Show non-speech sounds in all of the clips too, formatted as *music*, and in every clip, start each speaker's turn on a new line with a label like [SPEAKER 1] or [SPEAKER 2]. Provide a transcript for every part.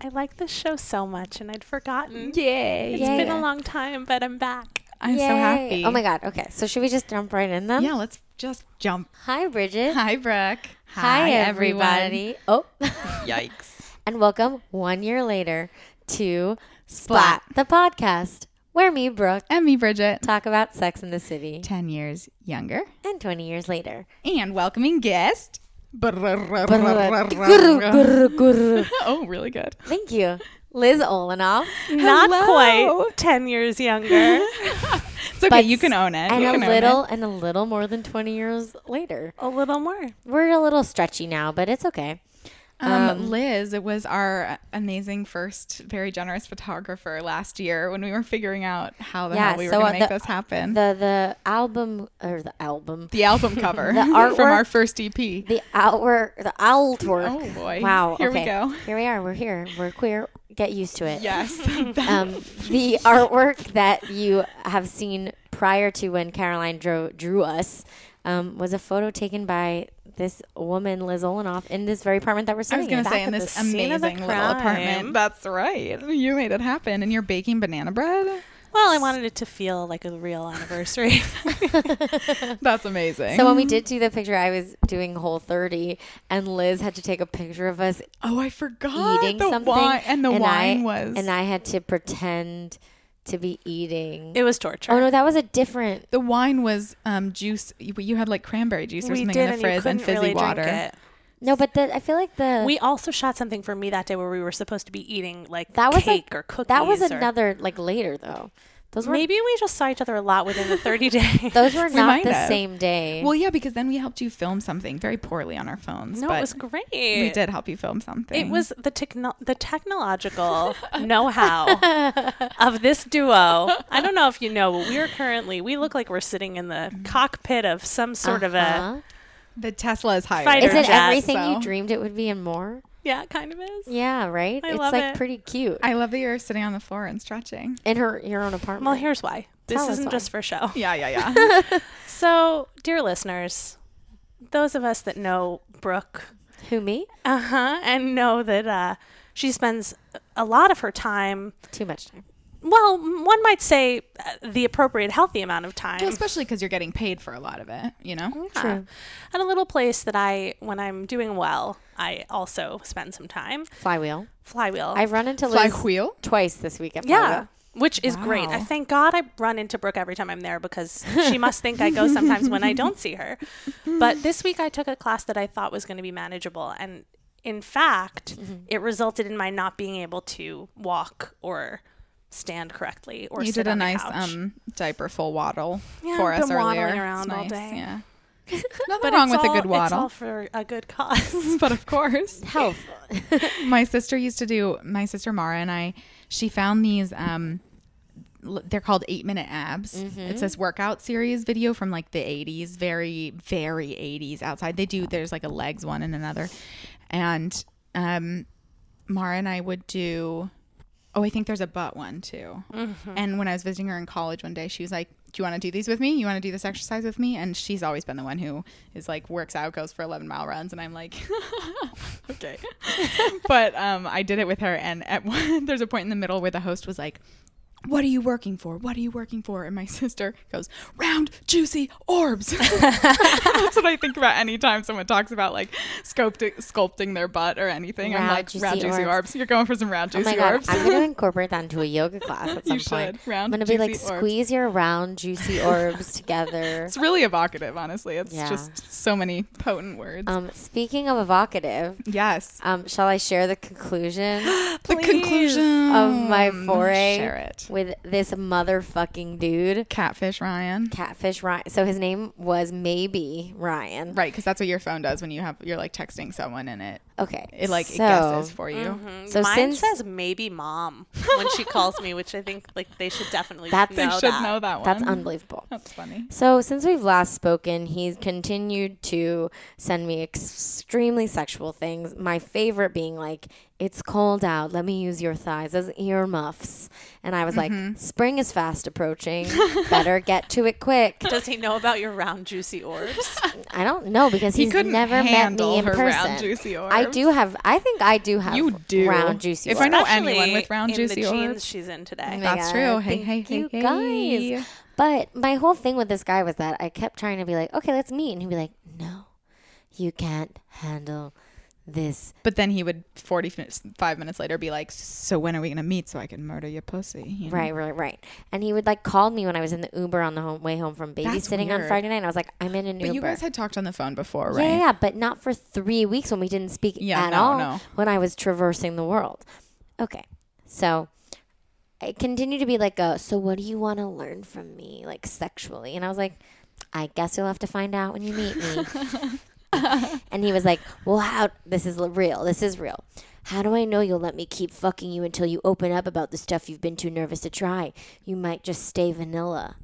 [SPEAKER 1] I like this show so much, and I'd forgotten.
[SPEAKER 2] Yay.
[SPEAKER 1] Mm-hmm. It's
[SPEAKER 2] Yay.
[SPEAKER 1] been a long time, but I'm back.
[SPEAKER 2] I'm so
[SPEAKER 3] Yay.
[SPEAKER 2] happy.
[SPEAKER 3] Oh my god. Okay, so should we just jump right in then?
[SPEAKER 2] Yeah, let's just jump.
[SPEAKER 3] Hi, Bridget.
[SPEAKER 2] Hi, Brooke.
[SPEAKER 3] Hi, everybody. Oh, *laughs*
[SPEAKER 2] Yikes.
[SPEAKER 3] and welcome one year later to Splat,
[SPEAKER 2] Splat.
[SPEAKER 3] the podcast, where me, Brooke,
[SPEAKER 2] And me, Bridget.
[SPEAKER 3] talk about Sex in the City,
[SPEAKER 2] 10 years younger.
[SPEAKER 3] and 20 years later.
[SPEAKER 2] And welcoming guest. *laughs* oh,
[SPEAKER 3] Thank
[SPEAKER 2] really good. *laughs*
[SPEAKER 3] you, Liz Olanoff.
[SPEAKER 1] Not
[SPEAKER 2] Hello.
[SPEAKER 1] quite 10 years younger.
[SPEAKER 2] It's okay. you can own it.
[SPEAKER 3] And
[SPEAKER 2] You
[SPEAKER 3] a
[SPEAKER 2] can own
[SPEAKER 3] little, and a little more than 20 years later.
[SPEAKER 1] *laughs* a little more.
[SPEAKER 3] We're a little stretchy now, but it's okay.
[SPEAKER 2] it. Um, Liz was our amazing first, very generous photographer last year when we were figuring out how the
[SPEAKER 3] Yeah,
[SPEAKER 2] hell we were
[SPEAKER 3] so,
[SPEAKER 2] going
[SPEAKER 3] uh,
[SPEAKER 2] to make
[SPEAKER 3] the-
[SPEAKER 2] this happen. The,
[SPEAKER 3] The the album or the album
[SPEAKER 2] album cover
[SPEAKER 3] The
[SPEAKER 2] *laughs* from our
[SPEAKER 3] artwork-
[SPEAKER 2] first E EP.
[SPEAKER 3] The outwork, the outwork.
[SPEAKER 2] Oh, boy.
[SPEAKER 3] Wow.
[SPEAKER 2] Here we
[SPEAKER 3] okay.
[SPEAKER 2] go.
[SPEAKER 3] Here we are. We're here. We're queer. Get used to it.
[SPEAKER 2] yes.
[SPEAKER 3] *laughs*
[SPEAKER 2] *laughs*
[SPEAKER 3] Um, the artwork that you have seen prior to when Caroline drew, drew us um, was a photo taken by this woman, Liz Olanoff, in this very apartment that we're
[SPEAKER 2] I
[SPEAKER 3] sitting
[SPEAKER 2] was going to
[SPEAKER 3] in.
[SPEAKER 2] say in
[SPEAKER 1] at
[SPEAKER 2] this
[SPEAKER 1] the scene of the
[SPEAKER 2] amazing little apartment.
[SPEAKER 1] crime.
[SPEAKER 2] That's right. You made it happen, and you're baking
[SPEAKER 1] *laughs*
[SPEAKER 2] banana bread.
[SPEAKER 1] Well, I wanted it to feel like a real anniversary. *laughs*
[SPEAKER 2] That's amazing.
[SPEAKER 3] So when we did do the picture, I was doing Whole 30, and Liz had to take a picture of us
[SPEAKER 2] oh, I forgot
[SPEAKER 3] eating
[SPEAKER 2] *gasps* the
[SPEAKER 3] something,
[SPEAKER 2] wine and the wine
[SPEAKER 3] I,
[SPEAKER 2] was
[SPEAKER 3] and I had to pretend to be eating.
[SPEAKER 1] it was torture.
[SPEAKER 3] oh no, that was a different.
[SPEAKER 2] the wine was um juice. You, you had like cranberry juice or
[SPEAKER 1] we
[SPEAKER 2] something
[SPEAKER 1] did,
[SPEAKER 2] in the
[SPEAKER 1] and you
[SPEAKER 2] frizz
[SPEAKER 1] couldn't
[SPEAKER 2] and fizzy
[SPEAKER 1] really
[SPEAKER 2] water.
[SPEAKER 1] drink it.
[SPEAKER 3] No, but the, I feel like the
[SPEAKER 1] We also shot something for me that day where we were supposed to be eating like
[SPEAKER 3] that was
[SPEAKER 1] cake
[SPEAKER 3] like,
[SPEAKER 1] or cookies.
[SPEAKER 3] That was
[SPEAKER 1] or-
[SPEAKER 3] another like later though. Those were
[SPEAKER 1] Maybe we just saw each other a lot within the 30 days. *laughs*
[SPEAKER 3] those were not
[SPEAKER 2] might
[SPEAKER 3] the
[SPEAKER 2] have.
[SPEAKER 3] same day. *laughs*
[SPEAKER 2] Well, yeah, because then we helped you film something very poorly on our phones.
[SPEAKER 1] no,
[SPEAKER 2] but
[SPEAKER 1] it was great.
[SPEAKER 2] We did help you film something.
[SPEAKER 1] It was the techno- the technological know-how of this duo. I don't know if you know, but we are currently we look like we're sitting in the cockpit of some sort of a
[SPEAKER 3] Uh-huh.
[SPEAKER 2] the Tesla is higher.
[SPEAKER 1] Fighter
[SPEAKER 3] Is it
[SPEAKER 1] jazz,
[SPEAKER 3] everything
[SPEAKER 2] so.
[SPEAKER 3] you dreamed it would be and more?
[SPEAKER 1] yeah, it kind of is.
[SPEAKER 3] Yeah, right.
[SPEAKER 1] I
[SPEAKER 3] it's
[SPEAKER 1] love
[SPEAKER 3] like
[SPEAKER 1] it.
[SPEAKER 3] pretty cute.
[SPEAKER 2] I love that you're sitting on the floor and stretching.
[SPEAKER 3] in her your own apartment.
[SPEAKER 1] Well, here's why. This
[SPEAKER 3] Tell us
[SPEAKER 1] isn't
[SPEAKER 3] why.
[SPEAKER 1] just for show.
[SPEAKER 2] Yeah, yeah,
[SPEAKER 1] *laughs*
[SPEAKER 2] yeah.
[SPEAKER 1] So, dear listeners, those of us that know Brooke, *laughs*
[SPEAKER 3] who me?
[SPEAKER 1] uh huh, and know that uh, she spends a lot of her time.
[SPEAKER 3] Too much time.
[SPEAKER 1] Well, m- one might say uh, the appropriate healthy amount of time.
[SPEAKER 2] Especially because you're getting paid for a lot of it. You know.
[SPEAKER 1] Yeah.
[SPEAKER 3] True.
[SPEAKER 1] And a little place that I, when I'm doing well, I also spend some time.
[SPEAKER 3] Flywheel.
[SPEAKER 1] Flywheel.
[SPEAKER 3] I've run into Liz
[SPEAKER 2] Flywheel.
[SPEAKER 3] twice this week at
[SPEAKER 1] yeah.
[SPEAKER 3] Flywheel.
[SPEAKER 1] Which is great. I
[SPEAKER 2] Wow.
[SPEAKER 1] thank God I run into Brooke every time I'm there
[SPEAKER 2] *laughs*
[SPEAKER 1] because she must think I go sometimes when I don't see her. But this week I took a class that I thought was going to be manageable. And in fact,
[SPEAKER 2] Mm-hmm.
[SPEAKER 1] it resulted in my not being able to walk or stand correctly or
[SPEAKER 2] You
[SPEAKER 1] sit
[SPEAKER 2] did a
[SPEAKER 1] on the
[SPEAKER 2] nice
[SPEAKER 1] couch.
[SPEAKER 2] um, diaper full waddle
[SPEAKER 1] Yeah,
[SPEAKER 2] for
[SPEAKER 1] I've
[SPEAKER 2] us
[SPEAKER 1] been waddling
[SPEAKER 2] earlier. It's
[SPEAKER 1] around all
[SPEAKER 2] nice,
[SPEAKER 1] day. *laughs*
[SPEAKER 2] Yeah. Nothing
[SPEAKER 1] But
[SPEAKER 2] wrong
[SPEAKER 1] it's
[SPEAKER 2] with a
[SPEAKER 1] all-
[SPEAKER 2] good
[SPEAKER 1] It's all
[SPEAKER 2] waddle.
[SPEAKER 1] for a good cause.
[SPEAKER 2] *laughs* But of course,
[SPEAKER 3] Health.
[SPEAKER 2] my sister used to do. My sister Mara and I, she found these. Um, l- they're called eight minute abs.
[SPEAKER 1] Mm-hmm.
[SPEAKER 2] It's this workout series video from like the eighties, very very eighties. Outside, they do. There's like a legs one and another, and um, Mara and I would do. Oh, I think there's a butt one too.
[SPEAKER 3] Mm-hmm.
[SPEAKER 2] And when I was visiting her in college one day, she was like, "Do you want to do these with me? You want to do this exercise with me?" And she's always been the one who is like works out, goes for 11 mile runs, and I'm like, *laughs*
[SPEAKER 3] *laughs*
[SPEAKER 2] "Okay." *laughs* but um, I did it with her, and at one, there's a point in the middle where the host was like, What are you working for? What are you working for? And my *laughs* sister goes, round, juicy orbs. *laughs* That's what I think about anytime someone talks about like sculpting, sculpting their butt or anything. I'm
[SPEAKER 3] Round,
[SPEAKER 2] like,
[SPEAKER 3] juicy
[SPEAKER 2] round, juicy
[SPEAKER 3] orbs.
[SPEAKER 2] orbs. You're going for some round,
[SPEAKER 3] Oh
[SPEAKER 2] juicy
[SPEAKER 3] my god!
[SPEAKER 2] orbs.
[SPEAKER 1] *laughs*
[SPEAKER 3] I'm gonna incorporate that into a yoga class at some
[SPEAKER 2] You
[SPEAKER 3] point.
[SPEAKER 2] should. Round,
[SPEAKER 3] I'm gonna be like,
[SPEAKER 2] juicy orbs.
[SPEAKER 3] squeeze your round juicy orbs together.
[SPEAKER 1] *laughs*
[SPEAKER 2] it's really evocative, honestly. It's
[SPEAKER 3] Yeah.
[SPEAKER 2] just so many potent words.
[SPEAKER 3] Um, speaking of evocative,
[SPEAKER 2] yes.
[SPEAKER 3] um, shall I share the conclusion
[SPEAKER 2] The conclusion
[SPEAKER 3] of my foray
[SPEAKER 2] Um, Share it.
[SPEAKER 3] with this motherfucking dude?
[SPEAKER 2] Catfish Ryan.
[SPEAKER 3] Catfish Ryan. So his name was maybe Ryan.
[SPEAKER 2] Right, because that's what your phone does when you have you're like texting someone and it
[SPEAKER 3] Okay.
[SPEAKER 2] it like it
[SPEAKER 3] so- mm-hmm,
[SPEAKER 2] guesses for you.
[SPEAKER 3] So
[SPEAKER 1] Mine
[SPEAKER 3] since
[SPEAKER 1] says maybe mom when she calls me, which I think like they should definitely
[SPEAKER 3] That's-
[SPEAKER 2] They
[SPEAKER 1] know
[SPEAKER 2] should
[SPEAKER 1] that.
[SPEAKER 2] know that one.
[SPEAKER 3] that's unbelievable.
[SPEAKER 2] That's funny.
[SPEAKER 3] So, since we've last spoken, he's continued to send me extremely sexual things. My favorite being like, it's cold out. Let me use your thighs as earmuffs. And I was
[SPEAKER 2] Mm-hmm.
[SPEAKER 3] like, spring is fast
[SPEAKER 2] *laughs*
[SPEAKER 3] approaching. Better get to it quick.
[SPEAKER 1] Does he know about your round juicy orbs?
[SPEAKER 3] I don't know because
[SPEAKER 2] He
[SPEAKER 3] he's
[SPEAKER 2] couldn't
[SPEAKER 3] never met
[SPEAKER 2] handle
[SPEAKER 3] me in
[SPEAKER 2] her
[SPEAKER 3] person.
[SPEAKER 2] round juicy
[SPEAKER 3] I
[SPEAKER 2] orbs.
[SPEAKER 3] do have, I think I do have
[SPEAKER 2] You do.
[SPEAKER 3] round juicy
[SPEAKER 2] If I
[SPEAKER 3] orbs.
[SPEAKER 2] know anyone with
[SPEAKER 1] Especially
[SPEAKER 2] round
[SPEAKER 1] in
[SPEAKER 2] juicy
[SPEAKER 1] the
[SPEAKER 2] orbs. Mm-hmm.
[SPEAKER 1] jeans she's in today.
[SPEAKER 3] my
[SPEAKER 2] That's
[SPEAKER 3] God.
[SPEAKER 2] true. Hey,
[SPEAKER 3] Thank
[SPEAKER 2] hey, hey,
[SPEAKER 3] you
[SPEAKER 2] hey.
[SPEAKER 3] guys. But my whole thing with this guy was that I kept trying to be like, okay, let's meet. And he'd be like, no, you can't handle this.
[SPEAKER 2] But then he would 45 minutes later be like, So when are we going to meet so I can murder your pussy? You know?
[SPEAKER 3] Right, right, right. And he would like call me when I was in the Uber on the home, way home from
[SPEAKER 2] That's
[SPEAKER 3] babysitting on
[SPEAKER 2] weird.
[SPEAKER 3] Friday night. And I was like, I'm in an
[SPEAKER 2] But
[SPEAKER 3] Uber.
[SPEAKER 2] you guys had talked on the phone before,
[SPEAKER 3] yeah,
[SPEAKER 2] right?
[SPEAKER 3] yeah, yeah, but not for three weeks when we didn't speak
[SPEAKER 2] Yeah,
[SPEAKER 3] at
[SPEAKER 2] no,
[SPEAKER 3] all
[SPEAKER 2] no.
[SPEAKER 3] when I was traversing the world. Okay. So it continued to be like a so what do you want to learn from me like sexually and i was like i guess you'll have to find out when you meet
[SPEAKER 2] *laughs*
[SPEAKER 3] me and he was like well how this is l- real this is real how do i know you'll let me keep fucking you until you open up about the stuff you've been too nervous to try you might just stay vanilla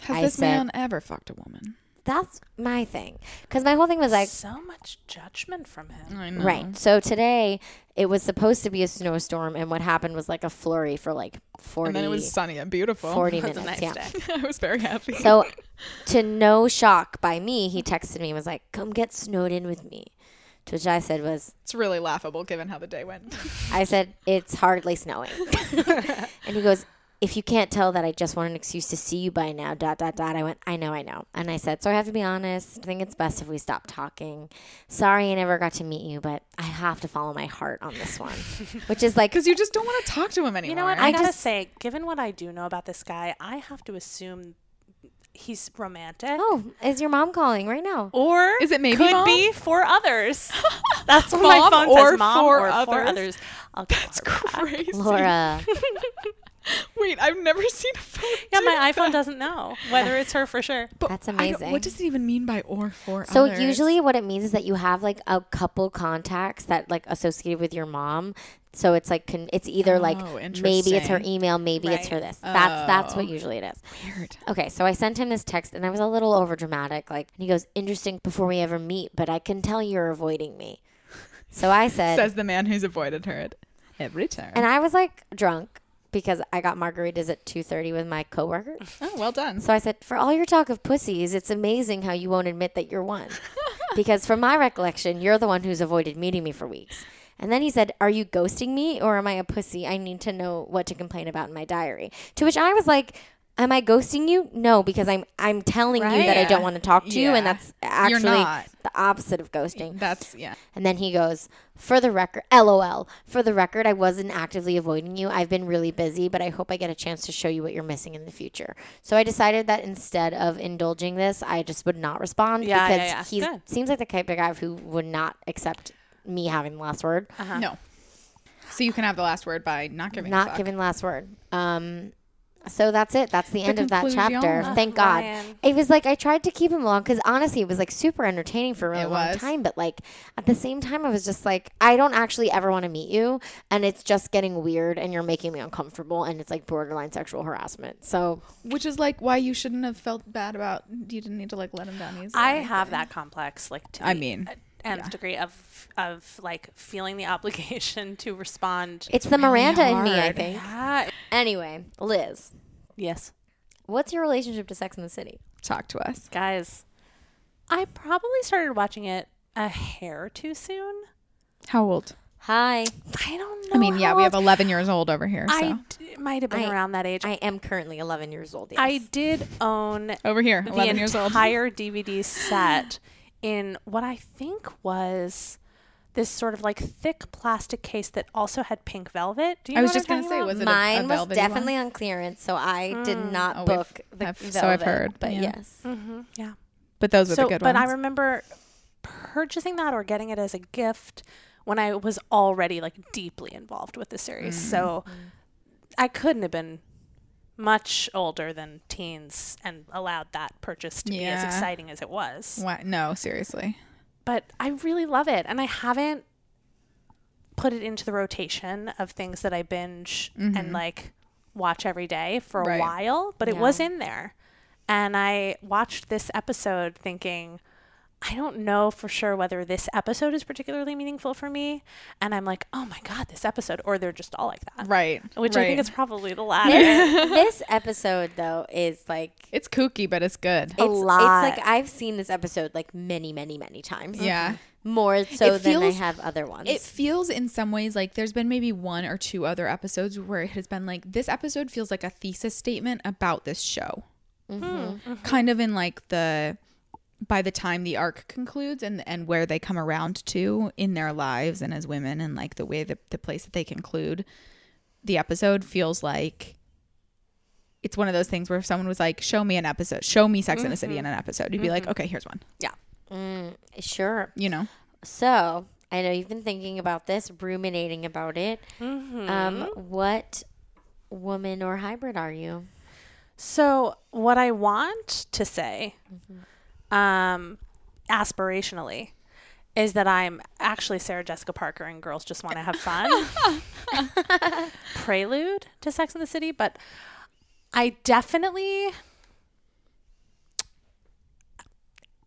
[SPEAKER 2] Has
[SPEAKER 3] I
[SPEAKER 2] this
[SPEAKER 3] said-
[SPEAKER 2] man ever fucked a woman?
[SPEAKER 3] that's my thing because my whole thing was like
[SPEAKER 1] so much judgment from him.
[SPEAKER 2] I know.
[SPEAKER 3] Right. So today it was supposed to be a snowstorm, and what happened was like a flurry for like 40,
[SPEAKER 2] And then it was sunny and beautiful. *laughs*
[SPEAKER 3] 40
[SPEAKER 1] That's
[SPEAKER 3] minutes.
[SPEAKER 1] a nice
[SPEAKER 3] yeah.
[SPEAKER 1] day.
[SPEAKER 2] I was very happy.
[SPEAKER 3] So,
[SPEAKER 2] *laughs*
[SPEAKER 3] to no shock by me, he texted me and was like, "Come get snowed in with me," to which I said was,
[SPEAKER 2] it's really laughable given how the day went.
[SPEAKER 3] "I said it's hardly
[SPEAKER 2] *laughs*
[SPEAKER 3] snowing," and he goes. If you can't tell that I just want an excuse to see you by now, dot dot dot. I went, I know, I know. And I said, So I have to be honest. I think it's best if we stop talking. Sorry I never got to meet you, but I have to follow my heart on this one. Which is like
[SPEAKER 2] Because you just don't want to talk to him anymore.
[SPEAKER 1] You know what? I, gotta
[SPEAKER 3] just-
[SPEAKER 1] say, given what I do know about this guy, I have to assume he's romantic.
[SPEAKER 3] Oh, is your mom calling right now?
[SPEAKER 1] Or
[SPEAKER 2] Is it maybe
[SPEAKER 1] could
[SPEAKER 2] mom?
[SPEAKER 1] be for *laughs* others. That's what my
[SPEAKER 2] Mom
[SPEAKER 1] phone
[SPEAKER 2] or
[SPEAKER 1] says. Mom
[SPEAKER 2] for
[SPEAKER 1] or for
[SPEAKER 2] others?
[SPEAKER 1] others. I'll get That's
[SPEAKER 2] Crazy. *laughs*
[SPEAKER 3] Laura.
[SPEAKER 2] Wait, I've never seen a phone.
[SPEAKER 1] Yeah,
[SPEAKER 2] do
[SPEAKER 1] my
[SPEAKER 2] that.
[SPEAKER 1] iPhone doesn't know whether it's her for sure.
[SPEAKER 2] But
[SPEAKER 3] That's
[SPEAKER 2] I don't-
[SPEAKER 3] amazing.
[SPEAKER 2] What does it even mean by or for
[SPEAKER 3] so
[SPEAKER 2] others?
[SPEAKER 3] usually what it means is that you have like a couple contacts that like associated with your mom. So it's like con- it's either like
[SPEAKER 2] Oh,
[SPEAKER 3] maybe it's her
[SPEAKER 2] interesting.
[SPEAKER 3] email, maybe it's her
[SPEAKER 1] Right.
[SPEAKER 3] this. That's that's what
[SPEAKER 2] Oh.
[SPEAKER 3] usually it is.
[SPEAKER 2] Weird.
[SPEAKER 3] Okay, so I sent him this text and I was a little over dramatic like and he goes, "Interesting before we ever meet, but I can tell you're avoiding me." So
[SPEAKER 2] *laughs*
[SPEAKER 3] I said
[SPEAKER 2] Says the man who's avoided her at every turn.
[SPEAKER 3] and I was like drunk because I got margaritas at 2:30 with my coworker.
[SPEAKER 2] oh, well done.
[SPEAKER 3] So I said, for all your talk of pussies, it's amazing how you won't admit that you're
[SPEAKER 2] *laughs*
[SPEAKER 3] one. because from my recollection, you're the one who's avoided meeting me for weeks. And then he said, Are you ghosting me or am I a pussy? I need to know what to complain about in my diary. To which I was like, Am I ghosting you? No, because I'm I'm telling you that I
[SPEAKER 2] Right.
[SPEAKER 3] don't want to talk to you, and
[SPEAKER 2] Yeah.
[SPEAKER 3] that's
[SPEAKER 2] You're
[SPEAKER 3] actually
[SPEAKER 2] not.
[SPEAKER 3] the opposite of ghosting.
[SPEAKER 2] That's yeah.
[SPEAKER 3] And then he goes, For the record, LOL, for the record, I wasn't actively avoiding you. I've been really busy, but I hope I get a chance to show you what you're missing in the future. So I decided that instead of indulging this, I just would not respond
[SPEAKER 1] Yeah, yeah, yeah.
[SPEAKER 3] because he
[SPEAKER 1] Good.
[SPEAKER 3] seems like the type of guy who would not accept me having the last word,
[SPEAKER 1] Uh-huh.
[SPEAKER 2] No. So you can have the last word by not giving.
[SPEAKER 3] not
[SPEAKER 2] a fuck.
[SPEAKER 3] giving the last word. Um, so that's it. That's the, end of that
[SPEAKER 2] conclusion.
[SPEAKER 3] chapter.
[SPEAKER 2] Ugh,
[SPEAKER 3] Thank God.
[SPEAKER 1] Ryan.
[SPEAKER 3] It was like I tried to keep him along because honestly, it was like super entertaining for a really
[SPEAKER 2] It
[SPEAKER 3] long
[SPEAKER 2] was.
[SPEAKER 3] time. But like at the same time, I was just like, I don't actually ever want to meet you, and it's just getting weird, and you're making me uncomfortable, and it's like borderline sexual harassment. So
[SPEAKER 2] Which is like why you shouldn't have felt bad about. You didn't need to like let him down easily.
[SPEAKER 1] *laughs* I have that complex, like to
[SPEAKER 2] I
[SPEAKER 1] the uh,
[SPEAKER 2] mean,
[SPEAKER 1] nth degree of of like feeling the obligation *laughs* to respond.
[SPEAKER 3] it's the Miranda in me, I
[SPEAKER 2] hard.
[SPEAKER 3] think.
[SPEAKER 1] Ah,
[SPEAKER 3] Anyway, Liz,
[SPEAKER 1] yes,
[SPEAKER 3] what's your relationship to Sex in the City?
[SPEAKER 2] talk to us.
[SPEAKER 1] guys. I probably started watching it a hair too soon.
[SPEAKER 2] How old?
[SPEAKER 3] Hi.
[SPEAKER 1] I don't know.
[SPEAKER 2] I mean, yeah,
[SPEAKER 1] how
[SPEAKER 2] we have
[SPEAKER 1] old-
[SPEAKER 2] 11 years old over here. So
[SPEAKER 1] I d- might have been
[SPEAKER 3] I-
[SPEAKER 1] around that age.
[SPEAKER 3] I
[SPEAKER 1] I,
[SPEAKER 3] am currently 11 years old. Yes.
[SPEAKER 1] did own
[SPEAKER 2] Over here,
[SPEAKER 1] the
[SPEAKER 2] 11 years old.
[SPEAKER 1] entire
[SPEAKER 2] *laughs*
[SPEAKER 1] DVD set in what I think was this sort of like thick plastic case that also had pink velvet. Do you
[SPEAKER 2] I
[SPEAKER 1] know
[SPEAKER 2] was
[SPEAKER 1] what
[SPEAKER 2] just
[SPEAKER 1] I'm
[SPEAKER 2] gonna
[SPEAKER 1] talking
[SPEAKER 2] say,
[SPEAKER 1] about?
[SPEAKER 2] was it a- a
[SPEAKER 3] Mine was
[SPEAKER 2] velvety one?
[SPEAKER 3] definitely on clearance, so I did not
[SPEAKER 2] Oh, we've-
[SPEAKER 3] book the
[SPEAKER 2] I've-
[SPEAKER 3] velvet.
[SPEAKER 2] so I've heard,
[SPEAKER 3] But
[SPEAKER 2] yeah.
[SPEAKER 3] yes.
[SPEAKER 1] Mm-hmm. yeah.
[SPEAKER 2] But those were
[SPEAKER 1] so,
[SPEAKER 2] the good
[SPEAKER 1] but
[SPEAKER 2] ones.
[SPEAKER 1] I remember purchasing that or getting it as a gift when I was already like deeply involved with the series. So
[SPEAKER 2] Mm-hmm.
[SPEAKER 1] I couldn't have been much older than teens and allowed that purchase to be as
[SPEAKER 2] Yeah.
[SPEAKER 1] exciting as it was.
[SPEAKER 2] Why- No, seriously.
[SPEAKER 1] But I really love it, and I haven't put it into the rotation of things that I binge and like watch every day for a
[SPEAKER 2] Mm-hmm. Right.
[SPEAKER 1] while, but it
[SPEAKER 3] Yeah.
[SPEAKER 1] was in there. And I watched this episode thinking, I don't know for sure whether this episode is particularly meaningful for me. And I'm like, oh my God, this episode. Or they're just all like that.
[SPEAKER 2] Right.
[SPEAKER 1] Which I
[SPEAKER 2] right.
[SPEAKER 1] think is probably the latter. *laughs*
[SPEAKER 3] This, this episode, though, is like
[SPEAKER 2] It's kooky, but it's good.
[SPEAKER 3] it's,
[SPEAKER 1] lot.
[SPEAKER 3] It's like I've seen this episode like many, many, many times.
[SPEAKER 2] Yeah.
[SPEAKER 3] More so
[SPEAKER 2] It
[SPEAKER 3] than I
[SPEAKER 2] feels-
[SPEAKER 3] have other ones.
[SPEAKER 2] It feels in some ways like there's been maybe one or two other episodes where it has been like this episode feels like a thesis statement about this show.
[SPEAKER 1] Mm-hmm.
[SPEAKER 2] Kind of in like the by the time the arc concludes and and where they come around to in their lives and as women and like the way that the place that they conclude the episode feels like it's one of those things where if someone was like, "Show me an episode, show me Sex in the City in an episode," you'd be like, "Okay, here's one,"
[SPEAKER 3] sure.
[SPEAKER 2] you know.
[SPEAKER 3] So I know you've been thinking about this, ruminating about it. Um, what woman or hybrid are you?
[SPEAKER 1] So, what I want to say, um, aspirationally, is that I'm actually Sarah Jessica Parker and girls just want to have
[SPEAKER 2] *laughs*
[SPEAKER 1] fun. Prelude to Sex in the City, but I definitely.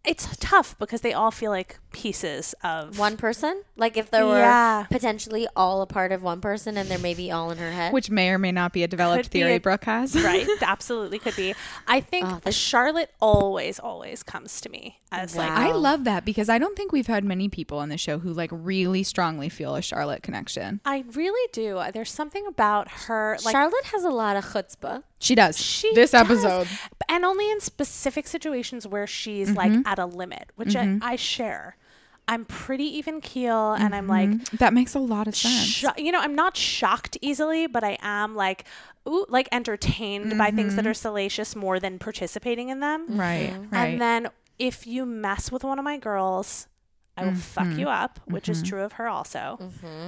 [SPEAKER 1] It's tough because they all feel like pieces of
[SPEAKER 3] One person? Like if there were
[SPEAKER 1] Yeah.
[SPEAKER 3] potentially all a part of one person and they're maybe all in her head.
[SPEAKER 2] Which may or may not be a developed
[SPEAKER 1] Could be
[SPEAKER 2] theory
[SPEAKER 1] a-
[SPEAKER 2] Brooke
[SPEAKER 3] *laughs*
[SPEAKER 2] has. Oh,
[SPEAKER 1] right? Absolutely could be. I think
[SPEAKER 3] this-
[SPEAKER 1] Charlotte always, always comes to me as like
[SPEAKER 3] Wow.
[SPEAKER 2] *laughs* I love that because I don't think we've had many people on the show who like really strongly feel a Charlotte connection.
[SPEAKER 1] I really do. There's something about her, like,
[SPEAKER 3] Charlotte has a lot of chutzpah.
[SPEAKER 2] She does.
[SPEAKER 1] she
[SPEAKER 2] this
[SPEAKER 1] does.
[SPEAKER 2] episode.
[SPEAKER 1] and only in specific situations where she's
[SPEAKER 2] Mm-hmm.
[SPEAKER 1] like at a limit, which I, I share. I'm pretty even keel, and I'm like,
[SPEAKER 2] That Mm-hmm. makes a lot of sense.
[SPEAKER 1] sho- you know, I'm not shocked easily, but I am like, ooh, like entertained by things
[SPEAKER 2] Mm-hmm.
[SPEAKER 1] that are salacious more than participating in them.
[SPEAKER 2] right. Right.
[SPEAKER 1] And then if you mess with one of my girls, I will
[SPEAKER 2] Mm-hmm.
[SPEAKER 1] fuck you up, which is true of her also.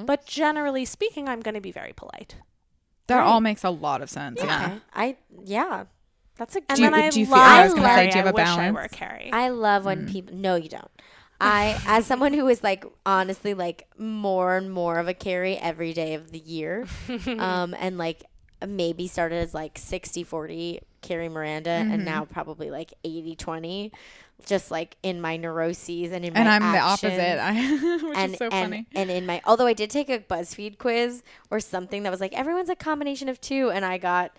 [SPEAKER 1] But generally speaking, I'm going to be very polite.
[SPEAKER 2] that all makes a lot of sense. Yeah.
[SPEAKER 3] Okay. I yeah. That's a good
[SPEAKER 1] And
[SPEAKER 2] Do you-
[SPEAKER 1] then I
[SPEAKER 2] do you
[SPEAKER 1] love
[SPEAKER 2] feel- I
[SPEAKER 3] was gonna say,
[SPEAKER 1] Carrie.
[SPEAKER 2] do you have
[SPEAKER 1] I
[SPEAKER 2] a
[SPEAKER 1] wish
[SPEAKER 2] balance?
[SPEAKER 1] I were Carrie.
[SPEAKER 3] I love when people. No, you don't. I, *laughs* as someone who is like honestly like more and more of a carry every day of the
[SPEAKER 2] *laughs*
[SPEAKER 3] year, um, and like maybe started as like 60 40 Carrie Miranda,
[SPEAKER 2] Mm-hmm.
[SPEAKER 3] and now probably like 80 20, just like in my neuroses and in my
[SPEAKER 2] And I'm
[SPEAKER 3] actions
[SPEAKER 2] the opposite. *laughs* I, which is so
[SPEAKER 3] and,
[SPEAKER 2] funny.
[SPEAKER 3] And in my although I did take a BuzzFeed quiz or something that was like everyone's a combination of two, and I got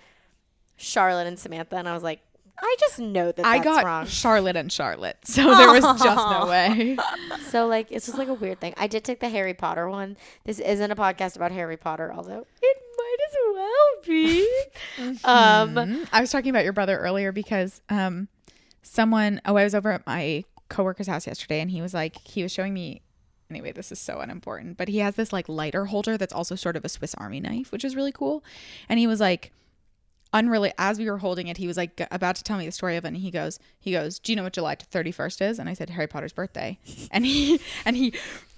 [SPEAKER 3] Charlotte and Samantha, and I was like, I just know that
[SPEAKER 2] I
[SPEAKER 3] that's
[SPEAKER 2] got
[SPEAKER 3] wrong.
[SPEAKER 2] Charlotte and Charlotte. So there was just no way.
[SPEAKER 3] *laughs* So like it's just like a weird thing. I did take the Harry Potter one. This isn't a podcast about Harry Potter,
[SPEAKER 2] *laughs*
[SPEAKER 3] although it might as well be. um,
[SPEAKER 2] Mm. I was talking about your brother earlier because um, someone, oh, I was over at my coworker's house yesterday and he was like, he was showing me, anyway, this is so unimportant, but he has this like lighter holder that's also sort of a Swiss Army knife, which is really cool. And he was like, unrelated, as we were holding it, he was like g- about to tell me the story of it. And he goes, he goes, do you know what July 31st is? And I said, Harry Potter's birthday. *laughs* And he, and he,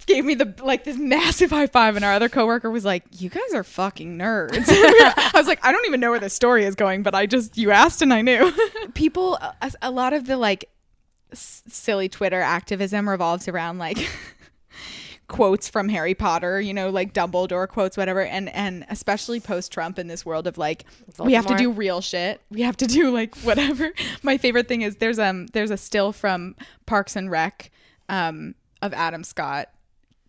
[SPEAKER 2] gave me the like this massive *laughs* high five and our other coworker was like you guys are fucking nerds *laughs* i was like i don't even know where this story is going but i just you asked and i knew *laughs* people uh, a, a lot of the like s- silly twitter activism revolves around like *laughs* quotes from harry potter you know like dumbledore quotes whatever and and especially post trump in this world of like we have to
[SPEAKER 3] Voldemort.
[SPEAKER 2] do real shit we have to *laughs* do like whatever my favorite thing is there's um there's a still from parks and rec um of adam scott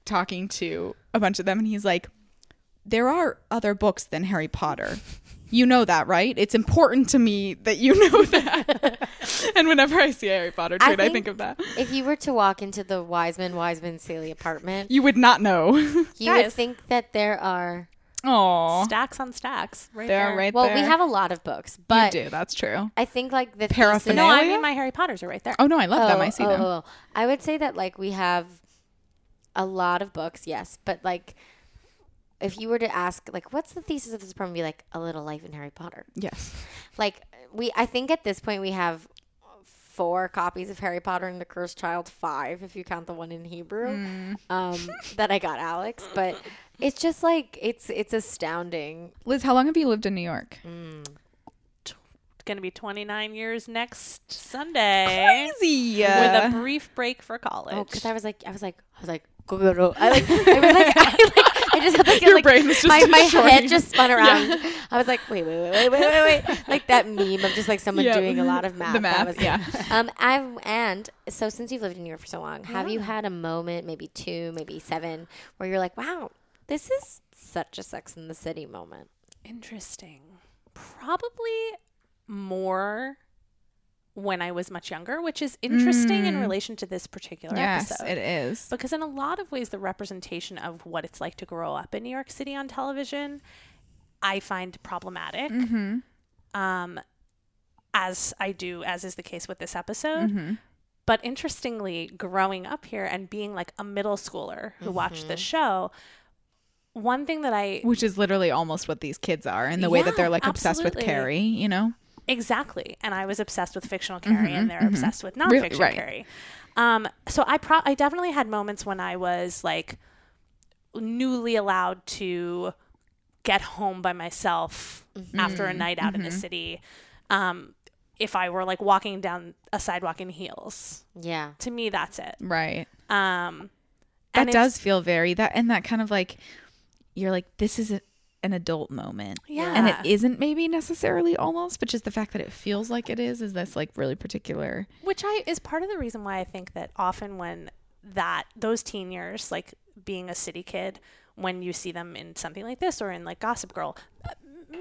[SPEAKER 2] talking to a bunch of them and he's like there are other books than harry potter you know that right it's important to me that you *laughs* know that *laughs* and whenever i see a harry potter
[SPEAKER 3] I
[SPEAKER 2] tweet i think,
[SPEAKER 3] think-
[SPEAKER 2] of that
[SPEAKER 3] if you were to walk into the Wiseman Wiseman Sealy apartment,
[SPEAKER 2] you would not know
[SPEAKER 3] you would think that there are
[SPEAKER 2] Oh,
[SPEAKER 1] Stacks on stacks. Right
[SPEAKER 2] they're
[SPEAKER 1] there.
[SPEAKER 2] right
[SPEAKER 3] Well,
[SPEAKER 2] there.
[SPEAKER 3] we have a lot of books, but
[SPEAKER 2] you do. That's true.
[SPEAKER 3] I think like the
[SPEAKER 2] Paraphernalia?
[SPEAKER 3] thesis-
[SPEAKER 1] No, I
[SPEAKER 2] Familiar?
[SPEAKER 1] mean my Harry Potters are right there.
[SPEAKER 2] Oh no, I love them.
[SPEAKER 3] Oh,
[SPEAKER 2] I see
[SPEAKER 3] oh,
[SPEAKER 2] them.
[SPEAKER 3] oh, oh. I would say that like we have a lot of books, yes, but like if you were to ask like what's the thesis of this program, be like a little life in Harry Potter.
[SPEAKER 2] Yes.
[SPEAKER 3] Like we, I think at this point we have four copies of Harry Potter and the Cursed Child, five if you count the one in Hebrew
[SPEAKER 2] Mm.
[SPEAKER 3] um, that I got Alex, but. It's just like it's it's astounding.
[SPEAKER 2] Liz, how long have you lived in New York?
[SPEAKER 1] It's going to be 29 years next Sunday. With a brief break for college.
[SPEAKER 3] Oh, because I was like, I was like, I was like, go go go. I like, I was like, *laughs* I like, I just had like,
[SPEAKER 2] Your
[SPEAKER 3] like
[SPEAKER 2] brain was just
[SPEAKER 3] my, my head
[SPEAKER 2] shortening.
[SPEAKER 3] just spun around. I was like, wait, wait, wait, wait, wait, wait, wait, like that meme of just like someone
[SPEAKER 2] Yeah.
[SPEAKER 3] doing a lot of math.
[SPEAKER 2] The
[SPEAKER 3] That
[SPEAKER 2] math,
[SPEAKER 3] was-
[SPEAKER 2] yeah.
[SPEAKER 3] Um, I've and so since you've lived in New York for so long, have you had a moment, maybe two, maybe seven, where you're like, wow, this is such a Sex in the City moment.
[SPEAKER 1] Interesting. Probably more when I was much younger, which is interesting in relation to this particular
[SPEAKER 2] Mm. Yes,
[SPEAKER 1] episode.
[SPEAKER 2] it is.
[SPEAKER 1] Because in a lot of ways, the representation of what it's like to grow up in New York City on television, I find problematic. Um, as I do, as is the case with this episode. But interestingly, growing up here and being like a middle schooler who watched the show, one thing that I
[SPEAKER 2] Which is literally almost what these kids are, and the way that
[SPEAKER 1] Yeah,
[SPEAKER 2] they're like obsessed with
[SPEAKER 1] absolutely.
[SPEAKER 2] Carrie. You know,
[SPEAKER 1] Exactly. And I was obsessed with fictional Carrie, and they're obsessed with
[SPEAKER 2] Mm-hmm, Really,
[SPEAKER 1] nonfiction
[SPEAKER 2] right.
[SPEAKER 1] Carrie. Um, so I pro- I definitely had moments when I was like newly allowed to get home by myself
[SPEAKER 2] Mm-hmm.
[SPEAKER 1] after a night out in the city. Um, if I were like walking down a sidewalk in heels,
[SPEAKER 3] Yeah.
[SPEAKER 1] to me, that's it.
[SPEAKER 2] right?
[SPEAKER 1] Um, and
[SPEAKER 2] That
[SPEAKER 1] it's-
[SPEAKER 2] does feel very that, and that kind of like you're like this is a, an adult moment,
[SPEAKER 1] Yeah.
[SPEAKER 2] and it isn't maybe necessarily almost, but just the fact that it feels like it is is this like really particular.
[SPEAKER 1] which I is part of the reason why I think that often when that those teen years, like being a city kid, when you see them in something like this or in like Gossip Girl, uh,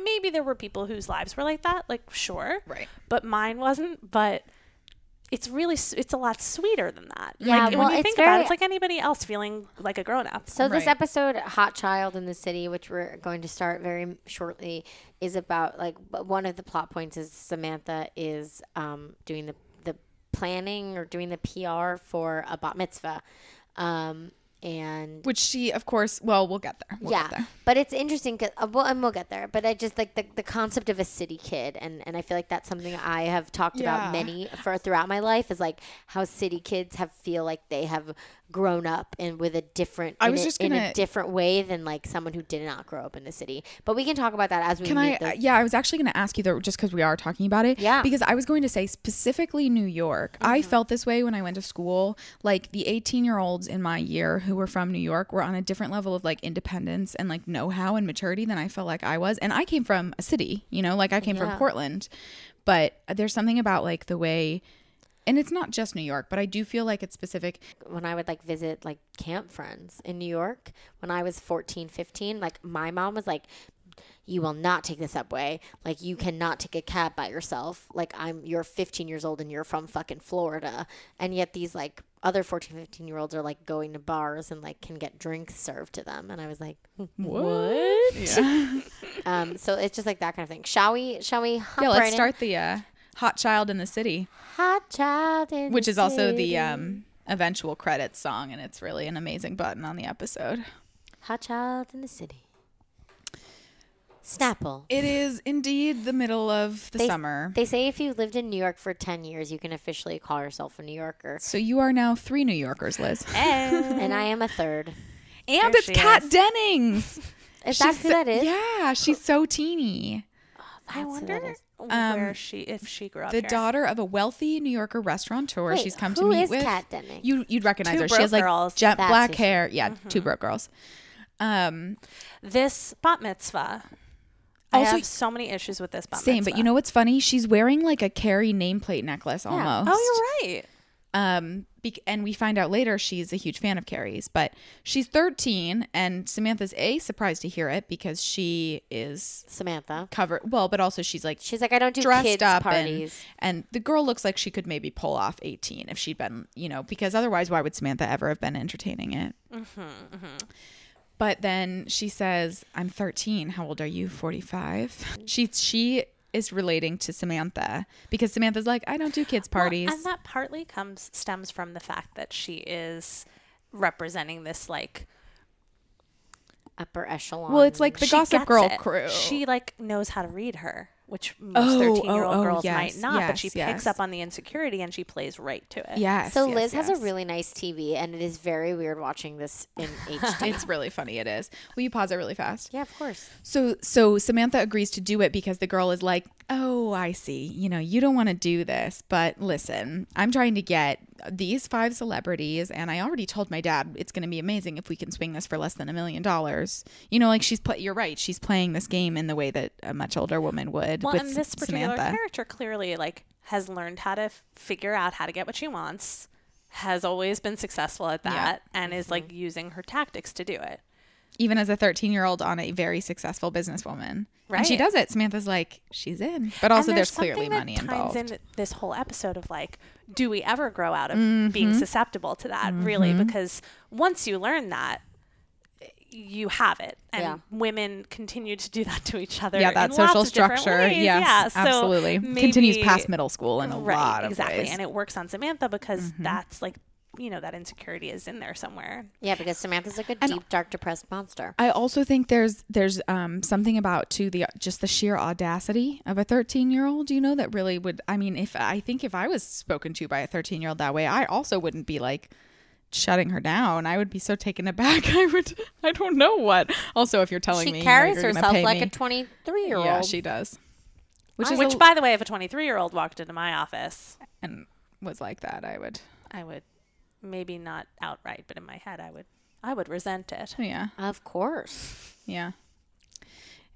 [SPEAKER 1] maybe there were people whose lives were like that, like sure,
[SPEAKER 2] Right.
[SPEAKER 1] but mine wasn't. But it's really s- it's a lot sweeter than that.
[SPEAKER 3] Yeah,
[SPEAKER 1] like,
[SPEAKER 3] well,
[SPEAKER 1] when you
[SPEAKER 3] it's
[SPEAKER 1] think about
[SPEAKER 3] very-
[SPEAKER 1] it, it's like anybody else feeling like a grown up.
[SPEAKER 3] So this
[SPEAKER 2] Right.
[SPEAKER 3] episode, "Hot Child in the City," which we're going to start very shortly, is about like b- one of the plot points is Samantha is um, doing the the planning or doing the PR for a bat mitzvah, um, and
[SPEAKER 2] Which she, of course, well, we'll get there. We'll
[SPEAKER 3] yeah,
[SPEAKER 2] get there.
[SPEAKER 3] but it's interesting. 'cause- uh, well, and we'll get there. But I just like the, the concept of a city kid, and and I feel like that's something I have talked
[SPEAKER 2] Yeah.
[SPEAKER 3] about many for throughout my life is like how city kids have feel like they have grown up and with a different
[SPEAKER 2] I
[SPEAKER 3] in
[SPEAKER 2] was
[SPEAKER 3] a-
[SPEAKER 2] just
[SPEAKER 3] in
[SPEAKER 2] gonna-
[SPEAKER 3] a different way than like someone who did not grow up in the city. But we can talk about that as we
[SPEAKER 2] Can
[SPEAKER 3] meet
[SPEAKER 2] I?
[SPEAKER 3] the-
[SPEAKER 2] yeah, I was actually going to ask you though, just because we are talking about it.
[SPEAKER 3] Yeah. Mm-hmm.
[SPEAKER 2] Because I was going to say specifically New York. I felt this way when I went to school. Like the 18 year olds in my year who were from New York were on a different level of like independence and like know how and maturity than I felt like I was. And I came from a city, you know, like I came from Portland. But there's something about like the way, and it's not just New York, but I do feel like it's specific.
[SPEAKER 3] when I would like visit like camp friends in New York when I was 14, 15, like my mom was like, you will not take the subway. Like you cannot take a cab by yourself. Like I'm you're 15 years old and you're from fucking Florida. And yet these like other 14, 15 year olds are like going to bars and like can get drinks served to them. And I was like, "Hmm,
[SPEAKER 2] What? Yeah,
[SPEAKER 3] um, so it's just like that kind of thing. Shall we, shall we hop
[SPEAKER 2] yeah
[SPEAKER 3] right
[SPEAKER 2] let's
[SPEAKER 3] in?
[SPEAKER 2] start the uh, hot child in the city.
[SPEAKER 3] Hot child in
[SPEAKER 2] which
[SPEAKER 3] the
[SPEAKER 2] is also the
[SPEAKER 3] city.
[SPEAKER 2] um, eventual credits song, and it's really an amazing button on the episode.
[SPEAKER 3] hot child in the city. Snapple.
[SPEAKER 2] It is indeed the middle of the
[SPEAKER 3] They-
[SPEAKER 2] summer,
[SPEAKER 3] They say if you lived in New York for 10 years, you can officially call yourself a New Yorker.
[SPEAKER 2] so you are now three New Yorkers, Liz,
[SPEAKER 3] *laughs* And I am a third.
[SPEAKER 2] and it's
[SPEAKER 1] she
[SPEAKER 2] Kat Dennings.
[SPEAKER 3] Is that
[SPEAKER 2] She's
[SPEAKER 3] who
[SPEAKER 2] so-
[SPEAKER 3] that is?
[SPEAKER 2] Yeah, she's so teeny.
[SPEAKER 1] *laughs* I
[SPEAKER 3] That's who that
[SPEAKER 1] wonder
[SPEAKER 3] is.
[SPEAKER 1] where she if she grew up
[SPEAKER 2] The
[SPEAKER 1] here.
[SPEAKER 2] daughter of a wealthy New Yorker restaurateur,
[SPEAKER 3] Wait,
[SPEAKER 2] she's come to
[SPEAKER 3] who
[SPEAKER 2] meet
[SPEAKER 3] is
[SPEAKER 2] with.
[SPEAKER 3] Kat Dennings?
[SPEAKER 2] You you'd recognize
[SPEAKER 1] Two
[SPEAKER 2] her. She has
[SPEAKER 1] Broke
[SPEAKER 2] like
[SPEAKER 1] Girls.
[SPEAKER 2] jet
[SPEAKER 3] That's
[SPEAKER 2] black
[SPEAKER 3] who she-
[SPEAKER 2] hair. Yeah, two broke girls. Um,
[SPEAKER 1] This bat mitzvah.
[SPEAKER 2] Also-
[SPEAKER 1] I have so many issues with this bat
[SPEAKER 2] same, but
[SPEAKER 1] mitzvah.
[SPEAKER 2] you know what's funny? She's wearing like a Carrie nameplate necklace almost.
[SPEAKER 1] Oh, you're right.
[SPEAKER 2] um bec and we find out later she's a huge fan of carrie's but she's 13 and samantha's a surprised to hear it because she is
[SPEAKER 3] Samantha.
[SPEAKER 2] covered well but also she's like
[SPEAKER 3] She's like, I don't do
[SPEAKER 2] dressed
[SPEAKER 3] kids'
[SPEAKER 2] up and,
[SPEAKER 3] parties.
[SPEAKER 2] and the girl looks like she could maybe pull off 18 if
[SPEAKER 3] Mm-hmm,
[SPEAKER 2] she'd been you know because otherwise why would samantha ever have been entertaining it But then she says, "I'm 13. How old are you? 45." She she is relating to Samantha because Samantha's like, "I don't do kids parties."
[SPEAKER 1] and that partly comes stems from the fact that she is representing this like
[SPEAKER 3] Upper echelon.
[SPEAKER 2] well, it's like the
[SPEAKER 1] she
[SPEAKER 2] Gossip
[SPEAKER 1] gets
[SPEAKER 2] Girl
[SPEAKER 1] it.
[SPEAKER 2] crew.
[SPEAKER 1] She like knows how to read her, which
[SPEAKER 2] Oh,
[SPEAKER 1] most thirteen-year-old
[SPEAKER 2] oh, oh,
[SPEAKER 1] girls
[SPEAKER 2] yes,
[SPEAKER 1] might not. but she
[SPEAKER 2] yes,
[SPEAKER 1] picks
[SPEAKER 2] yes.
[SPEAKER 1] up on the insecurity and she plays right to it.
[SPEAKER 2] yes.
[SPEAKER 3] so
[SPEAKER 2] yes,
[SPEAKER 3] Liz has
[SPEAKER 2] *laughs* yes.
[SPEAKER 3] a really nice TV, and it is very weird watching this in
[SPEAKER 2] *laughs*
[SPEAKER 3] HD.
[SPEAKER 2] It's really funny. It is. Will you pause it really fast?
[SPEAKER 3] yeah, of course.
[SPEAKER 2] So so Samantha agrees to do it because the girl is like, "Oh, I see. You know, you don't want to do this, but listen, I'm trying to get these five celebrities and I already told my dad it's going to be amazing if we can swing this for less than a million dollars." You know, like she's pl- you're right. She's playing this game in the way that a much older woman would
[SPEAKER 1] Well,
[SPEAKER 2] with
[SPEAKER 1] and this particular
[SPEAKER 2] Samantha.
[SPEAKER 1] character clearly like has learned how to f- figure out how to get what she wants, has always been successful at that, and
[SPEAKER 2] Mm-hmm.
[SPEAKER 1] is like using her tactics to do it.
[SPEAKER 2] Even as a 13-year-old on a very successful businesswoman. And she
[SPEAKER 1] Right.
[SPEAKER 2] does it. Samantha's like, "She's in." But also
[SPEAKER 1] And
[SPEAKER 2] there's,
[SPEAKER 1] something
[SPEAKER 2] clearly
[SPEAKER 1] that
[SPEAKER 2] money
[SPEAKER 1] ties
[SPEAKER 2] involved.
[SPEAKER 1] in this whole episode of like, do we ever grow out of
[SPEAKER 2] Mm-hmm.
[SPEAKER 1] being susceptible to that? Really, because once you learn that, you have it, and
[SPEAKER 3] Yeah.
[SPEAKER 1] women continue to do that to each other.
[SPEAKER 2] yeah,
[SPEAKER 1] in
[SPEAKER 2] that
[SPEAKER 1] lots
[SPEAKER 2] social
[SPEAKER 1] of different
[SPEAKER 2] structure.
[SPEAKER 1] ways.
[SPEAKER 2] Yes,
[SPEAKER 1] yeah, so
[SPEAKER 2] absolutely. Continues
[SPEAKER 1] maybe-
[SPEAKER 2] past middle school in a lot of
[SPEAKER 1] exactly,
[SPEAKER 2] ways. Mm-hmm.
[SPEAKER 1] and it works on Samantha because that's like, you know, that insecurity is in there somewhere.
[SPEAKER 3] Yeah, because Samantha's like a deep, dark, depressed monster.
[SPEAKER 2] I also think there's there's um, something about too the just the sheer audacity of a 13 year old. You know that really would. I mean, if I think if I was spoken to by a 13 year old that way, I also wouldn't be like shutting her down. I would be so taken aback. *laughs* I would. I don't know what. Also, if you're telling
[SPEAKER 3] She
[SPEAKER 2] me, you know,
[SPEAKER 3] carries
[SPEAKER 2] you're gonna
[SPEAKER 3] herself
[SPEAKER 2] pay
[SPEAKER 3] like
[SPEAKER 2] me-
[SPEAKER 3] a 23 year
[SPEAKER 2] yeah,
[SPEAKER 3] old.
[SPEAKER 2] she does.
[SPEAKER 1] Which,
[SPEAKER 2] Which is a-
[SPEAKER 1] by the way, if a 23 year old walked into my office,
[SPEAKER 2] and was like that. I would.
[SPEAKER 1] I would maybe not outright, but in my head, I would, I would resent it.
[SPEAKER 2] Yeah,
[SPEAKER 3] Of course.
[SPEAKER 2] yeah.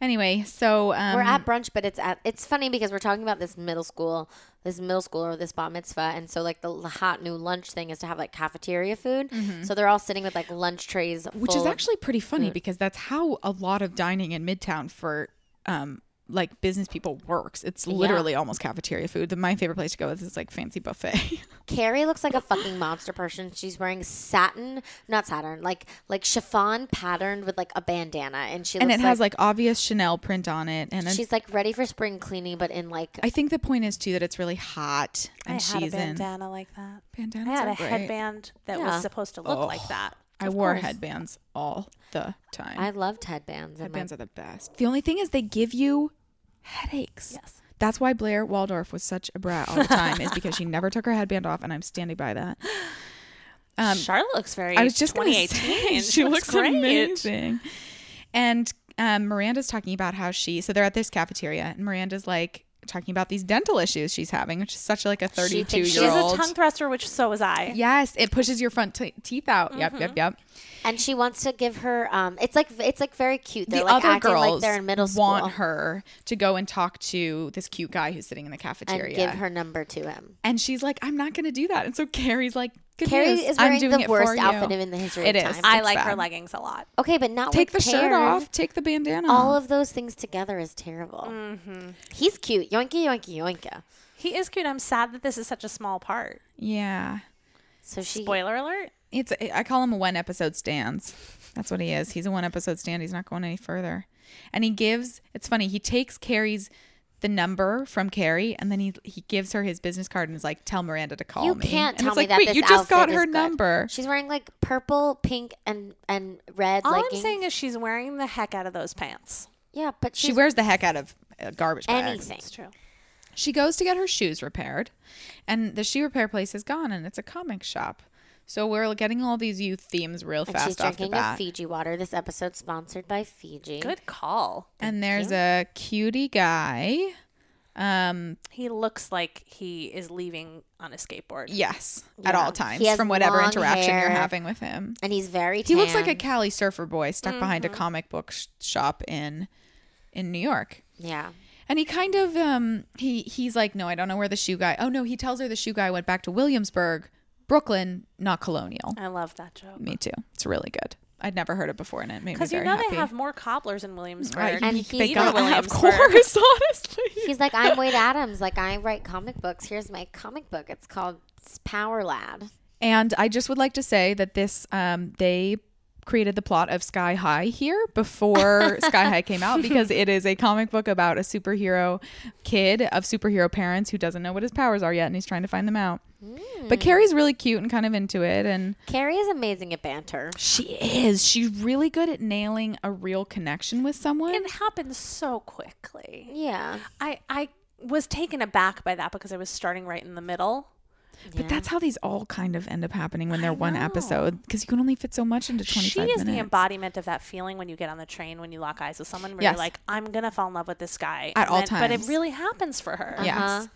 [SPEAKER 2] Anyway, so um,
[SPEAKER 3] we're at brunch, but it's at. It's funny because we're talking about this middle school, this middle school or this bat mitzvah, and so like the l- hot new lunch thing is to have like cafeteria food. So they're all sitting with like lunch trays,
[SPEAKER 2] Mm-hmm. which is
[SPEAKER 3] full of-
[SPEAKER 2] actually pretty funny because that's how a lot of dining in midtown for um like business people works it's literally almost cafeteria food the, my favorite place to go is this like fancy buffet *laughs*
[SPEAKER 3] Carrie looks like a fucking monster person. She's wearing satin, not satin, like like chiffon patterned with like a bandana, and she
[SPEAKER 2] and it
[SPEAKER 3] looks
[SPEAKER 2] has like obvious chanel print on it and it's,
[SPEAKER 3] she's like ready for spring cleaning, but in like
[SPEAKER 2] i think the point is too that it's really hot and
[SPEAKER 1] I
[SPEAKER 2] she's
[SPEAKER 1] had a
[SPEAKER 2] in
[SPEAKER 1] bandana like that.
[SPEAKER 2] bandanas
[SPEAKER 1] I had
[SPEAKER 2] are
[SPEAKER 1] a
[SPEAKER 2] great. Oh.
[SPEAKER 1] headband that
[SPEAKER 3] Yeah.
[SPEAKER 1] was supposed to look like that.
[SPEAKER 2] i wore headbands all the time
[SPEAKER 3] I loved headbands. in my-
[SPEAKER 2] headbands are the best the only thing is they give you headaches
[SPEAKER 1] Yes.
[SPEAKER 2] That's why Blair Waldorf was such a brat all the time, is because she never took her headband off, and I'm standing by that. Um,
[SPEAKER 1] Charlotte looks very.
[SPEAKER 2] I was just gonna
[SPEAKER 1] 2018.
[SPEAKER 2] *laughs* say, she, looks, amazing. And um, Miranda's talking about how she. So they're at this cafeteria, and Miranda's like talking about these dental issues she's having, which is such like a
[SPEAKER 3] thinks
[SPEAKER 2] thirty-two
[SPEAKER 3] she's
[SPEAKER 2] year
[SPEAKER 1] She's a
[SPEAKER 2] old.
[SPEAKER 1] tongue thruster, which so was I.
[SPEAKER 2] yes, it pushes your front t- teeth out. Yep,
[SPEAKER 3] Mm-hmm.
[SPEAKER 2] yep, yep.
[SPEAKER 3] and she wants to give her. Um, it's like it's like very cute. They're
[SPEAKER 2] the
[SPEAKER 3] like
[SPEAKER 2] other
[SPEAKER 3] acting
[SPEAKER 2] girls
[SPEAKER 3] like they're in middle school
[SPEAKER 2] want her to go and talk to this cute guy who's sitting in the
[SPEAKER 3] and
[SPEAKER 2] cafeteria,
[SPEAKER 3] give her number to him.
[SPEAKER 2] And she's like, "I'm not going to do that." And so Carrie's like, Good
[SPEAKER 3] Carrie
[SPEAKER 2] news.
[SPEAKER 3] is
[SPEAKER 2] I'm
[SPEAKER 3] wearing
[SPEAKER 2] doing
[SPEAKER 3] the
[SPEAKER 2] it
[SPEAKER 3] worst
[SPEAKER 2] for you."
[SPEAKER 3] outfit in the history
[SPEAKER 2] It
[SPEAKER 3] of
[SPEAKER 2] is.
[SPEAKER 3] time.
[SPEAKER 1] I
[SPEAKER 2] It's
[SPEAKER 1] like her
[SPEAKER 2] bad.
[SPEAKER 1] leggings a lot.
[SPEAKER 3] Okay, but not
[SPEAKER 2] Take the
[SPEAKER 3] with
[SPEAKER 2] shirt
[SPEAKER 3] pairs.
[SPEAKER 2] off. Take the bandana.
[SPEAKER 3] All of those things together is terrible.
[SPEAKER 2] Mm-hmm.
[SPEAKER 3] He's cute. Yoinky, yoinky, yoinka.
[SPEAKER 1] He is cute. I'm sad that this is such a small part.
[SPEAKER 2] yeah.
[SPEAKER 3] So she.
[SPEAKER 1] Spoiler alert.
[SPEAKER 2] It's I call him a one episode stands. That's what he is. He's a one episode stand. He's not going any further. And he gives. It's funny. He takes Carrie's the number from Carrie, and then he he gives her his business card and is like, "Tell Miranda to call
[SPEAKER 3] You
[SPEAKER 2] me."
[SPEAKER 3] can't
[SPEAKER 2] and
[SPEAKER 3] tell
[SPEAKER 2] it's
[SPEAKER 3] me
[SPEAKER 2] like,
[SPEAKER 3] that
[SPEAKER 2] Wait,
[SPEAKER 3] this
[SPEAKER 2] you just got
[SPEAKER 3] outfit
[SPEAKER 2] her
[SPEAKER 3] is good."
[SPEAKER 2] number.
[SPEAKER 3] She's wearing like purple, pink, and and red
[SPEAKER 1] All
[SPEAKER 3] leggings.
[SPEAKER 1] I'm saying is she's wearing the heck out of those pants.
[SPEAKER 3] yeah, but
[SPEAKER 2] She
[SPEAKER 3] she's
[SPEAKER 2] wears the heck out of uh, garbage bags.
[SPEAKER 3] anything.
[SPEAKER 1] It's true.
[SPEAKER 2] She goes to get her shoes repaired, and the shoe repair place is gone, and it's a comic shop. So we're getting all these youth themes real
[SPEAKER 3] And
[SPEAKER 2] fast
[SPEAKER 3] she's
[SPEAKER 2] off the
[SPEAKER 3] drinking a
[SPEAKER 2] bat.
[SPEAKER 3] Fiji water. This episode sponsored by Fiji.
[SPEAKER 1] Good call.
[SPEAKER 2] And there's a cutie guy. Um,
[SPEAKER 1] He looks like he is leaving on a skateboard.
[SPEAKER 2] yes, at all times
[SPEAKER 3] He has
[SPEAKER 2] from whatever
[SPEAKER 3] long
[SPEAKER 2] interaction
[SPEAKER 3] hair.
[SPEAKER 2] you're having with him.
[SPEAKER 3] And he's very.
[SPEAKER 2] He looks like a
[SPEAKER 3] tan.
[SPEAKER 2] Cali surfer boy stuck behind a comic book sh- shop in in New York.
[SPEAKER 3] yeah.
[SPEAKER 2] And he kind of um he he's like, no, I don't know where the shoe guy. Oh no, he tells her the shoe guy went back to Williamsburg, Brooklyn, not Colonial.
[SPEAKER 1] I love that joke.
[SPEAKER 2] Me too. It's really good. I'd never heard it before, and it made me
[SPEAKER 1] Because
[SPEAKER 2] very
[SPEAKER 1] you know
[SPEAKER 2] happy.
[SPEAKER 1] they have more cobblers in Williamsburg.
[SPEAKER 3] And
[SPEAKER 2] you-
[SPEAKER 3] he's
[SPEAKER 2] they got
[SPEAKER 1] from
[SPEAKER 2] of
[SPEAKER 1] Williamsburg.
[SPEAKER 2] course, *laughs* honestly.
[SPEAKER 3] He's like, I'm Wade Adams. Like I write comic books. Here's my comic book. It's called Power Lad.
[SPEAKER 2] And I just would like to say that this um, they created the plot of Sky High here
[SPEAKER 1] *laughs*
[SPEAKER 2] before Sky High came out because it is a comic book about a superhero kid of superhero parents who doesn't know what his powers are yet and he's trying to find them out. But
[SPEAKER 1] Hmm.
[SPEAKER 2] Carrie's really cute and kind of into it and
[SPEAKER 3] Carrie is amazing at banter.
[SPEAKER 2] she is. She's really good at nailing a real connection with someone.
[SPEAKER 1] It happens so quickly.
[SPEAKER 3] Yeah.
[SPEAKER 1] I I was taken aback by that because I was starting right in the middle.
[SPEAKER 2] But that's how these all kind of end up happening when they're one episode because you can only fit so much into 25
[SPEAKER 1] She is
[SPEAKER 2] minutes.
[SPEAKER 1] the embodiment of that feeling when you get on the train when you lock eyes with someone where
[SPEAKER 2] Yes.
[SPEAKER 1] you're like, I'm gonna fall in love with this guy
[SPEAKER 2] At
[SPEAKER 1] And
[SPEAKER 2] all
[SPEAKER 1] then- But
[SPEAKER 2] times.
[SPEAKER 1] it really happens for her.
[SPEAKER 2] Yes. Uh-huh.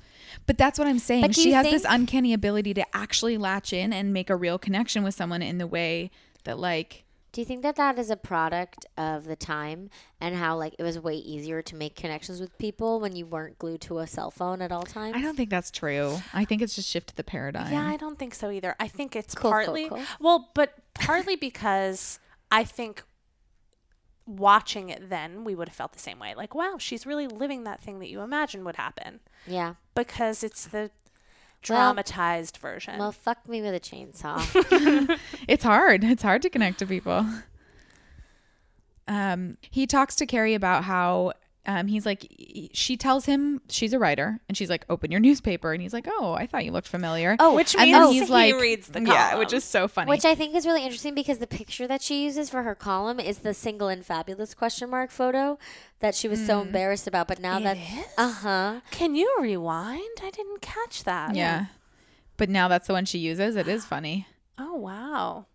[SPEAKER 2] But that's what I'm saying.
[SPEAKER 3] But do
[SPEAKER 2] she
[SPEAKER 3] you
[SPEAKER 2] has
[SPEAKER 3] think-
[SPEAKER 2] this uncanny ability to actually latch in and make a real connection with someone in the way that, like,
[SPEAKER 3] Do you think that that is a product of the time and how like it was way easier to make connections with people when you weren't glued to a cell phone at all times?
[SPEAKER 2] I don't think that's true. I think it's just shifted the paradigm.
[SPEAKER 1] Yeah, I don't think so either. I think it's
[SPEAKER 3] Cool, cool,
[SPEAKER 1] partly
[SPEAKER 3] cool.
[SPEAKER 1] well, but partly because I think watching it then we would have felt the same way. Like, wow, she's really living that thing that you imagined would happen
[SPEAKER 3] Yeah.
[SPEAKER 1] because it's the
[SPEAKER 3] Well-
[SPEAKER 1] dramatized
[SPEAKER 2] um,
[SPEAKER 1] version.
[SPEAKER 3] Well, fuck me with a
[SPEAKER 2] *laughs*
[SPEAKER 3] chainsaw.
[SPEAKER 2] It's hard. It's hard to connect to people. Um, he talks to Carrie about how um, he's like, she tells him she's a writer and she's like, open your newspaper. And he's like, oh, I thought you looked familiar.
[SPEAKER 3] Oh,
[SPEAKER 1] Which
[SPEAKER 2] and
[SPEAKER 1] means he reads the
[SPEAKER 2] Yeah, which
[SPEAKER 1] column.
[SPEAKER 2] is so funny.
[SPEAKER 3] Which I think is really interesting because the picture that she uses for her column is the single and fabulous question mark photo that she was
[SPEAKER 2] Hmm.
[SPEAKER 3] so embarrassed about. But now that uh huh,
[SPEAKER 1] Can you rewind? I didn't catch that.
[SPEAKER 2] yeah. But now that's the one she uses. It is funny.
[SPEAKER 1] Oh wow.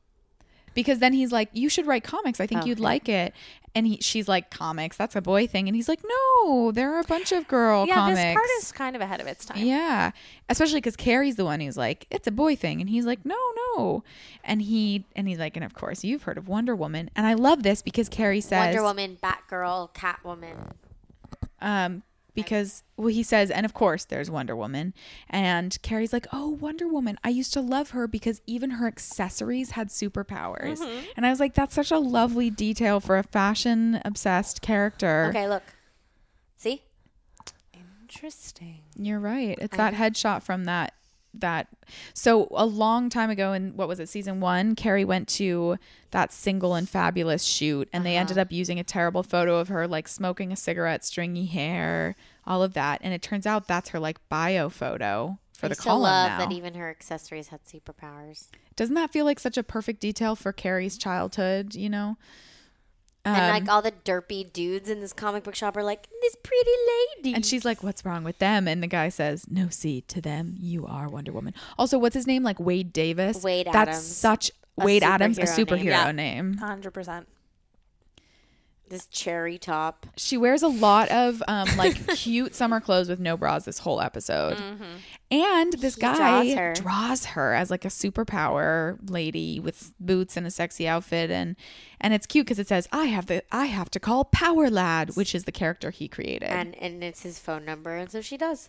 [SPEAKER 2] because then he's like you should write comics i
[SPEAKER 1] Oh.
[SPEAKER 2] think you'd like it and he, she's like comics that's a boy thing and he's like no there are a bunch of girl
[SPEAKER 1] yeah,
[SPEAKER 2] comics
[SPEAKER 1] this part is kind of ahead of its time.
[SPEAKER 2] yeah especially because carrie's the one who's like it's a boy thing and he's like no no and he and he's like and of course you've heard of wonder woman and i love this because carrie says
[SPEAKER 3] Wonder Woman, Batgirl, Catwoman.
[SPEAKER 2] um, because well, he says, and of course, there's Wonder Woman, and Carrie's like, oh, Wonder Woman, I used to love her because even her accessories had superpowers, and I was like, that's such a lovely detail for a fashion obsessed character.
[SPEAKER 3] Okay, look, see,
[SPEAKER 1] Interesting.
[SPEAKER 2] You're right. It's that headshot from that that so a long time ago in what was it season 1 Carrie went to that single and fabulous shoot and
[SPEAKER 3] Uh-huh.
[SPEAKER 2] they ended up using a terrible photo of her like smoking a cigarette stringy hair all of that and it turns out that's her like bio photo for
[SPEAKER 3] I
[SPEAKER 2] the
[SPEAKER 3] used to
[SPEAKER 2] column
[SPEAKER 3] love
[SPEAKER 2] now.
[SPEAKER 3] that e even her accessories had superpowers.
[SPEAKER 2] Doesn't that feel like such a perfect detail for Carrie's childhood, you know?
[SPEAKER 3] and like
[SPEAKER 2] Um,
[SPEAKER 3] all the derpy dudes in this comic book shop are like this pretty lady.
[SPEAKER 2] And she's like, "What's wrong with them?" And the guy says, "No, see, to them, you are Wonder Woman." Also, what's his name? Like Wade Davis.
[SPEAKER 3] Wade
[SPEAKER 2] That's
[SPEAKER 3] Adams.
[SPEAKER 2] such
[SPEAKER 3] A
[SPEAKER 2] Wade Adams, a
[SPEAKER 3] superhero name.
[SPEAKER 2] superhero
[SPEAKER 3] Yeah.
[SPEAKER 2] name.
[SPEAKER 1] Hundred percent.
[SPEAKER 3] this cherry top.
[SPEAKER 2] She wears a lot of um, like *laughs* cute summer clothes with no bras this whole episode, and this guy
[SPEAKER 3] Mm-hmm. draws her.
[SPEAKER 2] draws her as like a superpower lady with boots and a sexy outfit, and and it's cute because it says, "I have the I have to call Power Lad," which is the character he created.
[SPEAKER 3] And and it's his phone number, and so she does.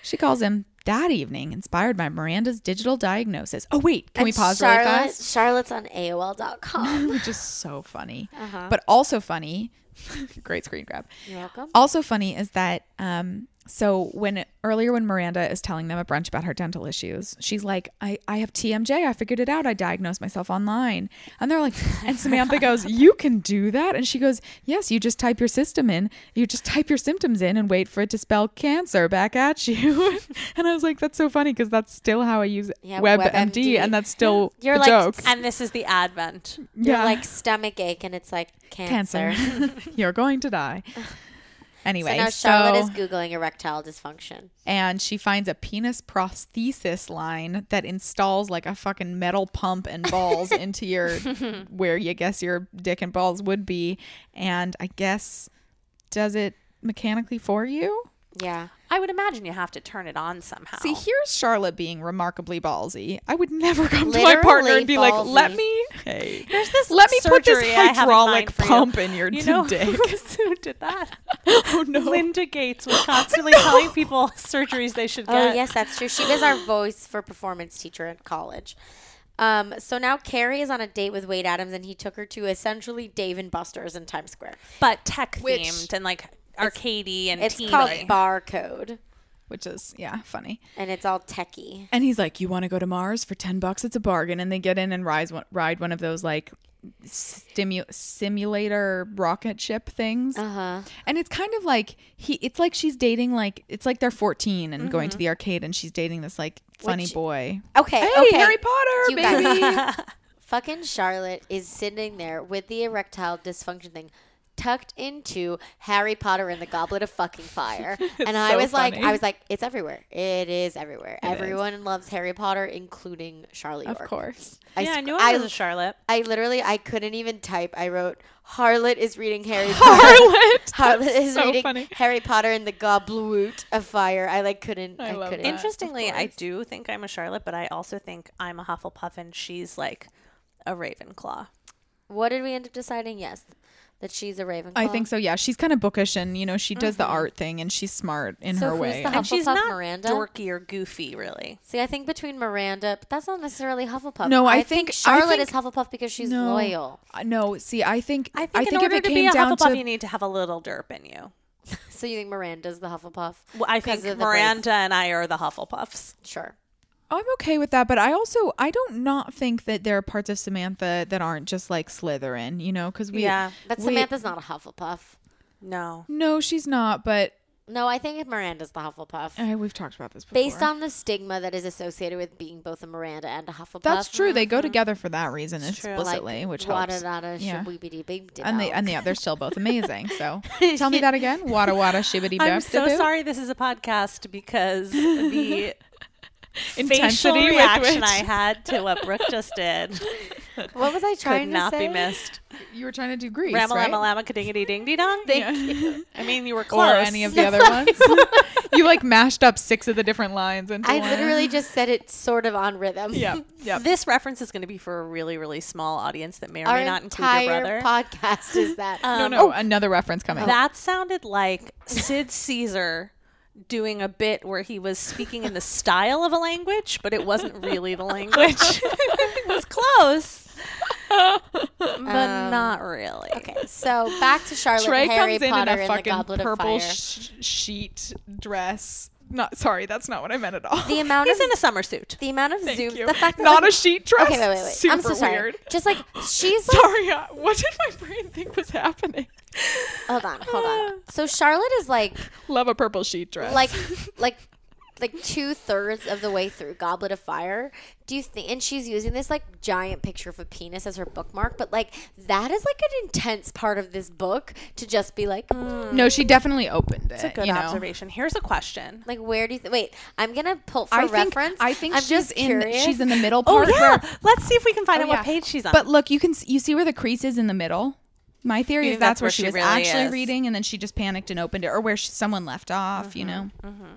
[SPEAKER 2] She calls him that evening, inspired by Miranda's digital diagnosis. Oh wait, can we
[SPEAKER 3] And
[SPEAKER 2] pause
[SPEAKER 3] Charlotte,
[SPEAKER 2] really fast?
[SPEAKER 3] Charlotte's on
[SPEAKER 2] *laughs*
[SPEAKER 3] AOL.com.
[SPEAKER 2] Which is so funny, but also funny. *laughs* Great screen grab.
[SPEAKER 3] Uh-huh. You're welcome.
[SPEAKER 2] Also funny is that um, so when earlier when Miranda is telling them at brunch about her dental issues, she's like, I, I have TMJ. I figured it out. I diagnosed myself online. And they're like, *laughs* and
[SPEAKER 3] *laughs*
[SPEAKER 2] Samantha goes, You can do that? And she goes, Yes, you just type your system in. You just type your symptoms in and wait for it to spell cancer back at you. *laughs* and I was like, That's so funny because that's still how I use
[SPEAKER 3] Yeah,
[SPEAKER 2] WebMD,
[SPEAKER 3] WebMD.
[SPEAKER 2] and that's still
[SPEAKER 3] *laughs* You're
[SPEAKER 2] the
[SPEAKER 3] like,
[SPEAKER 2] jokes.
[SPEAKER 1] And this is the advent.
[SPEAKER 3] You're like stomach ache, and it's like cancer.
[SPEAKER 2] cancer.
[SPEAKER 3] *laughs*
[SPEAKER 2] *laughs*
[SPEAKER 1] *laughs*
[SPEAKER 2] You're going to die. Anyway,
[SPEAKER 3] So now Charlotte is googling erectile dysfunction.
[SPEAKER 2] and she finds a penis prosthesis line that installs like a fucking metal pump and
[SPEAKER 1] *laughs*
[SPEAKER 2] balls into your where you guess your dick and balls would be and i guess does it mechanically for you
[SPEAKER 3] Yeah.
[SPEAKER 1] I would imagine you have to turn it on somehow.
[SPEAKER 2] see here's charlotte being remarkably ballsy i would never come to my partner and be
[SPEAKER 3] Literally
[SPEAKER 2] like let
[SPEAKER 3] ballsy.
[SPEAKER 2] me hey
[SPEAKER 1] There's this
[SPEAKER 2] *laughs* let me put this
[SPEAKER 1] surgery I have in
[SPEAKER 2] hydraulic
[SPEAKER 1] mind for you.
[SPEAKER 2] pump in your
[SPEAKER 1] You know *laughs*
[SPEAKER 2] *laughs* dick
[SPEAKER 1] who did that? *laughs*
[SPEAKER 2] oh no
[SPEAKER 1] Linda Gates *laughs* was constantly telling people *laughs* surgeries they should
[SPEAKER 3] Oh
[SPEAKER 1] get.
[SPEAKER 3] yes, that's true. She was our voice for performance teacher at college. Um, so now Carrie is on a date with Wade Adams, and he took her to essentially Dave and Buster's in Times Square.
[SPEAKER 1] But tech
[SPEAKER 2] Which-
[SPEAKER 1] themed and like arcadey and
[SPEAKER 3] It's
[SPEAKER 1] teeny.
[SPEAKER 3] called Barcode,
[SPEAKER 2] which is yeah funny
[SPEAKER 3] and it's all techie.
[SPEAKER 2] And he's like, "You want to go to Mars for ten bucks? It's a bargain." And they get in and rise, ride one of those like stimu- simulator rocket ship things.
[SPEAKER 3] Uh-huh.
[SPEAKER 2] And it's kind of like he it's like she's dating like it's like they're 14 and going to the arcade and she's dating this like funny
[SPEAKER 3] Mm-hmm. Which-
[SPEAKER 2] boy.
[SPEAKER 3] Okay.
[SPEAKER 2] Hey,
[SPEAKER 3] okay.
[SPEAKER 2] Harry Potter,
[SPEAKER 3] You guys-
[SPEAKER 2] baby.
[SPEAKER 3] *laughs* Fucking Charlotte is sitting there with the erectile dysfunction thing tucked into Harry Potter and the Goblet of Fucking Fire. and I
[SPEAKER 2] so
[SPEAKER 3] was like
[SPEAKER 2] funny.
[SPEAKER 3] I was like it's everywhere. It is everywhere. Everyone loves Harry Potter including Charlotte
[SPEAKER 2] of
[SPEAKER 3] York.
[SPEAKER 2] course.
[SPEAKER 3] I
[SPEAKER 1] yeah, I
[SPEAKER 3] sc-
[SPEAKER 1] knew I was a Charlotte.
[SPEAKER 3] I literally I couldn't even type. I wrote Harlot is reading Harry Potter. *laughs* Harlot is
[SPEAKER 2] so
[SPEAKER 3] reading
[SPEAKER 2] funny.
[SPEAKER 3] Harry Potter and the Goblet of Fire. I like couldn't I,
[SPEAKER 2] I love
[SPEAKER 3] couldn't.
[SPEAKER 2] that.
[SPEAKER 1] Interestingly, I do think I'm a Charlotte, but I also think I'm a Hufflepuff, and she's like a Ravenclaw.
[SPEAKER 3] What did we end up deciding? Yes. That she's a Ravenclaw.
[SPEAKER 2] I think so. Yeah, she's kind of bookish and you know she does the art thing and she's smart in
[SPEAKER 3] Mm-hmm. So
[SPEAKER 2] her
[SPEAKER 3] who's
[SPEAKER 2] way.
[SPEAKER 3] the
[SPEAKER 2] And-
[SPEAKER 3] Huff-
[SPEAKER 1] And she's
[SPEAKER 3] Hufflepuff
[SPEAKER 1] not
[SPEAKER 3] Miranda?
[SPEAKER 1] dorky or goofy, really.
[SPEAKER 3] See, I think between Miranda, but that's not necessarily Hufflepuff.
[SPEAKER 2] No, I think- I
[SPEAKER 3] Charlotte is
[SPEAKER 2] think-
[SPEAKER 3] Hufflepuff because she's
[SPEAKER 2] No.
[SPEAKER 3] loyal.
[SPEAKER 2] Uh, no, see, I think
[SPEAKER 1] I think, in
[SPEAKER 2] if
[SPEAKER 1] order
[SPEAKER 2] it
[SPEAKER 1] to
[SPEAKER 2] came
[SPEAKER 1] be a
[SPEAKER 2] down
[SPEAKER 1] Hufflepuff,
[SPEAKER 2] to
[SPEAKER 1] you need to have a little derp in you.
[SPEAKER 3] So you think Miranda's the Hufflepuff?
[SPEAKER 1] Well, I
[SPEAKER 3] 'Cause
[SPEAKER 1] think
[SPEAKER 3] of the brace-
[SPEAKER 1] Miranda and I are the Hufflepuffs.
[SPEAKER 3] Sure.
[SPEAKER 2] I'm okay with that, but I also I don't not think that there are parts of Samantha that aren't just like Slytherin, you know, because we
[SPEAKER 1] Yeah.
[SPEAKER 3] But
[SPEAKER 2] we-
[SPEAKER 3] Samantha's not a Hufflepuff.
[SPEAKER 1] No.
[SPEAKER 2] no, she's not. But
[SPEAKER 3] No, I think Miranda's the Hufflepuff.
[SPEAKER 2] uh, we've talked about this before.
[SPEAKER 3] Based on the stigma that is associated with being both a Miranda and a Hufflepuff.
[SPEAKER 2] that's true, they go together for that reason explicitly, which helps.
[SPEAKER 3] Wada
[SPEAKER 2] Yeah.
[SPEAKER 3] and
[SPEAKER 2] And the and yeah, they're
[SPEAKER 1] *laughs*
[SPEAKER 2] still both amazing. So tell me that again. Wada wada shibbity
[SPEAKER 1] I'm
[SPEAKER 2] dab.
[SPEAKER 1] so
[SPEAKER 2] doo-doo.
[SPEAKER 1] sorry this is a podcast
[SPEAKER 2] *laughs*
[SPEAKER 1] because the facial
[SPEAKER 2] Intensity with
[SPEAKER 1] reaction
[SPEAKER 2] which-
[SPEAKER 1] I had to what Brooke just
[SPEAKER 2] *laughs*
[SPEAKER 1] did
[SPEAKER 3] *laughs* what was I trying
[SPEAKER 1] could
[SPEAKER 3] to
[SPEAKER 1] not
[SPEAKER 3] say?
[SPEAKER 1] be missed.
[SPEAKER 2] You were trying to do Greece,
[SPEAKER 1] Rama
[SPEAKER 2] right?
[SPEAKER 1] lama lama kadingity ding dee dong. I mean, you were
[SPEAKER 2] *laughs* Or
[SPEAKER 1] close.
[SPEAKER 2] any
[SPEAKER 1] *laughs*
[SPEAKER 2] of the other ones. *laughs* you like mashed up six of the different lines into
[SPEAKER 3] I
[SPEAKER 2] one.
[SPEAKER 3] literally just said it sort of on rhythm.
[SPEAKER 2] Yep. Yep.
[SPEAKER 1] This reference is going to be for a really, really small audience that may or
[SPEAKER 3] Our
[SPEAKER 1] may not include your
[SPEAKER 3] entire
[SPEAKER 1] brother. Uh,
[SPEAKER 3] podcast is that.
[SPEAKER 2] no, no, another reference coming.
[SPEAKER 1] That sounded like Sid Caesar doing a bit where he was speaking in the style of a language, but it wasn't really the language.
[SPEAKER 2] *laughs*
[SPEAKER 1] *laughs* it was close, but
[SPEAKER 2] Um,
[SPEAKER 1] not really.
[SPEAKER 3] okay, so back to Charlotte,
[SPEAKER 2] Trey
[SPEAKER 3] Harry
[SPEAKER 2] comes in
[SPEAKER 3] Potter,
[SPEAKER 2] in a
[SPEAKER 3] and the
[SPEAKER 2] fucking
[SPEAKER 3] Goblet of
[SPEAKER 2] purple
[SPEAKER 3] Fire.
[SPEAKER 2] sh- sheet dress. Not sorry, that's not what I meant at all. *laughs*
[SPEAKER 3] the amount
[SPEAKER 1] He's
[SPEAKER 3] of
[SPEAKER 1] in a summer suit.
[SPEAKER 3] the amount of
[SPEAKER 2] Thank
[SPEAKER 3] zooms,
[SPEAKER 2] you.
[SPEAKER 3] the fact that
[SPEAKER 2] not
[SPEAKER 3] like,
[SPEAKER 2] a sheet dress.
[SPEAKER 3] Okay, wait, wait, wait.
[SPEAKER 2] Super
[SPEAKER 3] I'm so sorry.
[SPEAKER 2] weird.
[SPEAKER 3] Just like she's like,
[SPEAKER 2] *laughs* Sorry, uh, what did my brain think was happening? *laughs*
[SPEAKER 3] hold on, hold on. So Charlotte is like,
[SPEAKER 2] Love a purple sheet dress.
[SPEAKER 3] like, like, like two thirds of the way through Goblet of Fire. Do you think? And she's using this like giant picture of a penis as her bookmark, but like that is like an intense part of this book to just be like,
[SPEAKER 2] no, she definitely opened it. It's
[SPEAKER 1] A good observation. Here's a question.
[SPEAKER 3] like where do you? Th- wait, I'm gonna pull for
[SPEAKER 2] I think
[SPEAKER 3] reference.
[SPEAKER 2] I think
[SPEAKER 3] I'm
[SPEAKER 2] she's
[SPEAKER 3] just
[SPEAKER 2] in.
[SPEAKER 3] curious.
[SPEAKER 2] She's in the middle
[SPEAKER 1] Oh
[SPEAKER 2] part.
[SPEAKER 1] yeah,
[SPEAKER 2] where- Oh,
[SPEAKER 1] let's see if we can find out
[SPEAKER 2] yeah.
[SPEAKER 1] what page she's on.
[SPEAKER 2] But look, you can s- you see where the crease is in the middle. My theory
[SPEAKER 1] You
[SPEAKER 2] is
[SPEAKER 1] think that's
[SPEAKER 2] that's where
[SPEAKER 1] where
[SPEAKER 2] she
[SPEAKER 1] she
[SPEAKER 2] was
[SPEAKER 1] really
[SPEAKER 2] actually
[SPEAKER 1] is?
[SPEAKER 2] reading, and then she just panicked and opened it, or where she, someone left off. You
[SPEAKER 1] Mm-hmm,
[SPEAKER 2] know.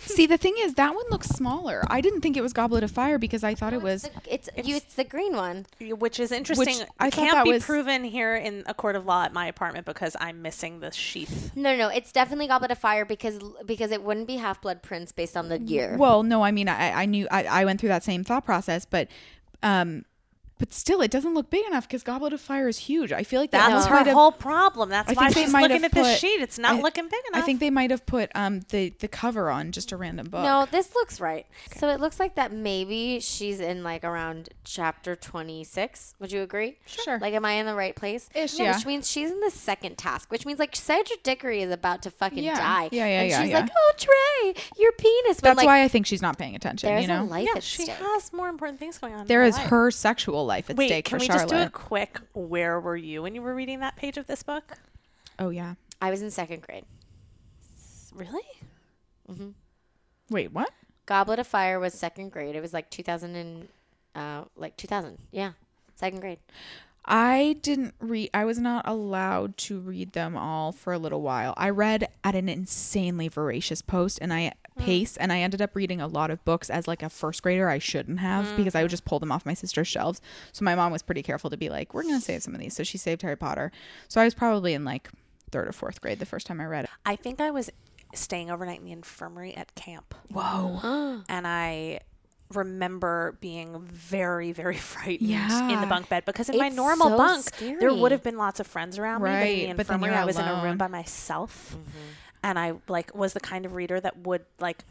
[SPEAKER 2] see, the thing is, that one looks smaller. I didn't think it was Goblet of Fire because I thought it was.
[SPEAKER 3] it's, it's you. It's the green one.
[SPEAKER 1] which is interesting.
[SPEAKER 2] I thought
[SPEAKER 1] can't
[SPEAKER 2] that
[SPEAKER 1] be
[SPEAKER 2] was-
[SPEAKER 1] proven here in a court of law at my apartment because I'm missing the sheath.
[SPEAKER 3] No, no, it's definitely Goblet of Fire because because it wouldn't be Half Blood Prince based on the year.
[SPEAKER 2] Well, no, I mean, I, I knew I, I went through that same thought process, but, um, but still, it doesn't look big enough because Goblet of Fire is huge. I feel like that
[SPEAKER 1] That's
[SPEAKER 2] was
[SPEAKER 1] her whole problem. That's
[SPEAKER 2] I
[SPEAKER 1] why
[SPEAKER 2] think they
[SPEAKER 1] she's
[SPEAKER 2] might
[SPEAKER 1] looking
[SPEAKER 2] have
[SPEAKER 1] at this
[SPEAKER 2] put-
[SPEAKER 1] sheet. It's not
[SPEAKER 2] I-
[SPEAKER 1] looking big
[SPEAKER 2] I
[SPEAKER 1] enough.
[SPEAKER 2] think they might have put um the the cover on just a random book.
[SPEAKER 3] No, this looks right. So it looks like that maybe she's in like around chapter 26. Would you agree?
[SPEAKER 2] Sure.
[SPEAKER 3] Like, am I in the right place?
[SPEAKER 2] Ish, yeah.
[SPEAKER 3] Which means she's in the second task, which means like Cedric Diggory is about to fucking
[SPEAKER 2] Yeah.
[SPEAKER 3] die.
[SPEAKER 2] Yeah, yeah,
[SPEAKER 3] And
[SPEAKER 2] yeah,
[SPEAKER 3] she's
[SPEAKER 2] yeah.
[SPEAKER 3] like, oh, Trey, your penis. But
[SPEAKER 2] That's
[SPEAKER 3] like,
[SPEAKER 2] why I think she's not paying attention.
[SPEAKER 3] there's
[SPEAKER 2] You
[SPEAKER 3] a
[SPEAKER 2] know,
[SPEAKER 3] life
[SPEAKER 1] yeah,
[SPEAKER 3] at
[SPEAKER 1] she
[SPEAKER 3] stake.
[SPEAKER 1] has more important things going on. in
[SPEAKER 2] there
[SPEAKER 1] her
[SPEAKER 2] is
[SPEAKER 1] life.
[SPEAKER 2] her sexual life at
[SPEAKER 1] Wait,
[SPEAKER 2] stake
[SPEAKER 1] can
[SPEAKER 2] for
[SPEAKER 1] we
[SPEAKER 2] Charlotte.
[SPEAKER 1] just do a quick? Where were you when you were reading that page of this book?
[SPEAKER 2] oh yeah.
[SPEAKER 3] I was in second grade.
[SPEAKER 1] Really?
[SPEAKER 2] Wait, what?
[SPEAKER 3] Goblet of Fire was second grade. It was like 2000 and, uh, like 2000. Yeah. Second grade.
[SPEAKER 2] I didn't read. I was not allowed to read them all for a little while. I read at an insanely voracious post, and I
[SPEAKER 1] Hmm.
[SPEAKER 2] pace, and I ended up reading a lot of books as like a first grader. I shouldn't have because
[SPEAKER 1] Mm-hmm.
[SPEAKER 2] I would just pull them off my sister's shelves. So my mom was pretty careful to be like, "We're gonna save some of these." So she saved Harry Potter. So I was probably in like third or fourth grade the first time I read it.
[SPEAKER 1] I think I was staying overnight in the infirmary at camp.
[SPEAKER 2] Whoa!
[SPEAKER 1] *gasps* and I remember being very, very *laughs* frightened in
[SPEAKER 2] Yeah.
[SPEAKER 1] the bunk bed because in my
[SPEAKER 3] It's
[SPEAKER 1] normal
[SPEAKER 3] so
[SPEAKER 1] bunk there
[SPEAKER 3] scary.
[SPEAKER 1] would have been lots of friends around me, but in
[SPEAKER 2] Right,
[SPEAKER 1] the
[SPEAKER 2] but then
[SPEAKER 1] infirmary
[SPEAKER 2] you're
[SPEAKER 1] I was in a
[SPEAKER 2] alone.
[SPEAKER 1] Mm-hmm. room by myself, and I like was the kind of reader that would like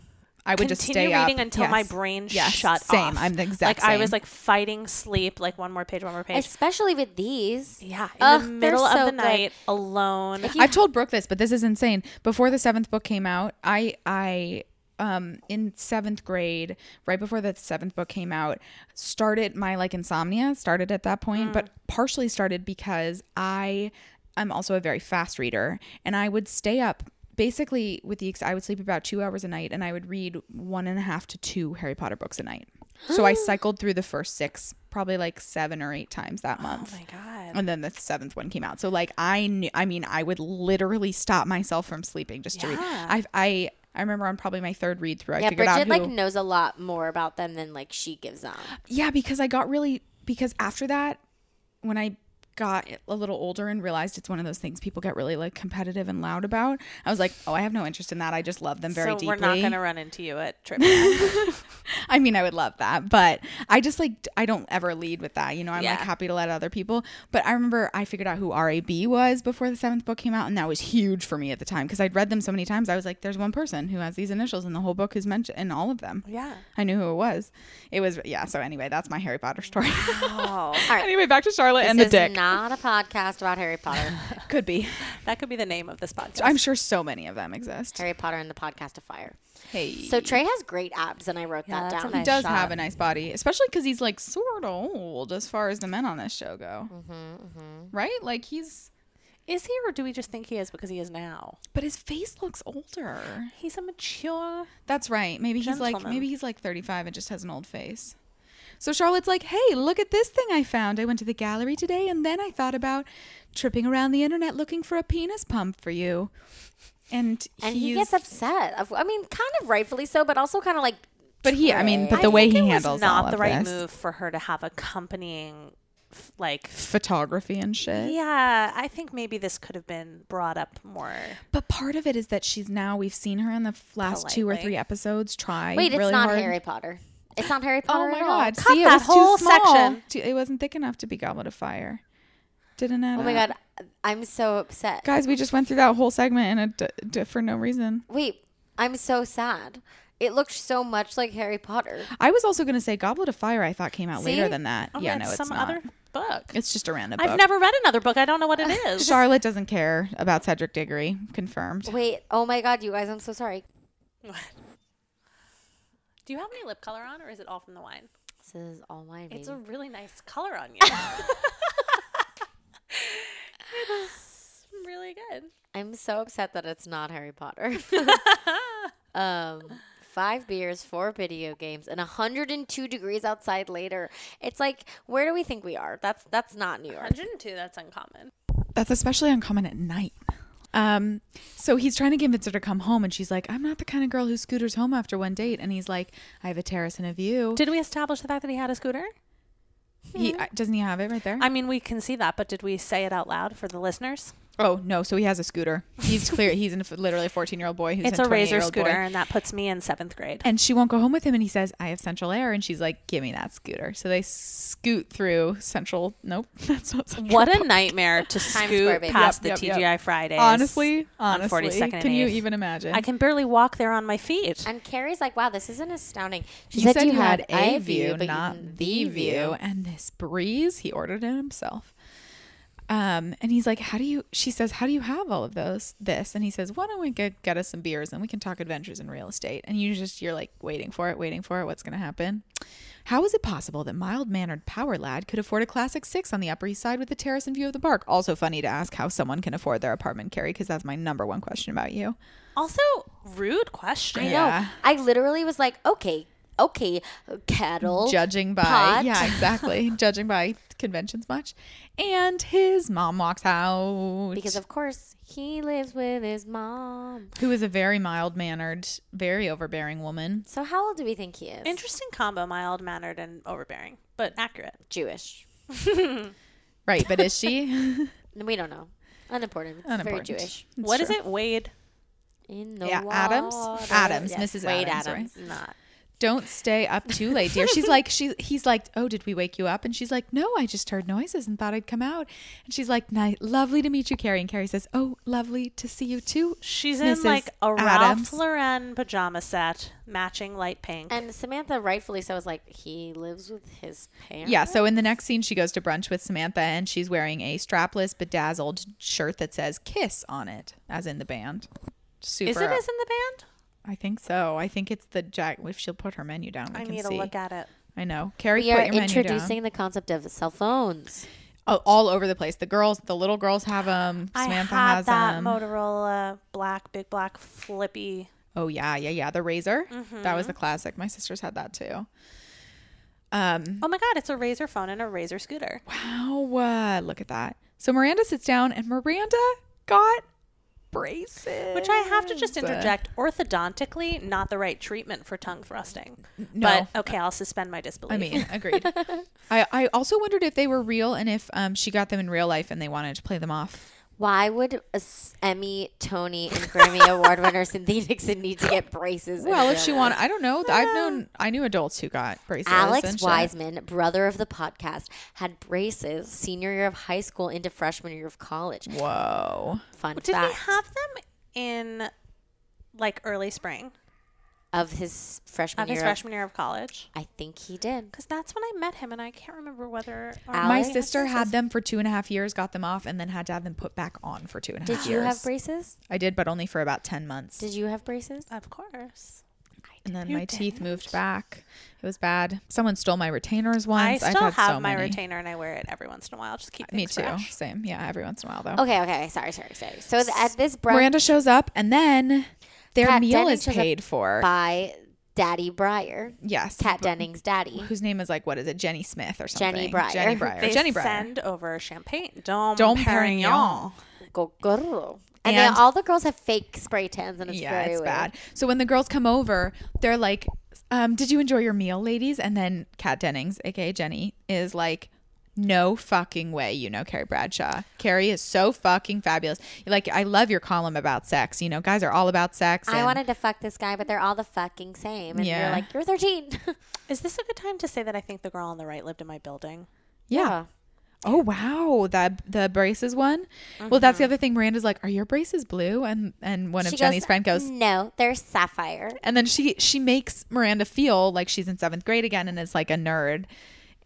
[SPEAKER 2] I would
[SPEAKER 1] continue
[SPEAKER 2] just stay up.
[SPEAKER 1] reading until my
[SPEAKER 2] Yes.
[SPEAKER 1] brain
[SPEAKER 2] Yes.
[SPEAKER 1] shut
[SPEAKER 2] same.
[SPEAKER 1] off.
[SPEAKER 2] I'm the exact
[SPEAKER 1] like I was
[SPEAKER 2] same.
[SPEAKER 1] like fighting sleep, like one more page, one more page.
[SPEAKER 3] Especially with these.
[SPEAKER 1] yeah, in
[SPEAKER 3] Ugh,
[SPEAKER 1] the
[SPEAKER 3] they're
[SPEAKER 1] middle
[SPEAKER 3] so
[SPEAKER 1] of the
[SPEAKER 3] good.
[SPEAKER 1] night, alone.
[SPEAKER 3] If you
[SPEAKER 2] I've told Brooke this, but this is insane. Before the seventh book came out, I I um in seventh grade, right before the seventh book came out, started my like insomnia started at that point, but partially started because I I'm also a very fast reader, and I would stay up basically with the ex- I would sleep about two hours a night, and I would read one and a half to two Harry Potter books a night. So I cycled through the first six, probably like seven or eight times that month
[SPEAKER 1] oh my god.
[SPEAKER 2] and then the seventh one came out. So like I knew, I mean, I would literally stop myself from sleeping just to read.
[SPEAKER 1] Yeah.
[SPEAKER 2] I I I remember on probably my third read through, I
[SPEAKER 3] yeah,
[SPEAKER 2] figured
[SPEAKER 3] Bridget
[SPEAKER 2] out
[SPEAKER 3] like
[SPEAKER 2] who.
[SPEAKER 3] knows a lot more about them than like she gives on.
[SPEAKER 2] yeah, because I got really because after that, when I got a little older and realized it's one of those things people get really like competitive and loud about, I was like, oh, I have no interest in that. I just love them very
[SPEAKER 1] so
[SPEAKER 2] deeply.
[SPEAKER 1] we're not gonna run into you at
[SPEAKER 2] *laughs*
[SPEAKER 1] trivia.
[SPEAKER 2] I mean, I would love that, but I just like d- I don't ever lead with that. You know, I'm like
[SPEAKER 1] Yeah.
[SPEAKER 2] happy to let other people. But I remember I figured out who RAB was before the seventh book came out, and that was huge for me at the time because I'd read them so many times. I was like, "There's one person who has these initials in the whole book who's mentioned in all of them."
[SPEAKER 1] yeah.
[SPEAKER 2] I knew who it was. It was yeah. So anyway, that's my Harry Potter story.
[SPEAKER 1] Oh,
[SPEAKER 2] *laughs* anyway, back to Charlotte and the
[SPEAKER 3] this
[SPEAKER 2] dick.
[SPEAKER 3] is not a podcast about Harry Potter. *laughs*
[SPEAKER 2] Could be.
[SPEAKER 1] that could be the name of this podcast.
[SPEAKER 2] I'm sure so many of them exist.
[SPEAKER 3] Harry Potter and the podcast of fire.
[SPEAKER 2] Hey,
[SPEAKER 3] So Trey has great abs, and I wrote
[SPEAKER 1] Yeah,
[SPEAKER 3] that
[SPEAKER 1] that's a
[SPEAKER 3] down.
[SPEAKER 1] nice
[SPEAKER 2] he does have a nice body, especially because he's like sort of old as far as the men on this show go. Right? Like he's.
[SPEAKER 1] Is he, or do we just think he is because he is now?
[SPEAKER 2] But his face looks older.
[SPEAKER 1] He's a mature.
[SPEAKER 2] That's right. Maybe he's like
[SPEAKER 1] Gentleman.
[SPEAKER 2] maybe he's like 35 and just has an old face. So Charlotte's like, "Hey, look at this thing I found. I went to the gallery today and then I thought about tripping around the internet looking for a penis pump for you." And,
[SPEAKER 3] and he
[SPEAKER 2] he's-
[SPEAKER 3] gets upset. Of- I mean, kind of rightfully so, but also kind of like.
[SPEAKER 2] But he, I mean, but
[SPEAKER 3] I
[SPEAKER 2] the way
[SPEAKER 1] think
[SPEAKER 2] he
[SPEAKER 1] it was
[SPEAKER 2] handles
[SPEAKER 1] not
[SPEAKER 2] all
[SPEAKER 1] the
[SPEAKER 2] of
[SPEAKER 1] right
[SPEAKER 2] this,
[SPEAKER 1] move for her to have accompanying, f- like.
[SPEAKER 2] photography and shit.
[SPEAKER 1] Yeah, I think maybe this could have been brought up more.
[SPEAKER 2] But part of it is that she's now we've seen her in the f- last two or
[SPEAKER 1] Politely.
[SPEAKER 2] three episodes try
[SPEAKER 3] Wait, it's
[SPEAKER 2] really
[SPEAKER 3] not
[SPEAKER 2] hard.
[SPEAKER 3] Harry Potter. It's not Harry Potter.
[SPEAKER 2] Oh my
[SPEAKER 3] at all.
[SPEAKER 2] god!
[SPEAKER 1] Cut
[SPEAKER 2] See, it
[SPEAKER 1] that
[SPEAKER 2] was
[SPEAKER 1] whole
[SPEAKER 2] too small.
[SPEAKER 1] section.
[SPEAKER 2] Too- It wasn't thick enough to be Goblet of Fire. Didn't it?
[SPEAKER 3] Oh my god, I'm so upset.
[SPEAKER 2] Guys, we just went through that whole segment and d- d- for no reason.
[SPEAKER 3] Wait, I'm so sad. It looked so much like Harry Potter.
[SPEAKER 2] I was also going to say Goblet of Fire. I thought came out later
[SPEAKER 3] See?
[SPEAKER 2] than that.
[SPEAKER 1] Oh,
[SPEAKER 2] yeah,
[SPEAKER 1] it's
[SPEAKER 2] no, it's
[SPEAKER 1] some
[SPEAKER 2] not.
[SPEAKER 1] other book.
[SPEAKER 2] It's just a random book.
[SPEAKER 1] I've never read another book. I don't know what
[SPEAKER 2] *laughs*
[SPEAKER 1] it is.
[SPEAKER 2] Charlotte doesn't care about Cedric Diggory. Confirmed.
[SPEAKER 3] Wait, oh my god, you guys, I'm so sorry.
[SPEAKER 1] Do you have any lip color on, or is it all from the wine?
[SPEAKER 3] This is all mine.
[SPEAKER 1] It's
[SPEAKER 3] It's
[SPEAKER 1] a really nice color *laughs* on you. it's really good.
[SPEAKER 3] I'm so upset that it's not Harry Potter. *laughs* um, five beers, four video games, and 102 degrees outside later. It's like, where do we think we are? That's that's not New York.
[SPEAKER 1] 102. That's uncommon.
[SPEAKER 2] That's especially uncommon at night. Um, so he's trying to convince her to come home, and she's like, "I'm not the kind of girl who scooters home after one date." And he's like, "I have a terrace and a view."
[SPEAKER 1] Did we establish the fact that he had a scooter?
[SPEAKER 2] He uh, doesn't he have it right there?
[SPEAKER 1] I mean, we can see that, but did we say it out loud for the listeners?
[SPEAKER 2] oh no, so he has a scooter. He's clear. he's an, literally a 14 year old boy who's
[SPEAKER 1] it's
[SPEAKER 2] an
[SPEAKER 1] a razor
[SPEAKER 2] 28-year-old boy.
[SPEAKER 1] scooter, and that puts me in seventh grade.
[SPEAKER 2] And she won't go home with him. And he says, I have central air. And she's like, give me that scooter. So they scoot through central. Nope, *laughs* that's not
[SPEAKER 1] *laughs*
[SPEAKER 2] central.
[SPEAKER 1] What a nightmare to
[SPEAKER 3] Square,
[SPEAKER 1] scoot
[SPEAKER 3] baby.
[SPEAKER 1] past
[SPEAKER 2] Yep,
[SPEAKER 1] the
[SPEAKER 2] yep,
[SPEAKER 1] TGI
[SPEAKER 2] yep.
[SPEAKER 1] Fridays.
[SPEAKER 2] Honestly,
[SPEAKER 1] on
[SPEAKER 2] honestly.
[SPEAKER 1] 42nd and
[SPEAKER 2] Can you
[SPEAKER 1] 8th.
[SPEAKER 2] even imagine?
[SPEAKER 1] I can barely walk there on my feet.
[SPEAKER 3] And Carrie's like, wow, this isn't astounding. She
[SPEAKER 2] you
[SPEAKER 3] said,
[SPEAKER 2] said, you had, a
[SPEAKER 3] I
[SPEAKER 2] view,
[SPEAKER 3] but you
[SPEAKER 2] not
[SPEAKER 3] didn't
[SPEAKER 2] the view. And this breeze, he ordered it himself. Um, and he's like, How do you she says, How do you have all of those this? And he says, Why don't we get get us some beers and we can talk adventures in real estate? And you just you're like waiting for it, waiting for it, what's gonna happen? How is it possible that mild mannered power lad could afford a classic six on the upper east side with a terrace and view of the park? Also funny to ask how someone can afford their apartment, Carrie, because that's my number one question about you.
[SPEAKER 1] Also, rude question.
[SPEAKER 3] I know.
[SPEAKER 2] Yeah.
[SPEAKER 3] I literally was like, okay, okay, cattle.
[SPEAKER 2] judging by
[SPEAKER 1] *laughs*
[SPEAKER 3] pot.
[SPEAKER 2] yeah exactly judging by conventions much and his mom walks out
[SPEAKER 3] Because of course he lives with his mom.
[SPEAKER 2] who is a very mild mannered very overbearing woman
[SPEAKER 3] So how old do we think he is?
[SPEAKER 1] Interesting combo, mild mannered and overbearing, but accurate.
[SPEAKER 3] Jewish.
[SPEAKER 2] right but
[SPEAKER 1] *laughs*
[SPEAKER 2] is she
[SPEAKER 3] We don't know. Unimportant. It's very
[SPEAKER 2] Unimportant.
[SPEAKER 3] Jewish.
[SPEAKER 2] It's
[SPEAKER 1] what
[SPEAKER 2] true.
[SPEAKER 1] is it, Wade?
[SPEAKER 3] In the
[SPEAKER 2] yeah
[SPEAKER 3] water.
[SPEAKER 2] adams adams
[SPEAKER 3] Yes,
[SPEAKER 2] mrs
[SPEAKER 3] Wade
[SPEAKER 2] adams, right?
[SPEAKER 3] Adams.
[SPEAKER 1] Not
[SPEAKER 2] don't stay up too late, dear. She's like, she, he's like, oh, did we wake you up? And she's like, no, I just heard noises and thought I'd come out. And she's like, nice, lovely to meet you, Carrie. And Carrie says, oh, lovely to see you too.
[SPEAKER 1] She's in
[SPEAKER 2] Mrs.
[SPEAKER 1] like a
[SPEAKER 2] Adams.
[SPEAKER 1] Ralph Lauren pajama set, matching light pink.
[SPEAKER 3] And Samantha, rightfully so, is like, he lives with his parents.
[SPEAKER 2] Yeah. So in the next scene, she goes to brunch with Samantha, and she's wearing a strapless, bedazzled shirt that says "Kiss" on it, as in the band. Super.
[SPEAKER 1] Is it is in the band?
[SPEAKER 2] I think so. I think it's the Jack. If she'll put her menu down, we
[SPEAKER 1] I
[SPEAKER 2] can
[SPEAKER 1] need
[SPEAKER 2] see.
[SPEAKER 1] to look at it.
[SPEAKER 2] I know. Carrie,
[SPEAKER 3] We are
[SPEAKER 2] put your menu down.
[SPEAKER 3] introducing the concept of cell phones.
[SPEAKER 2] Oh, all over the place. The girls, the little girls have them. Samantha
[SPEAKER 1] *gasps* I had
[SPEAKER 2] has
[SPEAKER 1] that
[SPEAKER 2] them.
[SPEAKER 1] Motorola black, big black, flippy.
[SPEAKER 2] oh yeah, yeah, yeah. The razor.
[SPEAKER 1] Mm-hmm.
[SPEAKER 2] That was the classic. My sisters had that too. Um.
[SPEAKER 1] Oh my god, it's a Razor phone and a Razor scooter.
[SPEAKER 2] Wow. uh, look at that. So Miranda sits down, and Miranda got braces.
[SPEAKER 1] Which I have to just interject orthodontically, not the right treatment for tongue thrusting.
[SPEAKER 2] No.
[SPEAKER 1] But okay, I'll suspend my disbelief.
[SPEAKER 3] *laughs*
[SPEAKER 2] I mean, agreed. I, I also wondered if they were real and if um, she got them in real life and they wanted to play them off.
[SPEAKER 3] Why would a s- Emmy, Tony, and Grammy Award winner Cynthia Nixon need to get braces? in
[SPEAKER 2] Well, if
[SPEAKER 3] real
[SPEAKER 2] she
[SPEAKER 3] life?
[SPEAKER 2] wanted, I don't know. I've known, I knew adults who got braces. and
[SPEAKER 3] Alex
[SPEAKER 2] shit.
[SPEAKER 3] Wiseman, brother of the podcast, had braces senior year of high school into freshman year of college.
[SPEAKER 2] Whoa.
[SPEAKER 3] Fun
[SPEAKER 1] Did
[SPEAKER 3] fact
[SPEAKER 1] we have them in like early spring
[SPEAKER 3] of his freshman
[SPEAKER 1] of
[SPEAKER 3] year.
[SPEAKER 1] his
[SPEAKER 3] of-
[SPEAKER 1] freshman year of college?
[SPEAKER 3] I think he did.
[SPEAKER 1] Because that's when I met him, and I can't remember whether or
[SPEAKER 3] My
[SPEAKER 1] not he
[SPEAKER 2] My
[SPEAKER 3] Alex?
[SPEAKER 1] had
[SPEAKER 2] sister had
[SPEAKER 1] braces.
[SPEAKER 2] them for two and a half years, got them off, and then had to have them put back on for two and a half
[SPEAKER 3] Did
[SPEAKER 2] years.
[SPEAKER 3] you have braces?
[SPEAKER 2] I did, but only for about 10 months.
[SPEAKER 3] Did you have braces?
[SPEAKER 1] Of course.
[SPEAKER 2] and then my teeth moved back. It was bad. Someone stole my retainers once.
[SPEAKER 1] I
[SPEAKER 2] I've
[SPEAKER 1] still
[SPEAKER 2] had
[SPEAKER 1] have
[SPEAKER 2] so
[SPEAKER 1] my
[SPEAKER 2] many. Uh,
[SPEAKER 1] retainer, and I wear it every once in a while. Just keep
[SPEAKER 2] Me
[SPEAKER 1] things
[SPEAKER 2] too.
[SPEAKER 1] fresh.
[SPEAKER 2] Same. Yeah, every once in a while, though.
[SPEAKER 3] Okay, okay. Sorry, sorry, sorry. So th- at this brunch
[SPEAKER 2] Miranda shows up, and then their
[SPEAKER 3] Kat
[SPEAKER 2] meal
[SPEAKER 3] Denning
[SPEAKER 2] is
[SPEAKER 3] shows up
[SPEAKER 2] paid for.
[SPEAKER 3] by Daddy Breyer,
[SPEAKER 2] Yes.
[SPEAKER 3] Kat
[SPEAKER 2] but-
[SPEAKER 3] Denning's daddy.
[SPEAKER 2] whose name is like what is it? Jenny Smith or
[SPEAKER 3] Jenny
[SPEAKER 2] something.
[SPEAKER 3] Breyer. *laughs*
[SPEAKER 2] Jenny Breyer.
[SPEAKER 1] They
[SPEAKER 2] Jenny Breyer.
[SPEAKER 1] send over champagne, Dom,
[SPEAKER 2] Dom
[SPEAKER 1] Perignon.
[SPEAKER 2] Perignon.
[SPEAKER 3] Go, go, go. And, then
[SPEAKER 2] And-
[SPEAKER 3] all the girls have fake spray tans, and it's
[SPEAKER 2] yeah,
[SPEAKER 3] very
[SPEAKER 2] it's
[SPEAKER 3] weird.
[SPEAKER 2] bad. So when the girls come over, they're like, um, "Did you enjoy your meal, ladies?" And then Kat Dennings, aka Jenny, is like. No fucking way, you know Carrie Bradshaw. Carrie is so fucking fabulous. Like I love your column about sex. You know, guys are all about sex.
[SPEAKER 3] I
[SPEAKER 2] and-
[SPEAKER 3] wanted to fuck this guy, but they're all the fucking same. And you're
[SPEAKER 2] Yeah.
[SPEAKER 3] like, you're *laughs* 13.
[SPEAKER 1] Is this a good time to say that I think the girl on the right lived in my building?
[SPEAKER 2] yeah. Oh wow, that the braces one. Well,
[SPEAKER 3] Mm-hmm.
[SPEAKER 2] that's the other thing. Miranda's like, "Are your braces blue?" And and one of Jenny's friend goes,
[SPEAKER 3] No, they're sapphire.
[SPEAKER 2] And then she she makes Miranda feel like she's in seventh grade again and is like a nerd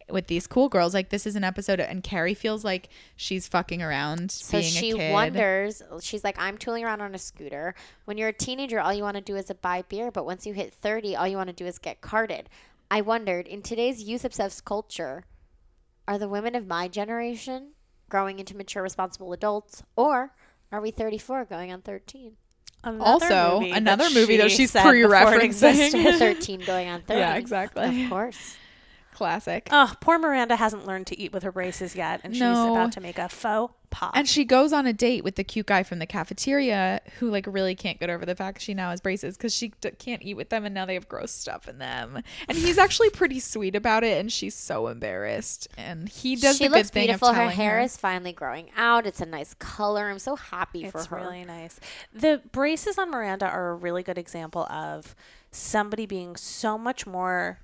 [SPEAKER 2] with these cool girls. Like this is an episode, and Carrie feels like she's fucking around.
[SPEAKER 3] So
[SPEAKER 2] being
[SPEAKER 3] she
[SPEAKER 2] a kid.
[SPEAKER 3] wonders, she's like, I'm tooling around on a scooter. When you're a teenager, all you want to do is buy beer, but once you hit 30, all you want to do is get carded. I wondered, in today's youth obsessed culture, are the women of my generation growing into mature, responsible adults, or are we 34 going on
[SPEAKER 2] *laughs*
[SPEAKER 3] 13?
[SPEAKER 1] Another
[SPEAKER 2] Also,
[SPEAKER 1] movie
[SPEAKER 2] another
[SPEAKER 1] that
[SPEAKER 2] movie that
[SPEAKER 1] she
[SPEAKER 2] she's
[SPEAKER 1] said before it
[SPEAKER 2] pre-referencing.
[SPEAKER 1] existed.
[SPEAKER 3] 13 going on 30.
[SPEAKER 2] Yeah, exactly.
[SPEAKER 3] Of course.
[SPEAKER 2] classic.
[SPEAKER 1] *laughs* Oh, poor Miranda hasn't learned to eat with her braces yet, and she's
[SPEAKER 2] No.
[SPEAKER 1] about to make a faux pas.
[SPEAKER 2] and she goes on a date with the cute guy from the cafeteria who like really can't get over the fact that she now has braces because she d- can't eat with them and now they have gross stuff in them and he's actually pretty sweet about it and she's so embarrassed and he does
[SPEAKER 3] she
[SPEAKER 2] the
[SPEAKER 3] looks
[SPEAKER 2] good thing
[SPEAKER 3] beautiful.
[SPEAKER 2] of
[SPEAKER 3] her
[SPEAKER 2] telling
[SPEAKER 3] hair is finally growing out. It's a nice color. I'm so happy for
[SPEAKER 1] it's
[SPEAKER 3] her.
[SPEAKER 1] really nice. The braces on Miranda are a really good example of somebody being so much more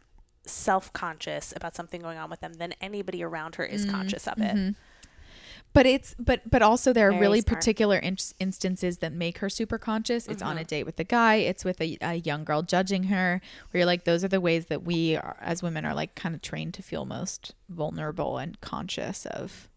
[SPEAKER 1] self-conscious about something going on with them than anybody around her is conscious of it.
[SPEAKER 2] But it's but but also there are
[SPEAKER 3] Very
[SPEAKER 2] really
[SPEAKER 3] smart.
[SPEAKER 2] particular in- instances that make her super conscious. It's
[SPEAKER 3] Mm-hmm.
[SPEAKER 2] on a date with a guy. It's with a, a young girl judging her. Where you're like, those are the ways that we are, as women are like kind of trained to feel most vulnerable and conscious of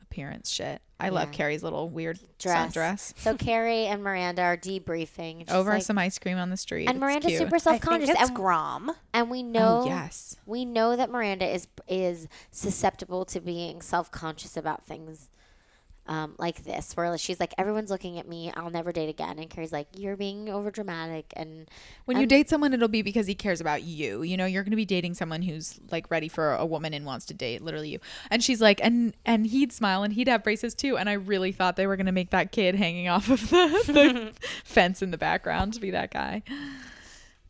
[SPEAKER 2] appearance shit. I love Carrie's little weird
[SPEAKER 3] dress.
[SPEAKER 2] sundress
[SPEAKER 3] So Carrie and Miranda are debriefing. She's
[SPEAKER 2] over
[SPEAKER 3] like-
[SPEAKER 2] some ice cream on the street.
[SPEAKER 3] and
[SPEAKER 2] It's
[SPEAKER 3] Miranda's
[SPEAKER 2] cute.
[SPEAKER 3] super
[SPEAKER 1] I
[SPEAKER 3] self
[SPEAKER 1] think
[SPEAKER 3] conscious,
[SPEAKER 1] it's
[SPEAKER 3] and,
[SPEAKER 1] Grom.
[SPEAKER 3] and we know
[SPEAKER 2] Oh, yes.
[SPEAKER 3] we know that Miranda is is susceptible to being self conscious about things. Um, like this, where she's like, everyone's looking at me. I'll never date again. And Carrie's like, you're being over dramatic. And
[SPEAKER 2] When you date someone, it'll be because he cares about you. You know, you're going to be dating someone who's like ready for a woman and wants to date literally you. And she's like, and and he'd smile and he'd have braces too. And I really thought they were going to make that kid hanging off of *laughs* the, the fence in the background to be that guy.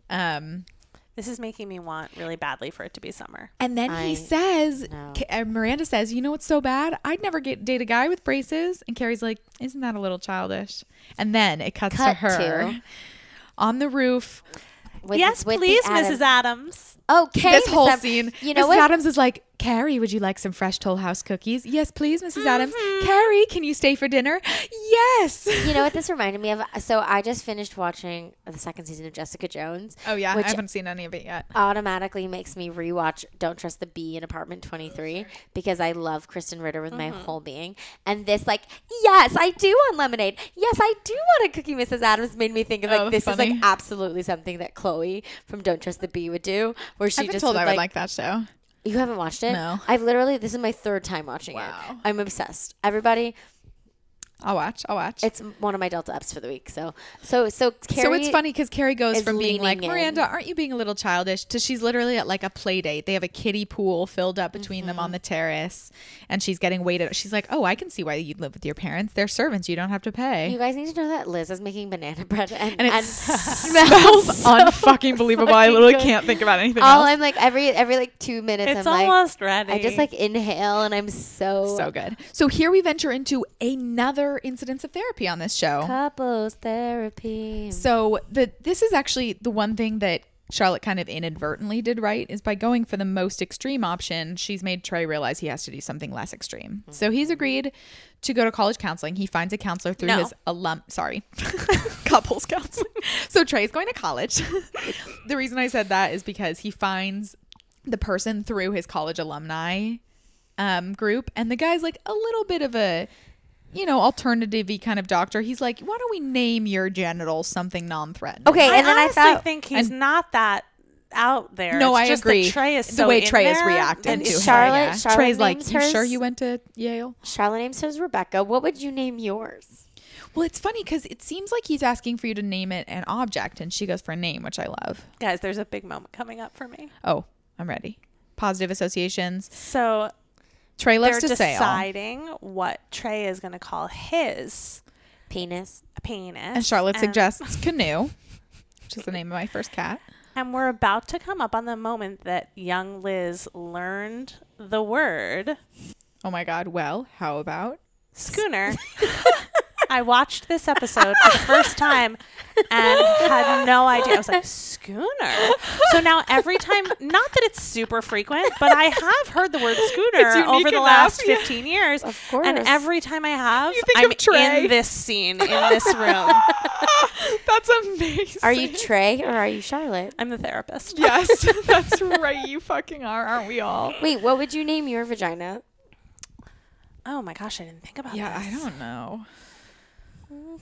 [SPEAKER 2] Um,
[SPEAKER 1] This is making me want really badly for it to be summer.
[SPEAKER 2] and then
[SPEAKER 3] I
[SPEAKER 2] he says,
[SPEAKER 3] know.
[SPEAKER 2] Ca- uh, Miranda says, you know what's so bad? I'd never get date a guy with braces. And Carrie's like, isn't that a little childish? And then it cuts
[SPEAKER 3] Cut
[SPEAKER 2] to her
[SPEAKER 3] to-
[SPEAKER 2] on the roof
[SPEAKER 3] With,
[SPEAKER 1] yes,
[SPEAKER 3] with the
[SPEAKER 1] please,
[SPEAKER 3] Adams.
[SPEAKER 1] Mrs. Adams.
[SPEAKER 3] Okay,
[SPEAKER 2] this whole
[SPEAKER 3] Miss Ad-
[SPEAKER 2] scene.
[SPEAKER 3] You know
[SPEAKER 2] Mrs.
[SPEAKER 3] what?
[SPEAKER 2] Adams is like, Carrie, would you like some fresh Toll House cookies? Yes, please, missus Adams. Carrie, can you stay for dinner? Yes.
[SPEAKER 3] You know what this reminded me of? So I just finished watching the second season of Jessica Jones.
[SPEAKER 2] Oh yeah,
[SPEAKER 3] Which
[SPEAKER 2] I haven't seen any of it yet.
[SPEAKER 3] automatically makes me rewatch Don't Trust the Bee in Apartment 23 because I love Kristen Ritter with
[SPEAKER 2] Mm-hmm.
[SPEAKER 3] my whole being. And this, like, yes, I do want lemonade. Yes, I do want a cookie, Mrs. Adams made me think of like,
[SPEAKER 2] Oh,
[SPEAKER 3] this is
[SPEAKER 2] funny.
[SPEAKER 3] like absolutely something that Chloe from Don't Trust the Bee would do, where she
[SPEAKER 2] I've been
[SPEAKER 3] just
[SPEAKER 2] told
[SPEAKER 3] would,
[SPEAKER 2] I would
[SPEAKER 3] like
[SPEAKER 2] like, that show.
[SPEAKER 3] you haven't watched it?
[SPEAKER 2] No.
[SPEAKER 3] I've literally, this is my third time watching it.
[SPEAKER 2] Wow.
[SPEAKER 3] I'm obsessed. Everybody,
[SPEAKER 2] I'll watch. I'll watch.
[SPEAKER 3] it's one of my Delta ups for the week. So, so, so, Carrie,
[SPEAKER 2] so it's funny because Carrie goes
[SPEAKER 3] is
[SPEAKER 2] from being like,
[SPEAKER 3] leaning in.
[SPEAKER 2] Miranda, aren't you being a little childish? to she's literally at like a play date. They have a kiddie pool filled up between them on the terrace, and she's getting waited. She's like, oh, I can see why you live with your parents. They're servants. You don't have to pay.
[SPEAKER 3] You guys need to know that Liz is making banana bread and,
[SPEAKER 2] and it
[SPEAKER 3] and
[SPEAKER 2] *laughs* smells *laughs* unfucking believable. I
[SPEAKER 3] fucking
[SPEAKER 2] literally
[SPEAKER 3] good.
[SPEAKER 2] can't think about anything
[SPEAKER 3] all
[SPEAKER 2] else.
[SPEAKER 3] I'm like every every like two minutes.
[SPEAKER 1] It's
[SPEAKER 3] I'm like,
[SPEAKER 1] almost ready.
[SPEAKER 3] I just like inhale and I'm so,
[SPEAKER 2] so good. So here we venture into another incidence of therapy on this show.
[SPEAKER 3] couples therapy.
[SPEAKER 2] So the this is actually the one thing that Charlotte kind of inadvertently did right is by going for the most extreme option, she's made Trey realize he has to do something less extreme. So he's agreed to go to college counseling. He finds a counselor through
[SPEAKER 1] No.
[SPEAKER 2] his alum sorry, *laughs* couples counseling. so Trey's going to college. *laughs* the reason I said that is because he finds the person through his college alumni um, group, and the guy's like a little bit of a you know alternative kind of doctor. He's like, why don't we name your genitals something non-threatening?
[SPEAKER 3] Okay,
[SPEAKER 1] I
[SPEAKER 3] and then I
[SPEAKER 1] honestly
[SPEAKER 3] thought
[SPEAKER 1] think he's
[SPEAKER 2] and-
[SPEAKER 1] not that out there.
[SPEAKER 2] No,
[SPEAKER 1] It's
[SPEAKER 2] I
[SPEAKER 1] just that
[SPEAKER 2] agree.
[SPEAKER 1] Trey is
[SPEAKER 2] the
[SPEAKER 1] so
[SPEAKER 2] way
[SPEAKER 1] in
[SPEAKER 2] Trey is
[SPEAKER 1] there
[SPEAKER 2] reacting
[SPEAKER 1] and
[SPEAKER 2] to
[SPEAKER 3] it's
[SPEAKER 2] him.
[SPEAKER 3] Charlotte-
[SPEAKER 2] yeah.
[SPEAKER 3] Charlotte
[SPEAKER 2] Trey's like,
[SPEAKER 3] names
[SPEAKER 2] you sure
[SPEAKER 3] hers-
[SPEAKER 2] you went to Yale?
[SPEAKER 3] Charlotte names hers Rebecca. What would you name yours?
[SPEAKER 2] Well, it's funny because it seems like he's asking for you to name it an object, and she goes for a name, which I love.
[SPEAKER 1] Guys, there's a big moment coming up for me.
[SPEAKER 2] Oh, I'm ready. Positive associations.
[SPEAKER 1] So
[SPEAKER 2] Trey loves
[SPEAKER 1] they're
[SPEAKER 2] to sail,
[SPEAKER 1] deciding what Trey is going to call his
[SPEAKER 3] Penis.
[SPEAKER 1] penis.
[SPEAKER 2] and Charlotte
[SPEAKER 1] and-
[SPEAKER 2] suggests canoe, which is the name of my first cat.
[SPEAKER 1] And we're about to come up on the moment that young Liz learned the word
[SPEAKER 2] Oh my God. Well, how about? *laughs*
[SPEAKER 1] schooner. I watched this episode for the first time and had no idea. I was like, schooner. So now every time, not that it's super frequent, but I have heard the word
[SPEAKER 2] It's
[SPEAKER 1] schooner
[SPEAKER 2] unique
[SPEAKER 1] over the
[SPEAKER 2] enough,
[SPEAKER 1] last
[SPEAKER 2] yeah.
[SPEAKER 1] 15 years.
[SPEAKER 3] Of
[SPEAKER 1] And
[SPEAKER 3] course.
[SPEAKER 1] every time I have,
[SPEAKER 2] You think
[SPEAKER 1] I'm
[SPEAKER 2] of Trey.
[SPEAKER 1] in this scene, in this room.
[SPEAKER 2] *laughs* That's amazing.
[SPEAKER 3] Are *laughs* you Trey or are you Charlotte?
[SPEAKER 1] I'm the therapist.
[SPEAKER 2] Yes, *laughs* that's right. You fucking are, aren't we all?
[SPEAKER 3] Wait, what would you name your vagina?
[SPEAKER 1] Oh my gosh, I didn't think about
[SPEAKER 2] Yeah, I
[SPEAKER 1] this.
[SPEAKER 2] don't know.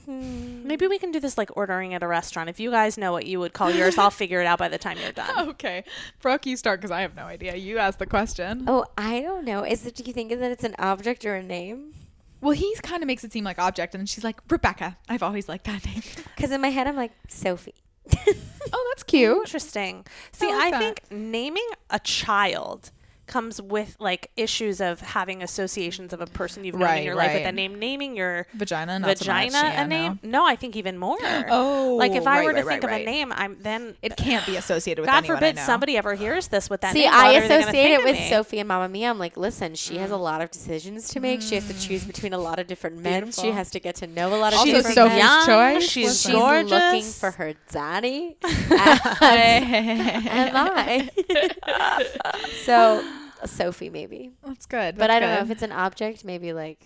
[SPEAKER 1] Maybe we can do this like ordering at a restaurant. If you guys know what you would call yours, I'll figure it out by the time you're done.
[SPEAKER 2] Okay, Brooke, you start because I have no idea. You asked the question.
[SPEAKER 3] Oh, I don't know. Is it? Do you think that it's an object or a name?
[SPEAKER 2] Well, he kind of makes it seem like object, and she's like Rebecca. I've always liked that name. *laughs*
[SPEAKER 3] Because in my head, I'm like Sophie. *laughs*
[SPEAKER 2] *laughs* oh, that's cute.
[SPEAKER 1] Interesting. See, I,
[SPEAKER 2] like that.
[SPEAKER 1] think naming a child comes with like issues of having associations of a person you've known
[SPEAKER 2] Right,
[SPEAKER 1] in your life with
[SPEAKER 2] right
[SPEAKER 1] a name. Naming your
[SPEAKER 2] Vagina, not so much.
[SPEAKER 1] vagina
[SPEAKER 2] Yeah,
[SPEAKER 1] a name? No. I think even more.
[SPEAKER 2] Oh,
[SPEAKER 1] like if I
[SPEAKER 2] right,
[SPEAKER 1] were to
[SPEAKER 2] right,
[SPEAKER 1] think
[SPEAKER 2] right,
[SPEAKER 1] of
[SPEAKER 2] right.
[SPEAKER 1] a name, I'm then.
[SPEAKER 2] It can't be associated with.
[SPEAKER 1] God
[SPEAKER 2] anyone I
[SPEAKER 1] forbid
[SPEAKER 2] know.
[SPEAKER 1] somebody ever hears this with that
[SPEAKER 3] See,
[SPEAKER 1] name.
[SPEAKER 3] I
[SPEAKER 1] What are they gonna
[SPEAKER 3] associate
[SPEAKER 1] think
[SPEAKER 3] it
[SPEAKER 1] of
[SPEAKER 3] with
[SPEAKER 1] me? Mm.
[SPEAKER 3] Sophie and Mamma Mia. I'm like, listen, she has a lot of decisions to make. She has to choose between a lot of different men. She has to get to know a lot of
[SPEAKER 2] Also
[SPEAKER 3] different
[SPEAKER 2] Sophie's
[SPEAKER 3] men.
[SPEAKER 2] young, choice.
[SPEAKER 1] She's,
[SPEAKER 3] She's
[SPEAKER 1] gorgeous.
[SPEAKER 3] looking for her
[SPEAKER 1] *laughs*
[SPEAKER 3] daddy. Am I? so, Sophie maybe,
[SPEAKER 2] That's good.
[SPEAKER 3] but
[SPEAKER 2] that's
[SPEAKER 3] I don't know if
[SPEAKER 2] good.
[SPEAKER 3] it's an object. Maybe like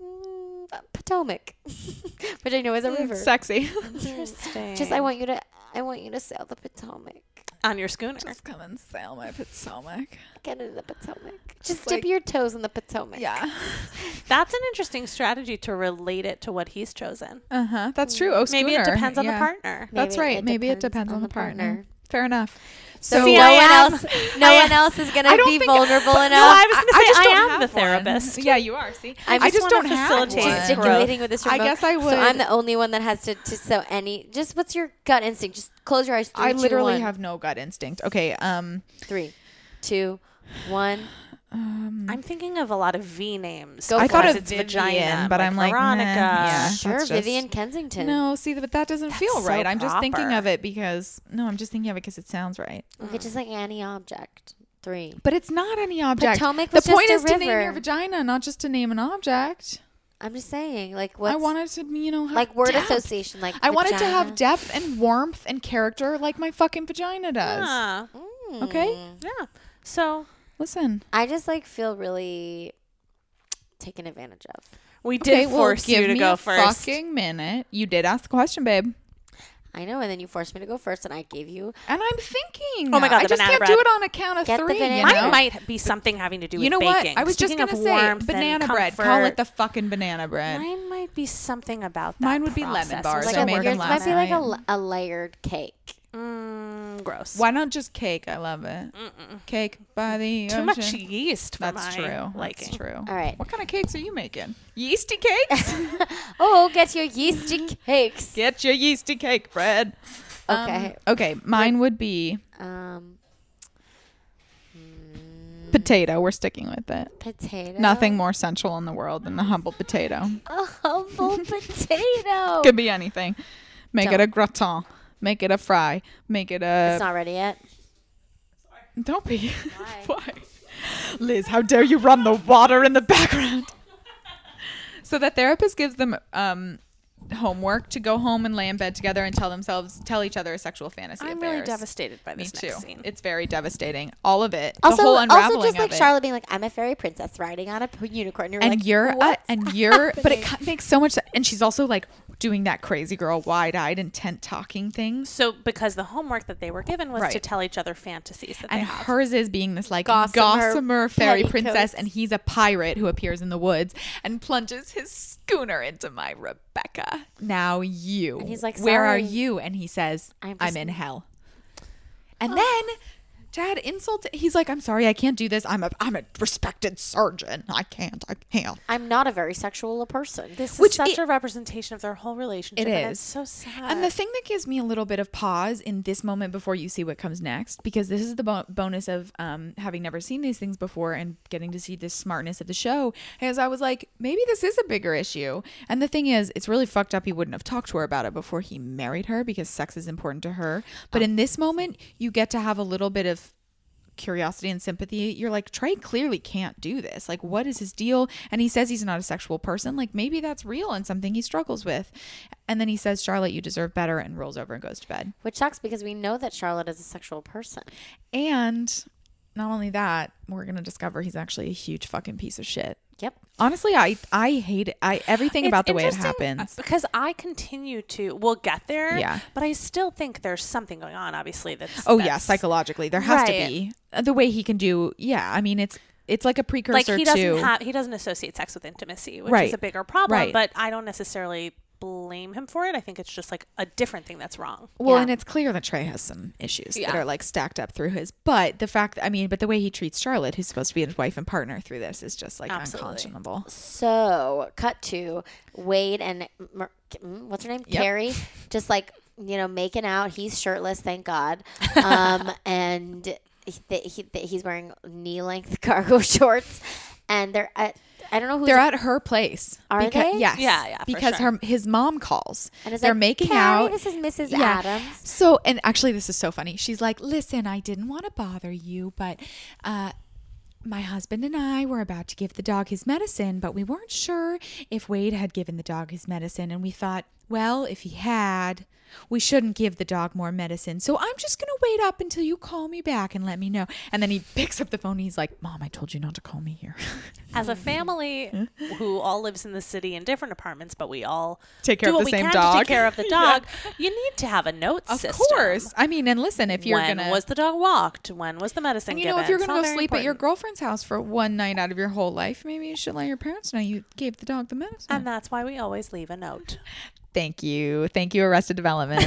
[SPEAKER 3] mm, Potomac, *laughs* which I know is a river.
[SPEAKER 2] *laughs* sexy.
[SPEAKER 1] Interesting.
[SPEAKER 3] Just I want you to, I want you to sail the Potomac.
[SPEAKER 1] on your schooner.
[SPEAKER 2] Just come and sail my Potomac.
[SPEAKER 3] Get into the Potomac. Just
[SPEAKER 2] like-
[SPEAKER 3] dip your toes in the Potomac.
[SPEAKER 2] Yeah. *laughs*
[SPEAKER 1] That's an interesting strategy to relate it to what he's chosen.
[SPEAKER 2] Uh huh. That's true. Oh,
[SPEAKER 1] Maybe it
[SPEAKER 2] schooner.
[SPEAKER 1] depends on
[SPEAKER 2] Yeah.
[SPEAKER 1] the partner.
[SPEAKER 2] That's
[SPEAKER 3] Maybe
[SPEAKER 2] right.
[SPEAKER 3] it
[SPEAKER 2] Maybe it
[SPEAKER 3] depends
[SPEAKER 2] depends on the partner. Fair enough.
[SPEAKER 3] So,
[SPEAKER 1] See,
[SPEAKER 3] no
[SPEAKER 1] I
[SPEAKER 3] one
[SPEAKER 1] am-
[SPEAKER 3] else, no
[SPEAKER 1] I-
[SPEAKER 3] one else is gonna
[SPEAKER 2] I don't
[SPEAKER 3] be
[SPEAKER 2] think-
[SPEAKER 3] vulnerable
[SPEAKER 2] but-
[SPEAKER 3] enough.
[SPEAKER 1] No, I was going to say I,
[SPEAKER 2] don't
[SPEAKER 1] am
[SPEAKER 2] have
[SPEAKER 1] the
[SPEAKER 2] one.
[SPEAKER 1] therapist.
[SPEAKER 2] Yeah, you are. See,
[SPEAKER 3] I
[SPEAKER 2] I
[SPEAKER 3] just
[SPEAKER 2] just
[SPEAKER 1] wanna
[SPEAKER 2] don't have
[SPEAKER 1] facilitate
[SPEAKER 2] one.
[SPEAKER 1] growth.
[SPEAKER 3] gesticulating with this
[SPEAKER 2] I
[SPEAKER 3] remote.
[SPEAKER 2] guess I would-
[SPEAKER 3] So I'm the only one that has to, to so any. Just what's your gut instinct? Just close your eyes. Three,
[SPEAKER 2] I
[SPEAKER 3] two,
[SPEAKER 2] literally
[SPEAKER 3] one.
[SPEAKER 2] have no gut instinct. Okay. Um.
[SPEAKER 3] three, two, one.
[SPEAKER 2] Mm-hmm.
[SPEAKER 1] I'm thinking of a lot of V names.
[SPEAKER 3] Go
[SPEAKER 2] I
[SPEAKER 3] for
[SPEAKER 2] thought
[SPEAKER 3] it.
[SPEAKER 1] because
[SPEAKER 2] of
[SPEAKER 1] it's
[SPEAKER 2] Vivian,
[SPEAKER 1] vagina,
[SPEAKER 2] but I'm like, nah,
[SPEAKER 1] Veronica.
[SPEAKER 2] yeah. that's
[SPEAKER 3] Sure,
[SPEAKER 2] just-
[SPEAKER 3] Vivian Kensington.
[SPEAKER 2] No, see, but that doesn't feel
[SPEAKER 1] so
[SPEAKER 2] right. I'm just thinking of
[SPEAKER 1] proper.
[SPEAKER 2] it because no, I'm just thinking of it because it sounds right.
[SPEAKER 3] Okay, just like any object. Three.
[SPEAKER 2] But it's not any object.
[SPEAKER 3] Potomac
[SPEAKER 2] the
[SPEAKER 3] was just
[SPEAKER 2] point
[SPEAKER 3] a
[SPEAKER 2] is to name your
[SPEAKER 3] river.
[SPEAKER 2] vagina, not just to name an object.
[SPEAKER 3] I'm just saying, like what?
[SPEAKER 2] I wanted to, you know, have
[SPEAKER 3] like word
[SPEAKER 2] depth.
[SPEAKER 3] association, like
[SPEAKER 2] I wanted to have
[SPEAKER 3] vagina.
[SPEAKER 2] depth and warmth and character like my fucking vagina does.
[SPEAKER 1] Ah,
[SPEAKER 2] Okay?
[SPEAKER 1] yeah. So
[SPEAKER 2] Listen.
[SPEAKER 3] hmm. I just like feel really taken advantage of.
[SPEAKER 1] we did
[SPEAKER 2] Okay, well,
[SPEAKER 1] force
[SPEAKER 2] give
[SPEAKER 1] you to
[SPEAKER 2] me
[SPEAKER 1] go
[SPEAKER 2] a
[SPEAKER 1] first.
[SPEAKER 2] fucking minute. You did ask the question, babe.
[SPEAKER 3] I know, and then you forced me to go first, and I gave you.
[SPEAKER 2] And I'm thinking.
[SPEAKER 1] Oh my God,
[SPEAKER 2] I
[SPEAKER 1] the
[SPEAKER 2] just
[SPEAKER 1] banana
[SPEAKER 2] can't
[SPEAKER 1] bread.
[SPEAKER 2] do it on account of
[SPEAKER 3] Get the
[SPEAKER 2] three.
[SPEAKER 3] banana
[SPEAKER 2] you
[SPEAKER 3] bread.
[SPEAKER 1] Mine
[SPEAKER 2] know?
[SPEAKER 1] might be something having to do with
[SPEAKER 2] You know
[SPEAKER 1] baking.
[SPEAKER 2] what? I was
[SPEAKER 1] Speaking
[SPEAKER 2] just
[SPEAKER 1] of
[SPEAKER 2] gonna say
[SPEAKER 1] warmth and
[SPEAKER 2] banana bread. Call it
[SPEAKER 1] comfort,
[SPEAKER 2] the fucking banana bread.
[SPEAKER 1] Mine might be something about that.
[SPEAKER 2] Mine would be
[SPEAKER 1] process
[SPEAKER 2] lemon
[SPEAKER 1] or
[SPEAKER 2] bars.
[SPEAKER 3] Like
[SPEAKER 2] So
[SPEAKER 3] a,
[SPEAKER 1] something.
[SPEAKER 2] make 'em
[SPEAKER 3] yours might be like a,
[SPEAKER 2] lemon.
[SPEAKER 3] la- a layered cake.
[SPEAKER 1] Mm, gross.
[SPEAKER 2] Why not just cake? I love it. Cake by the
[SPEAKER 1] Too
[SPEAKER 2] ocean.
[SPEAKER 1] much yeast for my
[SPEAKER 2] That's true.
[SPEAKER 1] liking.
[SPEAKER 2] That's true.
[SPEAKER 3] All right.
[SPEAKER 2] What kind of cakes are you making?
[SPEAKER 1] *laughs*
[SPEAKER 2] Yeasty cakes?
[SPEAKER 3] Oh, get your yeasty
[SPEAKER 2] *laughs*
[SPEAKER 3] cakes.
[SPEAKER 2] Get your yeasty cake bread. Um,
[SPEAKER 3] Okay.
[SPEAKER 2] okay. Mine would be
[SPEAKER 3] Um,
[SPEAKER 2] potato. We're sticking with it.
[SPEAKER 3] potato.
[SPEAKER 2] Nothing more sensual in the world than the humble potato.
[SPEAKER 1] Oh.
[SPEAKER 3] A
[SPEAKER 2] *laughs*
[SPEAKER 3] humble potato.
[SPEAKER 2] Could be anything. Make it a gratin. Make it a fry. Make it
[SPEAKER 3] It's
[SPEAKER 2] a.
[SPEAKER 3] not ready yet.
[SPEAKER 2] Don't be. *laughs* Why? Liz, how dare you run the water in the background? so the therapist gives them um, homework to go home and lay in bed together and tell themselves, tell each other a sexual fantasy.
[SPEAKER 1] I'm
[SPEAKER 2] of
[SPEAKER 1] really
[SPEAKER 2] theirs.
[SPEAKER 1] devastated by
[SPEAKER 2] Me
[SPEAKER 1] this
[SPEAKER 2] too.
[SPEAKER 1] next scene.
[SPEAKER 2] It's very devastating. All of it. the
[SPEAKER 3] Also,
[SPEAKER 2] whole unraveling
[SPEAKER 3] also just like
[SPEAKER 2] of it.
[SPEAKER 3] Charlotte being like, "I'm a fairy princess riding on a p- unicorn," you're
[SPEAKER 2] and
[SPEAKER 3] like,
[SPEAKER 2] you're uh,
[SPEAKER 3] "What's
[SPEAKER 2] and you're but it
[SPEAKER 3] happening?"
[SPEAKER 2] ca- makes so much se- and she's also like doing that crazy girl wide-eyed intent talking things
[SPEAKER 1] So, because the homework that they were given was to
[SPEAKER 2] Right.
[SPEAKER 1] tell each other fantasies that
[SPEAKER 2] and
[SPEAKER 1] they have.
[SPEAKER 2] hers is being this like
[SPEAKER 3] Gossamer
[SPEAKER 2] gossamer, fairy princess
[SPEAKER 3] petticoats.
[SPEAKER 2] and he's a pirate who appears in the woods and plunges his schooner into my rebecca now you and
[SPEAKER 3] he's like,
[SPEAKER 2] where are
[SPEAKER 3] "Sorry."
[SPEAKER 2] you and he says
[SPEAKER 3] I'm
[SPEAKER 2] i'm,
[SPEAKER 3] just-
[SPEAKER 2] in hell and then Dad insulted. He's like, "I'm sorry, I can't do this. I'm a, I'm a respected surgeon. I can't. I can't."
[SPEAKER 3] I'm not a very sexual person. This
[SPEAKER 1] This
[SPEAKER 2] Which
[SPEAKER 1] is such
[SPEAKER 2] it-
[SPEAKER 1] a representation of their whole relationship.
[SPEAKER 2] It
[SPEAKER 1] and
[SPEAKER 2] is.
[SPEAKER 1] it's so sad.
[SPEAKER 2] And the thing that gives me a little bit of pause in this moment before you see what comes next, because this is the bo- bonus of um, having never seen these things before and getting to see the smartness of the show, is I was like, maybe this is a bigger issue. And the thing is, it's really fucked up. He wouldn't have talked to her about it before he married her because sex is important to her.
[SPEAKER 1] Oh,
[SPEAKER 2] But in this moment, you get to have a little bit of curiosity and sympathy, you're like, Trey clearly can't do this. Like, what is his deal? And he says he's not a sexual person. Like, maybe that's real and something he struggles with. And then he says, Charlotte, you deserve better, and rolls over and goes to bed.
[SPEAKER 3] Which sucks because we know that Charlotte is a sexual person.
[SPEAKER 2] And not only that, we're going to discover he's actually a huge fucking piece of shit.
[SPEAKER 3] Yep.
[SPEAKER 2] Honestly, I I hate it. I everything
[SPEAKER 1] It's
[SPEAKER 2] about the way it
[SPEAKER 1] interesting, uh,
[SPEAKER 2] happens.
[SPEAKER 1] Because I continue to, we'll get there.
[SPEAKER 2] Yeah.
[SPEAKER 1] But I still think there's something going on, obviously. That's,
[SPEAKER 2] Oh yeah,
[SPEAKER 1] that's-
[SPEAKER 2] psychologically there
[SPEAKER 1] Right.
[SPEAKER 2] has to be Uh, the way he can do. Yeah, I mean it's it's like a
[SPEAKER 1] Like
[SPEAKER 2] precursor
[SPEAKER 1] he doesn't
[SPEAKER 2] to
[SPEAKER 1] have, he doesn't associate sex with intimacy, which is
[SPEAKER 2] Right.
[SPEAKER 1] a bigger problem.
[SPEAKER 2] Right.
[SPEAKER 1] But I don't necessarily blame him for it. I think it's just like a different thing that's wrong.
[SPEAKER 2] Well,
[SPEAKER 3] Yeah.
[SPEAKER 2] and it's clear that Trey has some issues
[SPEAKER 1] Yeah.
[SPEAKER 2] that are like stacked up through his. But the fact, I mean, but the way he treats Charlotte, who's supposed to be his wife and partner through this, is just like
[SPEAKER 1] Absolutely.
[SPEAKER 2] unconscionable.
[SPEAKER 3] So, cut to Wade and Mer- mm, what's her name?
[SPEAKER 2] Yep. *laughs*
[SPEAKER 3] Carrie, just like, you know, making out. He's shirtless, thank
[SPEAKER 2] *laughs*
[SPEAKER 3] God. Um, and he, th- he, th- he's wearing knee length *laughs* cargo shorts. And they're at, I don't know who's.
[SPEAKER 2] They're at her place.
[SPEAKER 3] Are
[SPEAKER 2] Beca-
[SPEAKER 3] they?
[SPEAKER 2] Yes.
[SPEAKER 1] Yeah, yeah, for
[SPEAKER 2] Because
[SPEAKER 1] sure.
[SPEAKER 2] her his mom calls.
[SPEAKER 3] and it's
[SPEAKER 2] They're
[SPEAKER 3] like,
[SPEAKER 2] making
[SPEAKER 3] "Carrie,
[SPEAKER 2] out.
[SPEAKER 3] This is Mrs.
[SPEAKER 2] Yeah.
[SPEAKER 3] Adams.
[SPEAKER 2] So, and actually, this is so funny. She's like, "Listen, I didn't want to bother you, but uh, my husband and I were about to give the dog his medicine, but we weren't sure if Wade had given the dog his medicine, and we thought, well, if he had, we shouldn't give the dog more medicine. So I'm just gonna wait up until you call me back and let me know." And then he *laughs* picks up the phone. And he's like, "Mom, I told you not to call me here. *laughs*
[SPEAKER 1] As a
[SPEAKER 2] Mm-hmm.
[SPEAKER 1] family who all lives in the city in different apartments, but we all
[SPEAKER 2] Take care
[SPEAKER 1] do
[SPEAKER 2] of
[SPEAKER 1] what
[SPEAKER 2] the
[SPEAKER 1] we
[SPEAKER 2] same
[SPEAKER 1] can To
[SPEAKER 2] dog.
[SPEAKER 1] take
[SPEAKER 2] *laughs*
[SPEAKER 1] care of the dog. You need to have a note system.
[SPEAKER 2] I mean, and listen, if you're
[SPEAKER 1] when
[SPEAKER 2] gonna
[SPEAKER 1] was the dog walked? When was the medicine
[SPEAKER 2] And you
[SPEAKER 1] given?
[SPEAKER 2] know, if you're
[SPEAKER 1] It's
[SPEAKER 2] going
[SPEAKER 1] all
[SPEAKER 2] to go
[SPEAKER 1] very
[SPEAKER 2] sleep at your
[SPEAKER 1] important.
[SPEAKER 2] girlfriend's house for one night out of your whole life, maybe you should let your parents know you gave the dog the medicine.
[SPEAKER 1] And that's why we always leave a
[SPEAKER 2] *laughs*
[SPEAKER 1] note.
[SPEAKER 2] Thank you. Thank you,
[SPEAKER 3] *laughs*
[SPEAKER 2] Arrested Development.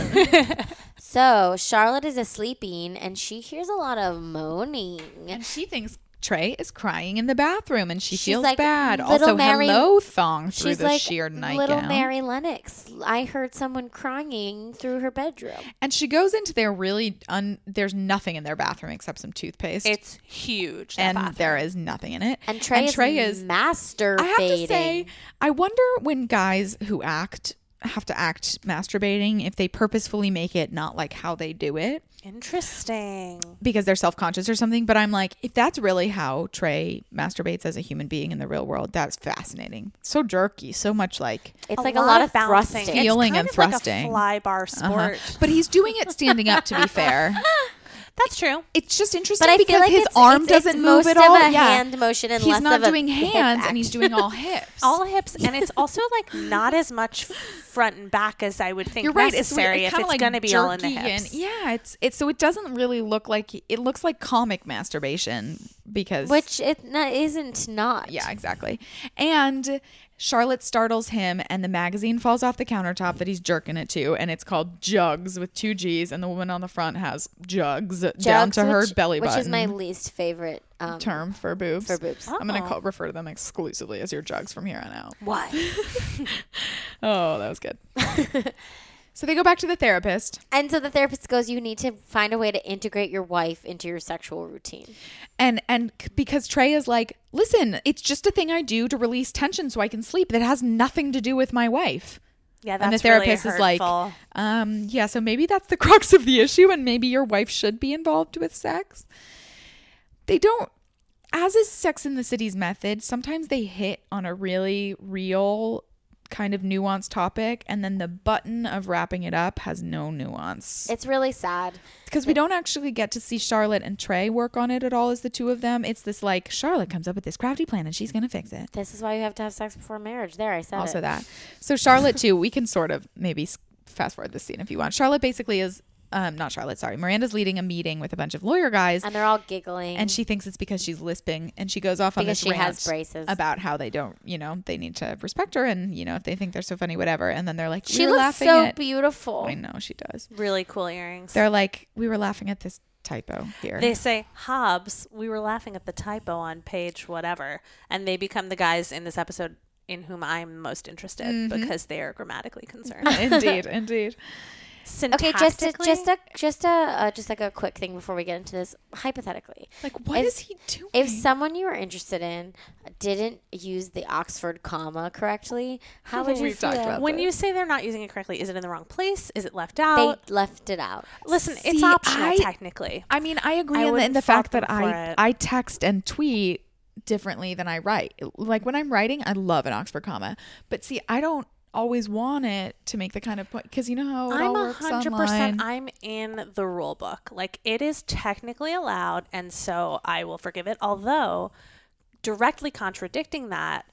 [SPEAKER 3] So, Charlotte is sleeping and she hears a lot of moaning.
[SPEAKER 2] and she thinks Trey is crying in the bathroom and she
[SPEAKER 3] She's
[SPEAKER 2] feels
[SPEAKER 3] like,
[SPEAKER 2] bad.
[SPEAKER 3] "Little
[SPEAKER 2] Also,
[SPEAKER 3] Mary-
[SPEAKER 2] hello thong through
[SPEAKER 3] She's
[SPEAKER 2] the
[SPEAKER 3] like,
[SPEAKER 2] sheer
[SPEAKER 3] Little
[SPEAKER 2] nightgown.
[SPEAKER 3] Mary Lennox. I heard someone crying through her bedroom.
[SPEAKER 2] and she goes into their really, un- there's nothing in their bathroom except some toothpaste.
[SPEAKER 1] It's huge. that
[SPEAKER 2] and
[SPEAKER 1] bathroom.
[SPEAKER 2] there is nothing in it.
[SPEAKER 3] And Trey,
[SPEAKER 2] Trey is
[SPEAKER 3] masturbating.
[SPEAKER 2] I have to say, I wonder when guys who act have to act masturbating if they purposefully make it not like how they do it
[SPEAKER 1] Interesting.
[SPEAKER 2] because they're self-conscious or something but i'm like if that's really how trey masturbates as a human being in the real world that's fascinating so jerky so much like
[SPEAKER 3] It's like a lot of
[SPEAKER 1] bouncing.
[SPEAKER 3] thrusting.
[SPEAKER 1] It's
[SPEAKER 2] Feeling
[SPEAKER 1] kind
[SPEAKER 2] and
[SPEAKER 1] of like a
[SPEAKER 2] thrusting. Uh-huh.
[SPEAKER 1] fly bar sport.
[SPEAKER 2] but he's doing it standing up to be
[SPEAKER 3] *laughs*
[SPEAKER 2] fair
[SPEAKER 1] That's true.
[SPEAKER 2] it's just interesting
[SPEAKER 3] But I
[SPEAKER 2] because
[SPEAKER 3] feel like
[SPEAKER 2] his
[SPEAKER 3] it's-
[SPEAKER 2] arm
[SPEAKER 3] it's- it's
[SPEAKER 2] doesn't move
[SPEAKER 3] most
[SPEAKER 2] at
[SPEAKER 3] of
[SPEAKER 2] all
[SPEAKER 3] a
[SPEAKER 2] yeah
[SPEAKER 3] hand motion and
[SPEAKER 2] he's
[SPEAKER 3] less
[SPEAKER 2] not
[SPEAKER 3] of a *laughs*
[SPEAKER 2] doing
[SPEAKER 3] hip
[SPEAKER 2] hands and
[SPEAKER 3] act.
[SPEAKER 2] he's doing
[SPEAKER 3] *laughs*
[SPEAKER 2] all hips
[SPEAKER 1] All hips, and
[SPEAKER 2] *laughs*
[SPEAKER 1] it's also like not as much front and back as I would think
[SPEAKER 2] You're right. It's weird.
[SPEAKER 1] necessary if
[SPEAKER 2] kinda
[SPEAKER 1] it's going to be all in the
[SPEAKER 2] jerky and-
[SPEAKER 1] hips.
[SPEAKER 2] yeah, it's it's so it doesn't really look like it looks like comic masturbation because
[SPEAKER 3] Which it not, isn't not.
[SPEAKER 2] yeah, exactly. And Charlotte startles him, and the magazine falls off the countertop that he's jerking it to, and it's called Jugs with two G's, and the woman on the front has Jugs, down
[SPEAKER 3] Jugs,
[SPEAKER 2] to her
[SPEAKER 3] which-
[SPEAKER 2] belly button,
[SPEAKER 3] Which is my least favorite um,
[SPEAKER 2] term for boobs.
[SPEAKER 3] for boobs.
[SPEAKER 2] I'm
[SPEAKER 1] Oh.
[SPEAKER 2] gonna call, refer to them exclusively as your jugs from here on out.
[SPEAKER 3] What?
[SPEAKER 2] *laughs* Oh, that
[SPEAKER 1] *laughs*
[SPEAKER 2] was good. so they go back to the therapist.
[SPEAKER 3] And so the therapist goes, "You need to find a way to integrate your wife into your sexual routine."
[SPEAKER 2] and and c- because Trey is like, listen, it's just a thing I do to release tension so I can sleep. That has nothing to do with my wife.
[SPEAKER 1] Yeah, that's
[SPEAKER 2] and the
[SPEAKER 1] really
[SPEAKER 2] therapist is like,
[SPEAKER 1] hurtful.
[SPEAKER 2] um, yeah, so maybe that's the *laughs* crux of the issue, and maybe your wife should be involved with sex. They don't. As is Sex in the City's method, sometimes they hit on a really real kind of nuanced topic, and then the button of wrapping it up has no nuance
[SPEAKER 3] It's really sad.
[SPEAKER 2] because we don't actually get to see Charlotte and Trey work on it at all as the two of them. It's this like Charlotte comes up with this crafty plan and she's gonna fix it.
[SPEAKER 3] This is why you have to have sex before marriage. There, I said
[SPEAKER 2] Also
[SPEAKER 3] it.
[SPEAKER 2] that. So Charlotte too, we can sort of maybe s- fast forward this scene if you want. Charlotte basically is, um, not Charlotte, sorry. Miranda's leading a meeting with a bunch of lawyer guys.
[SPEAKER 3] And they're all giggling.
[SPEAKER 2] And she thinks it's because she's lisping, and she goes off on
[SPEAKER 3] Because
[SPEAKER 2] this
[SPEAKER 3] she
[SPEAKER 2] rant
[SPEAKER 3] has braces.
[SPEAKER 2] about how they don't, you know, they need to respect her, and you know, if they think they're so funny, whatever. And then they're like,
[SPEAKER 3] she
[SPEAKER 2] "We were
[SPEAKER 3] looks
[SPEAKER 2] laughing
[SPEAKER 3] so
[SPEAKER 2] at-"
[SPEAKER 3] beautiful.
[SPEAKER 2] I know she does.
[SPEAKER 1] really cool earrings.
[SPEAKER 2] They're like, we were laughing at this typo here.
[SPEAKER 1] They say, Hobbs, we were laughing at the typo on page whatever. And they become the guys in this episode in whom I'm most interested
[SPEAKER 2] Mm-hmm.
[SPEAKER 1] because they are grammatically
[SPEAKER 2] *laughs*
[SPEAKER 1] concerned.
[SPEAKER 2] *laughs* indeed, indeed.
[SPEAKER 3] Okay, just a,
[SPEAKER 1] Syntactically,
[SPEAKER 3] just a just a uh, just like a quick thing before we get into this. Hypothetically,
[SPEAKER 2] Like, what
[SPEAKER 3] If-
[SPEAKER 2] is he doing?
[SPEAKER 3] if someone you were interested in didn't use the Oxford comma correctly, how would you
[SPEAKER 2] We've
[SPEAKER 3] feel?
[SPEAKER 2] talked about
[SPEAKER 1] When you say they're not using it correctly, is it in the wrong place? Is it left
[SPEAKER 3] they
[SPEAKER 1] out?
[SPEAKER 3] left it out.
[SPEAKER 1] Listen, it's
[SPEAKER 2] See,
[SPEAKER 1] optional
[SPEAKER 2] I-
[SPEAKER 1] technically.
[SPEAKER 2] I mean, I agree
[SPEAKER 1] I
[SPEAKER 2] in, the, in the
[SPEAKER 1] wouldn't fault
[SPEAKER 2] fact that
[SPEAKER 1] them for
[SPEAKER 2] I
[SPEAKER 1] it.
[SPEAKER 2] I text and tweet differently than I write. Like when I'm writing, I love an Oxford comma, but see, I don't always want it to make the kind of point because you know how it
[SPEAKER 1] I'm
[SPEAKER 2] all
[SPEAKER 1] a
[SPEAKER 2] works
[SPEAKER 1] hundred
[SPEAKER 2] online.
[SPEAKER 1] percent. I'm in the rule book. Like it is technically allowed, and so I will forgive it. Although, directly contradicting that,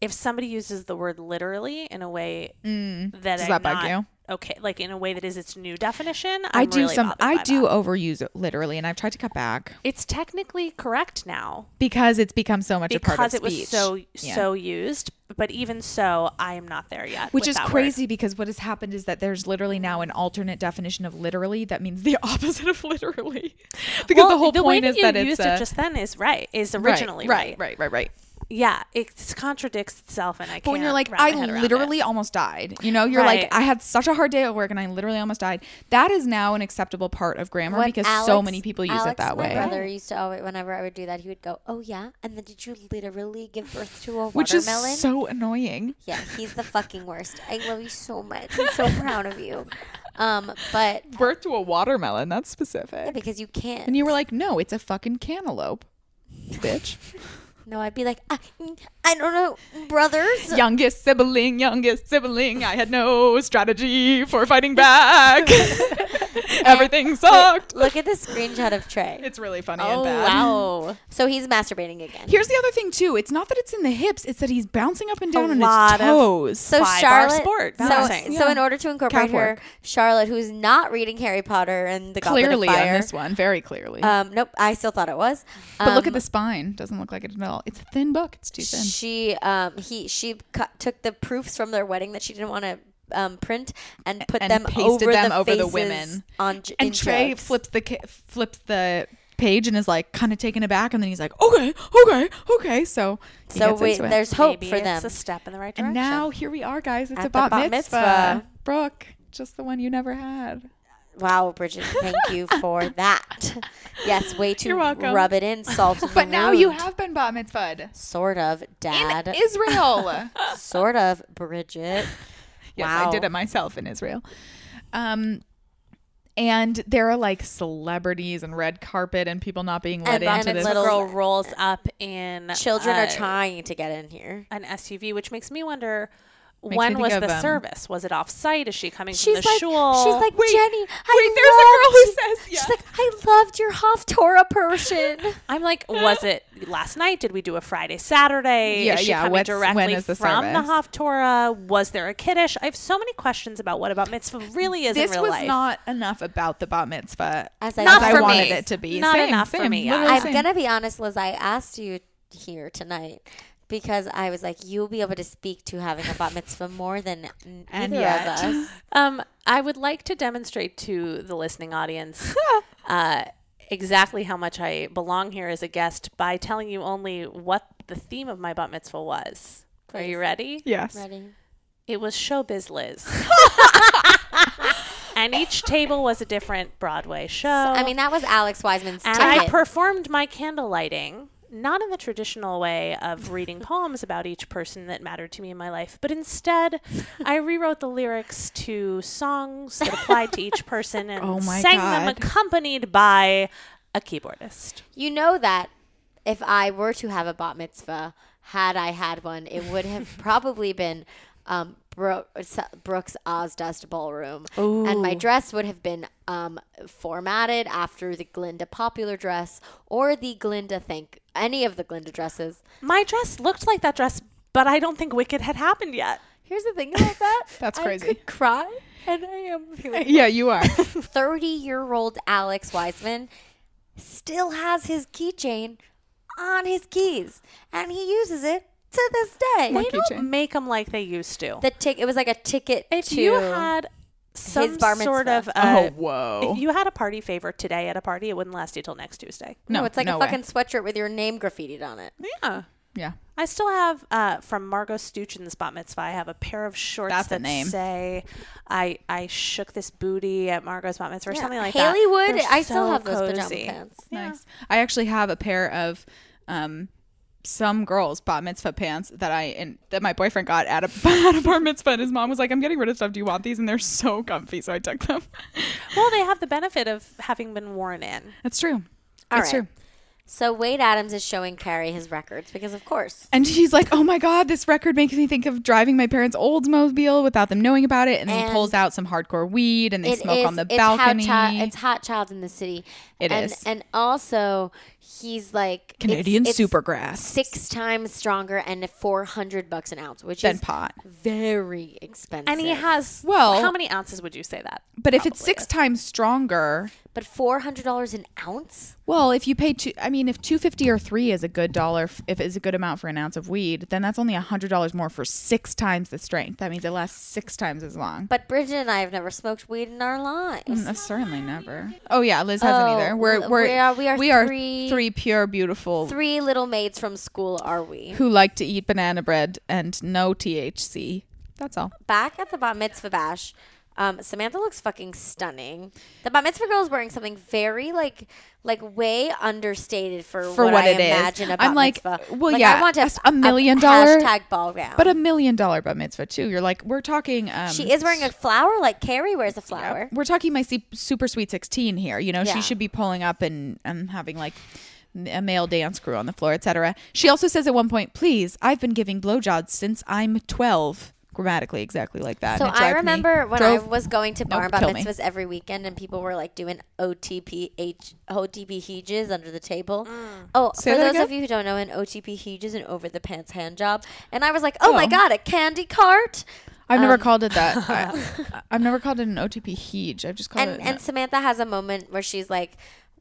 [SPEAKER 1] if somebody uses the word literally in a way that
[SPEAKER 2] Mm. Does
[SPEAKER 1] I'm
[SPEAKER 2] that bug
[SPEAKER 1] not
[SPEAKER 2] you?
[SPEAKER 1] okay, like in a way that is its new definition,
[SPEAKER 2] I
[SPEAKER 1] I'm
[SPEAKER 2] do
[SPEAKER 1] really
[SPEAKER 2] some.
[SPEAKER 1] bothered by
[SPEAKER 2] I
[SPEAKER 1] that.
[SPEAKER 2] do overuse it literally, and I've tried to cut back
[SPEAKER 1] It's technically correct now
[SPEAKER 2] because it's become so much a part of
[SPEAKER 1] because it
[SPEAKER 2] speech.
[SPEAKER 1] was so
[SPEAKER 2] Yeah.
[SPEAKER 1] so used. But even so, I am not there yet.
[SPEAKER 2] Which
[SPEAKER 1] with
[SPEAKER 2] is
[SPEAKER 1] that word.
[SPEAKER 2] crazy *laughs* because what has happened is that there's literally now an alternate definition of literally that means the *laughs* opposite of literally. *laughs* because the
[SPEAKER 1] Well,
[SPEAKER 2] whole point
[SPEAKER 1] way
[SPEAKER 2] is
[SPEAKER 1] you
[SPEAKER 2] that
[SPEAKER 1] used
[SPEAKER 2] it's
[SPEAKER 1] it
[SPEAKER 2] a,
[SPEAKER 1] just then is right. Is originally
[SPEAKER 2] right, right, right, right.
[SPEAKER 1] Yeah, it contradicts itself, and I can't.
[SPEAKER 2] But when you're like,
[SPEAKER 1] wrap my
[SPEAKER 2] I
[SPEAKER 1] head around
[SPEAKER 2] literally
[SPEAKER 1] it.
[SPEAKER 2] almost died, you know, you're
[SPEAKER 1] Right.
[SPEAKER 2] like, I had such a hard day at work and I literally almost died. That is now an acceptable part of grammar
[SPEAKER 3] What
[SPEAKER 2] because
[SPEAKER 3] Alex-
[SPEAKER 2] so many people use
[SPEAKER 3] Alex,
[SPEAKER 2] it that
[SPEAKER 3] my
[SPEAKER 2] way.
[SPEAKER 3] brother used to always, whenever I would do that, he would go, "Oh yeah," and then did you literally give birth to a
[SPEAKER 2] Which is
[SPEAKER 3] watermelon?
[SPEAKER 2] so annoying.
[SPEAKER 3] yeah, he's the fucking worst. I love you so much. I'm so proud of you. Um, but
[SPEAKER 2] Birth to a watermelon, that's specific.
[SPEAKER 3] because you can't,
[SPEAKER 2] And you were like, no, it's a fucking cantaloupe, bitch.
[SPEAKER 3] no, I'd be like, I, I don't know, brothers.
[SPEAKER 2] youngest sibling, youngest sibling. I had no strategy for fighting back. Everything sucked.
[SPEAKER 3] Look at the screenshot of Trey.
[SPEAKER 2] It's really funny
[SPEAKER 3] Oh
[SPEAKER 2] and bad.
[SPEAKER 3] wow! So he's masturbating again.
[SPEAKER 2] Here's the other thing too. It's not that it's in the hips; it's that he's bouncing up and down on
[SPEAKER 1] lot
[SPEAKER 2] his
[SPEAKER 1] of-
[SPEAKER 2] toes.
[SPEAKER 3] so
[SPEAKER 1] Five bar
[SPEAKER 3] Charlotte.
[SPEAKER 1] sport,
[SPEAKER 3] so,
[SPEAKER 1] balancing.
[SPEAKER 3] so in order to incorporate
[SPEAKER 2] Calf
[SPEAKER 3] her,
[SPEAKER 2] work.
[SPEAKER 3] Charlotte, who's not reading Harry Potter and the
[SPEAKER 2] clearly
[SPEAKER 3] Goblet of
[SPEAKER 2] on
[SPEAKER 3] Fire,
[SPEAKER 2] this one, very clearly.
[SPEAKER 3] Um, nope, I still thought it was.
[SPEAKER 2] but look
[SPEAKER 3] Um,
[SPEAKER 2] at the spine; doesn't look like it at all. It's a thin book. It's too thin.
[SPEAKER 3] She, um, he, she cu- took the proofs from their wedding that she didn't want to um, print and put
[SPEAKER 2] And
[SPEAKER 3] them
[SPEAKER 2] pasted
[SPEAKER 3] over
[SPEAKER 2] them
[SPEAKER 3] the
[SPEAKER 2] over the
[SPEAKER 3] faces
[SPEAKER 2] women.
[SPEAKER 3] on j- in
[SPEAKER 2] and Trey
[SPEAKER 3] jokes.
[SPEAKER 2] flips the ca- flips the page and is like kind of taken aback, and then he's like, "Okay, okay, okay." So he
[SPEAKER 3] So
[SPEAKER 2] gets
[SPEAKER 3] wait,
[SPEAKER 2] into it.
[SPEAKER 3] there's *laughs* hope
[SPEAKER 1] Maybe
[SPEAKER 3] for
[SPEAKER 1] it's
[SPEAKER 3] them.
[SPEAKER 1] a step in the right direction.
[SPEAKER 2] And now here we are, guys. It's
[SPEAKER 3] At the
[SPEAKER 2] a bat,
[SPEAKER 3] bat
[SPEAKER 2] mitzvah.
[SPEAKER 3] mitzvah.
[SPEAKER 2] Brooke, just the one you never had.
[SPEAKER 3] wow, Bridget, thank
[SPEAKER 2] *laughs*
[SPEAKER 3] you for that. Yes, way to
[SPEAKER 2] You're welcome.
[SPEAKER 3] rub it in, salt.
[SPEAKER 2] *laughs*
[SPEAKER 3] in the
[SPEAKER 2] But now you
[SPEAKER 3] wound.
[SPEAKER 2] have been bat mitzvahed
[SPEAKER 3] sort of
[SPEAKER 2] in
[SPEAKER 3] dad, *laughs*
[SPEAKER 2] Israel.
[SPEAKER 3] sort of Bridget.
[SPEAKER 2] Yes,
[SPEAKER 3] Wow.
[SPEAKER 2] I did it myself in Israel. Um, and there are like celebrities and red carpet and people not being let
[SPEAKER 3] And
[SPEAKER 1] And
[SPEAKER 2] into
[SPEAKER 1] it's
[SPEAKER 2] this.
[SPEAKER 3] little-
[SPEAKER 1] little girl rolls up in
[SPEAKER 3] Children
[SPEAKER 1] uh,
[SPEAKER 3] are trying to get in here.
[SPEAKER 1] an SUV, which makes me wonder
[SPEAKER 2] me
[SPEAKER 1] when was
[SPEAKER 2] think of,
[SPEAKER 1] the
[SPEAKER 2] um,
[SPEAKER 1] service? Was it off site? Is she coming
[SPEAKER 3] She's
[SPEAKER 1] from
[SPEAKER 3] like,
[SPEAKER 1] the shul?
[SPEAKER 3] she's like Jenny. I
[SPEAKER 2] wait,
[SPEAKER 3] loved,
[SPEAKER 2] there's a girl who says yes.
[SPEAKER 3] She's like, I loved your Haftorah person.
[SPEAKER 2] *laughs*
[SPEAKER 1] I'm like, was it last night? Did we do a Friday, Saturday?
[SPEAKER 2] Yeah,
[SPEAKER 1] is she
[SPEAKER 2] yeah,
[SPEAKER 1] Coming
[SPEAKER 2] what's-
[SPEAKER 1] directly
[SPEAKER 2] when is the
[SPEAKER 1] from
[SPEAKER 2] service?
[SPEAKER 1] the Haftorah? Was there a kiddish? I have so many questions about what about mitzvah really is
[SPEAKER 2] this
[SPEAKER 1] in real
[SPEAKER 2] was
[SPEAKER 1] life.
[SPEAKER 2] not enough about the bat mitzvah
[SPEAKER 3] As I
[SPEAKER 2] as
[SPEAKER 3] Not
[SPEAKER 2] I
[SPEAKER 3] for
[SPEAKER 2] wanted
[SPEAKER 3] me.
[SPEAKER 2] it to be.
[SPEAKER 1] Not
[SPEAKER 2] Same,
[SPEAKER 1] enough for
[SPEAKER 2] same,
[SPEAKER 1] me,
[SPEAKER 2] literally
[SPEAKER 1] yeah.
[SPEAKER 3] I'm
[SPEAKER 2] same.
[SPEAKER 3] gonna be honest, Liz. I asked you here tonight because I was like, you'll be able to speak to having a bat mitzvah more than n-
[SPEAKER 2] And
[SPEAKER 3] either
[SPEAKER 2] yet.
[SPEAKER 3] of us.
[SPEAKER 1] Um, I would like to demonstrate to the listening
[SPEAKER 3] *laughs*
[SPEAKER 1] audience uh, exactly how much I belong here as a guest by telling you only what the theme of my bat mitzvah was. Are
[SPEAKER 3] Please.
[SPEAKER 1] you ready?
[SPEAKER 2] Yes. *laughs*
[SPEAKER 3] Ready?
[SPEAKER 1] It was showbiz
[SPEAKER 3] *laughs*
[SPEAKER 1] Liz. and each table was a different Broadway show.
[SPEAKER 3] I mean, that was Alex Wiseman's
[SPEAKER 1] and I
[SPEAKER 3] ticket.
[SPEAKER 1] performed my candle lighting, not in the traditional way of reading poems about each person that mattered to me in my life, but instead I rewrote the lyrics to songs that applied to each person and
[SPEAKER 2] Oh my
[SPEAKER 1] sang them
[SPEAKER 2] God.
[SPEAKER 1] accompanied by a keyboardist.
[SPEAKER 3] you know that if I were to have a bat mitzvah, had I had one, it would have
[SPEAKER 2] *laughs*
[SPEAKER 3] probably been um, Bro- Brooks Ozdust Ballroom. And my dress would have been um, formatted after the Glinda popular dress or the Glinda, thank any of the Glinda dresses.
[SPEAKER 1] My dress looked like that dress, but I don't think Wicked had happened yet.
[SPEAKER 3] Here's the thing about that.
[SPEAKER 2] *laughs* That's crazy.
[SPEAKER 3] I could cry, and I am feeling.
[SPEAKER 2] Yeah, you are.
[SPEAKER 3] 30 year old Alex Wiseman still has his keychain on his keys, and he uses it to this day.
[SPEAKER 2] My
[SPEAKER 1] They don't
[SPEAKER 2] keychain.
[SPEAKER 1] make them like they used to.
[SPEAKER 3] The tick. It was like a ticket
[SPEAKER 1] if
[SPEAKER 3] to.
[SPEAKER 1] you had some
[SPEAKER 3] his bar
[SPEAKER 1] sort of
[SPEAKER 3] mitzvah.
[SPEAKER 2] oh,
[SPEAKER 1] uh,
[SPEAKER 2] whoa.
[SPEAKER 1] if you had a party favor today at a party, it wouldn't last you till next Tuesday.
[SPEAKER 3] no, it's like a
[SPEAKER 2] way.
[SPEAKER 3] fucking sweatshirt with your name graffitied on it.
[SPEAKER 1] Yeah.
[SPEAKER 2] Yeah.
[SPEAKER 1] I still have uh, from Margot Stuchin's bat mitzvah. I have a pair of shorts
[SPEAKER 2] That's a
[SPEAKER 1] that
[SPEAKER 2] name.
[SPEAKER 1] say, "I I shook this booty at Margot's bat mitzvah" or something like that.
[SPEAKER 3] Haley Wood.
[SPEAKER 1] They're
[SPEAKER 3] I still
[SPEAKER 1] so
[SPEAKER 3] have those
[SPEAKER 1] cozy.
[SPEAKER 3] pajama pants.
[SPEAKER 2] Nice. I actually have a pair of um some girls bat mitzvah pants that I and that my boyfriend got at a, *laughs* at a bar mitzvah and his mom was like, I'm getting rid of stuff. Do you want these? And they're so comfy, so I took them.
[SPEAKER 1] Well, they have the benefit of having been worn in.
[SPEAKER 2] That's true.
[SPEAKER 3] All
[SPEAKER 2] That's
[SPEAKER 3] right.
[SPEAKER 2] true.
[SPEAKER 3] So Wade Adams is showing Carrie his records because, of course,
[SPEAKER 2] And she's like, Oh my god, this record makes me think of driving my parents' Oldsmobile without them knowing about it. And, then he
[SPEAKER 3] And
[SPEAKER 2] pulls out some hardcore weed and they
[SPEAKER 3] It
[SPEAKER 2] smoke
[SPEAKER 3] is-
[SPEAKER 2] on the
[SPEAKER 3] it's
[SPEAKER 2] balcony.
[SPEAKER 3] Hot child, it's hot child in the city.
[SPEAKER 2] It
[SPEAKER 3] and,
[SPEAKER 2] is.
[SPEAKER 3] and also he's like
[SPEAKER 2] Canadian
[SPEAKER 3] it's, it's
[SPEAKER 2] supergrass.
[SPEAKER 3] six times stronger and four hundred bucks an ounce, which
[SPEAKER 2] Then
[SPEAKER 3] is
[SPEAKER 2] pot.
[SPEAKER 3] very expensive.
[SPEAKER 1] And he has
[SPEAKER 2] Well-
[SPEAKER 1] how many ounces would you say that?
[SPEAKER 2] But if it's six times stronger,
[SPEAKER 3] but four hundred dollars an ounce.
[SPEAKER 2] Well, if you pay two, I mean, if two fifty or three is a good dollar, f- if it's a good amount for an ounce of weed, then that's only hundred dollars more for six times the strength. That means it lasts six times as long.
[SPEAKER 3] But Bridget and I have never smoked weed in our lives.
[SPEAKER 2] Uh, certainly never. Oh yeah, Liz hasn't
[SPEAKER 3] Oh,
[SPEAKER 2] either. We're
[SPEAKER 3] we-
[SPEAKER 2] we're
[SPEAKER 3] we are- we are
[SPEAKER 2] three,
[SPEAKER 3] three-
[SPEAKER 2] pure beautiful
[SPEAKER 3] Three little maids from school are we?
[SPEAKER 2] who like to eat banana bread and no THC. That's all.
[SPEAKER 3] Back at the bat mitzvah bash. Um, Samantha looks fucking stunning. The bat mitzvah girl is wearing something very like, like way understated for,
[SPEAKER 2] For what,
[SPEAKER 3] I
[SPEAKER 2] it is.
[SPEAKER 3] imagine a bat
[SPEAKER 2] I'm like,
[SPEAKER 3] mitzvah.
[SPEAKER 2] well,
[SPEAKER 3] Like,
[SPEAKER 2] yeah,
[SPEAKER 3] I want a,
[SPEAKER 2] a million dollar-
[SPEAKER 3] hashtag ball gown.
[SPEAKER 2] But a million dollar bat mitzvah too. You're like, we're talking. Um,
[SPEAKER 3] Oh. she is wearing a flower, like Carrie wears a flower.
[SPEAKER 2] We're talking my se- super sweet 16 here. You know,
[SPEAKER 3] Yeah.
[SPEAKER 2] she should be pulling up and, and having like a male dance crew on the floor, etc. She also says at one point, please, I've been giving blowjobs since I'm 12. Grammatically, exactly like that.
[SPEAKER 3] So
[SPEAKER 2] and it drove
[SPEAKER 3] I
[SPEAKER 2] me-
[SPEAKER 3] remember when I
[SPEAKER 2] drove-
[SPEAKER 3] was going to bar
[SPEAKER 2] Nope,
[SPEAKER 3] bat
[SPEAKER 2] kill me.
[SPEAKER 3] mitzvahs every weekend, and people were like doing OTP H, OTP heeges under the table. Oh,
[SPEAKER 2] Say
[SPEAKER 3] for
[SPEAKER 2] that
[SPEAKER 3] those
[SPEAKER 2] again?
[SPEAKER 3] of you who don't know, an OTP heege is an over the pants hand job, and I was like, oh, my god, a candy cart.
[SPEAKER 2] I've
[SPEAKER 3] um,
[SPEAKER 2] never called
[SPEAKER 3] *laughs*
[SPEAKER 2] it that. I, I've never called it an OTP huge. I've just called
[SPEAKER 3] And
[SPEAKER 2] it.
[SPEAKER 3] and Samantha has a moment where she's like.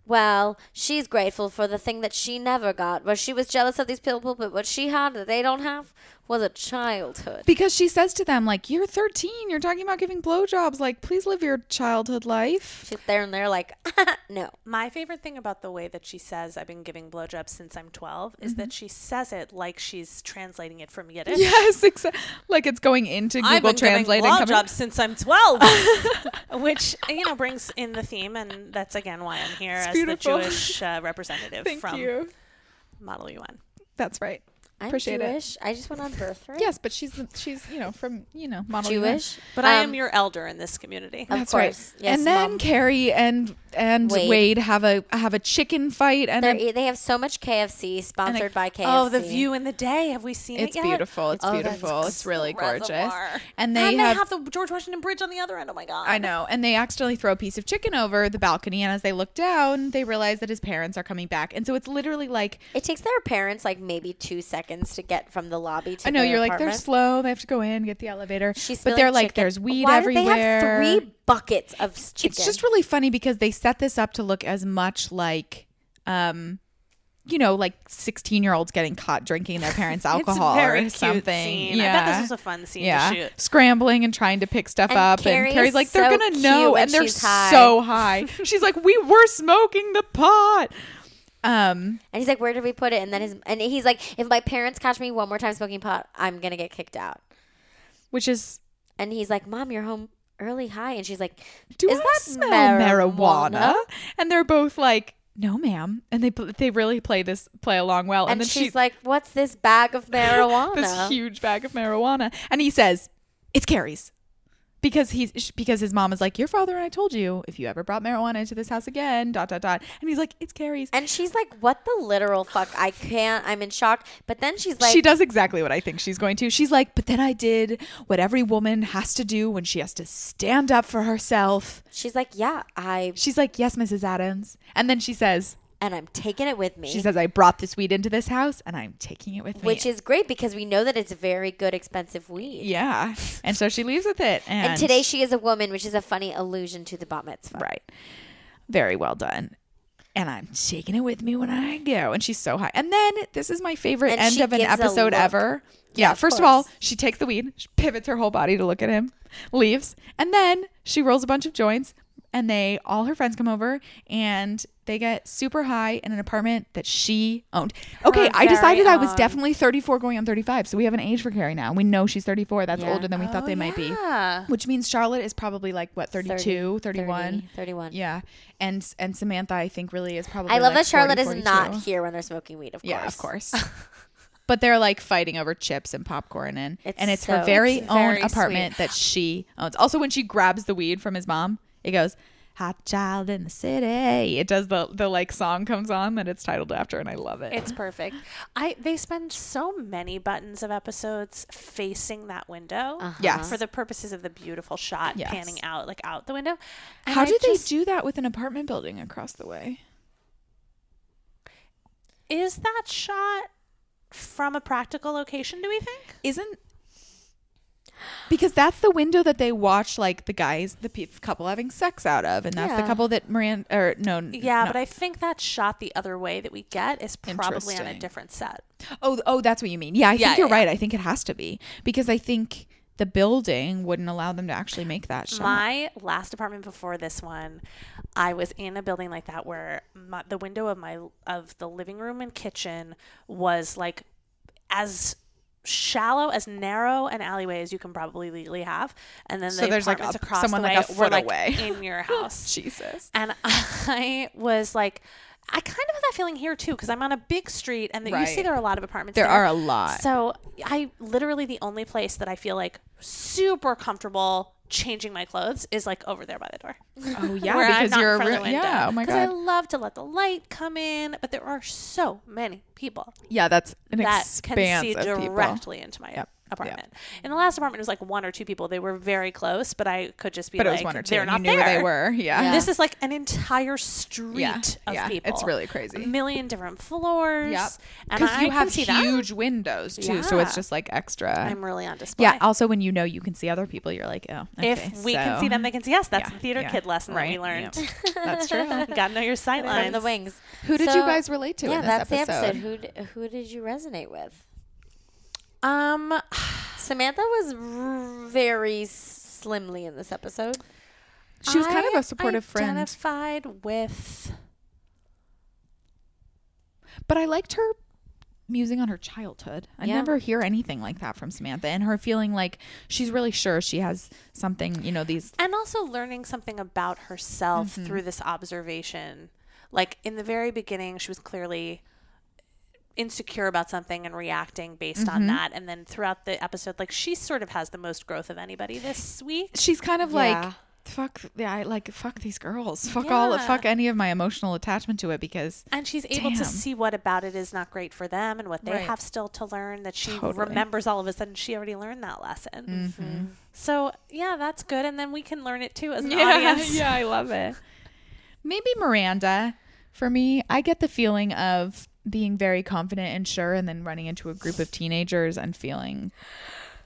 [SPEAKER 3] Well, she's grateful for the thing that she never got, where she was jealous of these people, but what she had that they don't have was a childhood.
[SPEAKER 2] because she says to them, like, you're 13, you're talking about giving blowjobs. Like, please live your childhood life.
[SPEAKER 3] She's there and they're like, *laughs* no.
[SPEAKER 1] My favorite thing about the way that she says "I've been giving blowjobs since I'm 12" is that she says it like she's translating it from *laughs* Yiddish.
[SPEAKER 2] *laughs* Yes, exactly. Like it's going into Google
[SPEAKER 1] I've been
[SPEAKER 2] Translate
[SPEAKER 1] giving
[SPEAKER 2] and coming. *laughs*
[SPEAKER 1] blowjobs since I'm *laughs* 12, which you know brings in the theme, and that's again why I'm here as *laughs*
[SPEAKER 2] beautiful.
[SPEAKER 1] the Jewish uh, representative
[SPEAKER 2] Thank
[SPEAKER 1] from
[SPEAKER 2] you.
[SPEAKER 1] Model UN.
[SPEAKER 2] That's right.
[SPEAKER 3] I'm
[SPEAKER 2] Appreciate it.
[SPEAKER 3] Jewish. I just went on birthright.
[SPEAKER 2] Yes, but she's the- she's you know from you know model UN.
[SPEAKER 3] Jewish.
[SPEAKER 1] But I am
[SPEAKER 3] Um,
[SPEAKER 1] your elder in this community.
[SPEAKER 3] Of
[SPEAKER 2] That's
[SPEAKER 3] course.
[SPEAKER 2] right.
[SPEAKER 3] Yes,
[SPEAKER 2] and then
[SPEAKER 3] Mom.
[SPEAKER 2] Carrie and and
[SPEAKER 3] Wade.
[SPEAKER 2] Wade. have a have a chicken fight and
[SPEAKER 3] They're
[SPEAKER 2] a-
[SPEAKER 3] e- they have so much KFC sponsored by KFC.
[SPEAKER 1] Oh, the view in the day. Have we seen
[SPEAKER 2] it's
[SPEAKER 1] it yet?
[SPEAKER 2] beautiful. It's
[SPEAKER 3] Oh, that's
[SPEAKER 2] beautiful. It's really gorgeous.
[SPEAKER 1] reservoir. And
[SPEAKER 2] And they
[SPEAKER 1] they
[SPEAKER 2] have,
[SPEAKER 1] have the George Washington Bridge on the other end. Oh my god!
[SPEAKER 2] I know. And they accidentally throw a piece of chicken over the balcony and as they look down, they realize that his parents are coming back. And so it's literally like
[SPEAKER 3] It takes their parents like maybe two seconds to get from the lobby to.
[SPEAKER 2] I know
[SPEAKER 3] their
[SPEAKER 2] you're like they're
[SPEAKER 3] apartment.
[SPEAKER 2] slow. They have to go in, get the elevator.
[SPEAKER 3] She's
[SPEAKER 2] but they're
[SPEAKER 3] spilling
[SPEAKER 2] like
[SPEAKER 3] chicken.
[SPEAKER 2] there's weed
[SPEAKER 3] Why did
[SPEAKER 2] everywhere.
[SPEAKER 3] They have three buckets of s- chicken.
[SPEAKER 2] It's just really funny because they set this up to look as much like, um, you know, like sixteen-year-olds getting caught drinking
[SPEAKER 3] *laughs*
[SPEAKER 2] their parents'
[SPEAKER 1] It's a
[SPEAKER 2] alcohol
[SPEAKER 1] very
[SPEAKER 2] or
[SPEAKER 1] cute
[SPEAKER 2] something.
[SPEAKER 1] Scene. I bet this was a fun scene
[SPEAKER 2] yeah,
[SPEAKER 1] to shoot.
[SPEAKER 2] scrambling and trying to pick stuff
[SPEAKER 3] And
[SPEAKER 2] up,
[SPEAKER 3] Carrie
[SPEAKER 2] and
[SPEAKER 3] is
[SPEAKER 2] Carrie's like, "They're
[SPEAKER 3] so
[SPEAKER 2] gonna
[SPEAKER 3] cute
[SPEAKER 2] know,"
[SPEAKER 3] when
[SPEAKER 2] and they're
[SPEAKER 3] she's high. *laughs*
[SPEAKER 2] so high. She's like, "We were smoking the pot." Um,
[SPEAKER 3] and he's like, "Where did we put it?" And then his and he's like, "If my parents catch me one more time smoking pot, I'm gonna get kicked out."
[SPEAKER 2] which is,
[SPEAKER 3] And he's like, "Mom, you're home early high," and she's like,
[SPEAKER 2] do
[SPEAKER 3] "Is
[SPEAKER 2] I
[SPEAKER 3] that
[SPEAKER 2] smell
[SPEAKER 3] marijuana?"
[SPEAKER 2] marijuana? And they're both like, "No, ma'am." And they they really play this play along well.
[SPEAKER 3] And,
[SPEAKER 2] And, then
[SPEAKER 3] she's
[SPEAKER 2] she,
[SPEAKER 3] like, "What's this bag of marijuana?"
[SPEAKER 2] *laughs* this huge bag of marijuana and he says it's carrie's because he's sh- because his mom is like your father and i told you if you ever brought marijuana into this house again dot dot dot and he's like it's carrie's
[SPEAKER 3] and she's like, "What the literal fuck? I can't. I'm in shock." But then she's like,
[SPEAKER 2] she does exactly what I think she's going to. She's like, but then I did what every woman has to do when she has to stand up for herself.
[SPEAKER 3] "She's like, yeah, I
[SPEAKER 2] She's like, yes, Mrs. Adams. And then she says,
[SPEAKER 3] and I'm taking it with me."
[SPEAKER 2] she says, I brought this weed into this house and I'm taking it with me.
[SPEAKER 3] which is great because we know that it's very good, expensive weed.
[SPEAKER 2] yeah. And so she leaves with it. And,
[SPEAKER 3] And today she is a woman, which is a funny allusion to the bat mitzvah.
[SPEAKER 2] Right. Very well done. And I'm taking it with me when I go. And she's so high. And then this is my favorite
[SPEAKER 3] And
[SPEAKER 2] end
[SPEAKER 3] she
[SPEAKER 2] of an
[SPEAKER 3] gives a
[SPEAKER 2] episode
[SPEAKER 3] look.
[SPEAKER 2] ever. Yeah.
[SPEAKER 3] of
[SPEAKER 2] first of all,
[SPEAKER 3] course.
[SPEAKER 2] she takes the weed, she pivots her whole body to look at him, leaves, and then she rolls a bunch of joints. And they, all her friends come over and they get super high in an apartment that she owned. Okay, I decided I was definitely 34 going on 35. So we have an age for Carrie now. We know she's 34. That's older than we thought they might
[SPEAKER 3] Oh,
[SPEAKER 2] be.
[SPEAKER 1] Yeah.
[SPEAKER 2] Which means Charlotte is probably like, what, 32, 31?
[SPEAKER 3] 30, 31.
[SPEAKER 2] Yeah, and and Samantha, I think really is probably.
[SPEAKER 3] I love that
[SPEAKER 2] like
[SPEAKER 3] Charlotte
[SPEAKER 2] 40,
[SPEAKER 3] is not
[SPEAKER 2] 42.
[SPEAKER 3] here when they're smoking weed, of course.
[SPEAKER 2] Yeah, of course.
[SPEAKER 3] *laughs*
[SPEAKER 2] but they're like fighting over chips and popcorn, and
[SPEAKER 3] It's
[SPEAKER 2] and it's
[SPEAKER 3] so-
[SPEAKER 2] her very
[SPEAKER 3] it's
[SPEAKER 2] own
[SPEAKER 3] very
[SPEAKER 2] apartment that she owns. Also, when she grabs the weed from his mom, it goes. Hot child in the city. It does the the like song comes on that it's titled after, and I
[SPEAKER 1] *laughs*
[SPEAKER 2] love it.
[SPEAKER 1] It's perfect. I they spend so many buttons of episodes facing that window.
[SPEAKER 3] Uh-huh.
[SPEAKER 2] Yes.
[SPEAKER 1] For the purposes of the beautiful shot
[SPEAKER 2] Yes.
[SPEAKER 1] panning out like out the window. And
[SPEAKER 2] How
[SPEAKER 1] I
[SPEAKER 2] did
[SPEAKER 1] just-
[SPEAKER 2] they do that with an apartment building across the way?
[SPEAKER 1] Is that shot from a practical location, do we think?
[SPEAKER 2] isn't because that's the window that they watch like the guys the pe- couple having sex out of and that's
[SPEAKER 3] Yeah.
[SPEAKER 2] the couple that Miranda or no n-
[SPEAKER 1] Yeah,
[SPEAKER 2] no.
[SPEAKER 1] but I think that shot the other way that we get is probably on a
[SPEAKER 2] Interesting.
[SPEAKER 1] different set.
[SPEAKER 2] oh th- oh that's what you mean yeah I
[SPEAKER 1] Yeah,
[SPEAKER 2] think you're
[SPEAKER 1] yeah,
[SPEAKER 2] right I think it has to be because I think the building wouldn't allow them to actually make that shot
[SPEAKER 1] My last apartment before this one, I was in a building like that where my, the window of my of the living room and kitchen was like as shallow as narrow an alleyway as you can probably legally have, and then
[SPEAKER 2] So
[SPEAKER 1] the
[SPEAKER 2] there's, like,
[SPEAKER 1] apartments
[SPEAKER 2] a-
[SPEAKER 1] across
[SPEAKER 2] someone,
[SPEAKER 1] the way
[SPEAKER 2] like, a
[SPEAKER 1] were
[SPEAKER 2] foot
[SPEAKER 1] like
[SPEAKER 2] away.
[SPEAKER 1] in your
[SPEAKER 2] *laughs*
[SPEAKER 1] house. *laughs*
[SPEAKER 2] Jesus
[SPEAKER 1] and I was like. I kind of have that feeling here too because I'm on a big street and that you see
[SPEAKER 2] Right.
[SPEAKER 1] there are a lot of apartments.
[SPEAKER 2] There are a lot.
[SPEAKER 1] So I literally the only place that I feel like super comfortable changing my clothes is like over there by the door.
[SPEAKER 2] oh yeah
[SPEAKER 1] Where I'm
[SPEAKER 2] because
[SPEAKER 1] not in
[SPEAKER 2] you're
[SPEAKER 1] front
[SPEAKER 2] a
[SPEAKER 1] of
[SPEAKER 2] real-
[SPEAKER 1] the window.
[SPEAKER 2] yeah oh my
[SPEAKER 1] 'Cause
[SPEAKER 2] god
[SPEAKER 1] I love to let the light come in, but there are so many people
[SPEAKER 2] yeah that's an
[SPEAKER 1] that can see
[SPEAKER 2] expanse of people
[SPEAKER 1] directly into my
[SPEAKER 2] Yep,
[SPEAKER 1] apartment. In the last apartment, it was like one or two people. They were very close, but I could just be
[SPEAKER 2] but it
[SPEAKER 1] like,
[SPEAKER 2] was one or two
[SPEAKER 1] they're
[SPEAKER 2] and you
[SPEAKER 1] not
[SPEAKER 2] knew
[SPEAKER 1] there.
[SPEAKER 2] where they were yeah,
[SPEAKER 1] This is like an entire street
[SPEAKER 2] Yeah,
[SPEAKER 1] of
[SPEAKER 2] yeah,
[SPEAKER 1] people.
[SPEAKER 2] it's really
[SPEAKER 1] A
[SPEAKER 2] crazy
[SPEAKER 1] million different floors.
[SPEAKER 2] Yep.
[SPEAKER 1] And I
[SPEAKER 2] because you
[SPEAKER 1] can
[SPEAKER 2] have
[SPEAKER 1] see that.
[SPEAKER 2] huge windows too, so
[SPEAKER 1] Yeah.
[SPEAKER 2] it's just like extra.
[SPEAKER 1] I'm really on display.
[SPEAKER 2] yeah. Also, when you know you can see other people, you're like, oh, okay,
[SPEAKER 1] if we can see them, they can see us. That's the theater kid lesson that we learned. *laughs*
[SPEAKER 2] That's true.
[SPEAKER 1] Gotta know your sight
[SPEAKER 3] From
[SPEAKER 1] lines.
[SPEAKER 3] the wings.
[SPEAKER 2] Who did you guys relate to
[SPEAKER 3] Yeah,
[SPEAKER 2] in this
[SPEAKER 3] that's
[SPEAKER 2] episode?
[SPEAKER 3] the episode. Who d- who did you resonate with?
[SPEAKER 1] Um,
[SPEAKER 3] Samantha was r- very slimly in this episode.
[SPEAKER 2] She was kind of
[SPEAKER 1] I
[SPEAKER 2] a supportive friend,
[SPEAKER 1] Identified with.
[SPEAKER 2] but I liked her musing on her childhood. I
[SPEAKER 3] Yeah.
[SPEAKER 2] never hear anything like that from Samantha, and her feeling like she's really sure she has something. You know, these
[SPEAKER 1] and also learning something about herself
[SPEAKER 2] Mm-hmm.
[SPEAKER 1] through this observation. Like in the very beginning, she was clearly insecure about something and reacting based
[SPEAKER 2] Mm-hmm.
[SPEAKER 1] on that and then throughout the episode like she sort of has the most growth of anybody this week
[SPEAKER 2] she's kind of
[SPEAKER 3] Yeah.
[SPEAKER 2] like fuck yeah I like fuck these girls fuck all
[SPEAKER 1] Yeah.
[SPEAKER 2] fuck any of my emotional attachment to it because
[SPEAKER 1] and she's able to
[SPEAKER 2] Damn.
[SPEAKER 1] see what about it is not great for them and what they
[SPEAKER 2] Right.
[SPEAKER 1] have still to learn that she
[SPEAKER 2] Totally. Mm-hmm.
[SPEAKER 1] remembers all of a sudden she already learned that lesson so yeah that's good and then we can learn it too as an audience
[SPEAKER 2] *laughs* yeah i love it maybe miranda for me i get the feeling of being very confident and sure and then running into a group of teenagers and feeling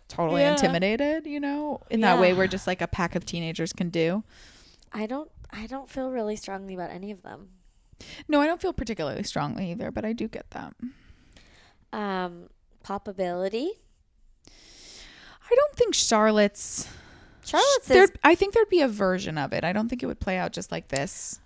[SPEAKER 2] totally intimidated you know in that way where just like a pack of teenagers can do
[SPEAKER 3] I don't. I don't feel really strongly about any of them.
[SPEAKER 2] no i don't feel particularly strongly either but i do get that
[SPEAKER 3] Um, popability.
[SPEAKER 2] i don't think charlotte's
[SPEAKER 3] Charlotte's
[SPEAKER 2] there
[SPEAKER 3] is
[SPEAKER 2] i think there'd be a version of it i don't think it would play out just like this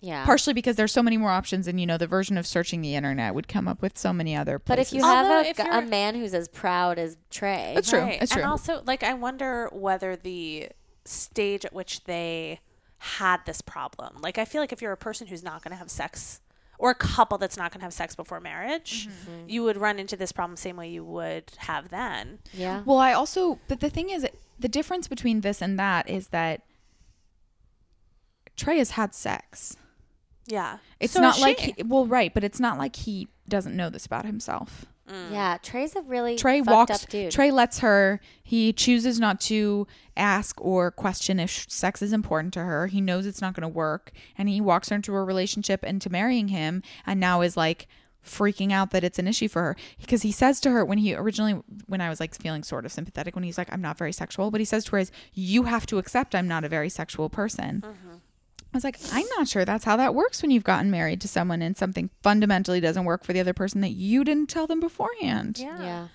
[SPEAKER 3] yeah.
[SPEAKER 2] partially because there's so many more options and you know the version of searching the internet would come up with so many other
[SPEAKER 3] But
[SPEAKER 2] places
[SPEAKER 3] if you
[SPEAKER 1] Although
[SPEAKER 3] have a,
[SPEAKER 1] if
[SPEAKER 3] g- a
[SPEAKER 1] you're-
[SPEAKER 3] man who's as proud as Trey,
[SPEAKER 2] That's true.
[SPEAKER 1] Right.
[SPEAKER 2] That's true.
[SPEAKER 1] And also, like, I wonder whether the stage at which they had this problem, like, I feel like if you're a person who's not going to have sex or a couple that's not going to have sex before marriage,
[SPEAKER 2] Mm-hmm.
[SPEAKER 1] you would run into this problem same way you would have then.
[SPEAKER 3] yeah,
[SPEAKER 2] well, I also but the thing is the difference between this and that is that Trey has had sex.
[SPEAKER 1] Yeah.
[SPEAKER 2] It's
[SPEAKER 1] So
[SPEAKER 2] not
[SPEAKER 1] is
[SPEAKER 2] like
[SPEAKER 1] she.
[SPEAKER 2] he, well, right, but it's not like he doesn't know this about himself.
[SPEAKER 1] Mm.
[SPEAKER 3] yeah. Trey's a really
[SPEAKER 2] Trey
[SPEAKER 3] fucked
[SPEAKER 2] walks.
[SPEAKER 3] up dude.
[SPEAKER 2] Trey lets her. He chooses not to ask or question if sh- sex is important to her. He knows it's not going to work, and he walks her into a relationship and to marrying him, and now is like freaking out that it's an issue for her because he says to her when he originally when I was like feeling sort of sympathetic when he's like I'm not very sexual but he says to her is you have to accept I'm not a very sexual person
[SPEAKER 3] Mm-hmm.
[SPEAKER 2] I was like, I'm not sure that's how that works when you've gotten married to someone and something fundamentally doesn't work for the other person that you didn't tell them beforehand.
[SPEAKER 3] yeah,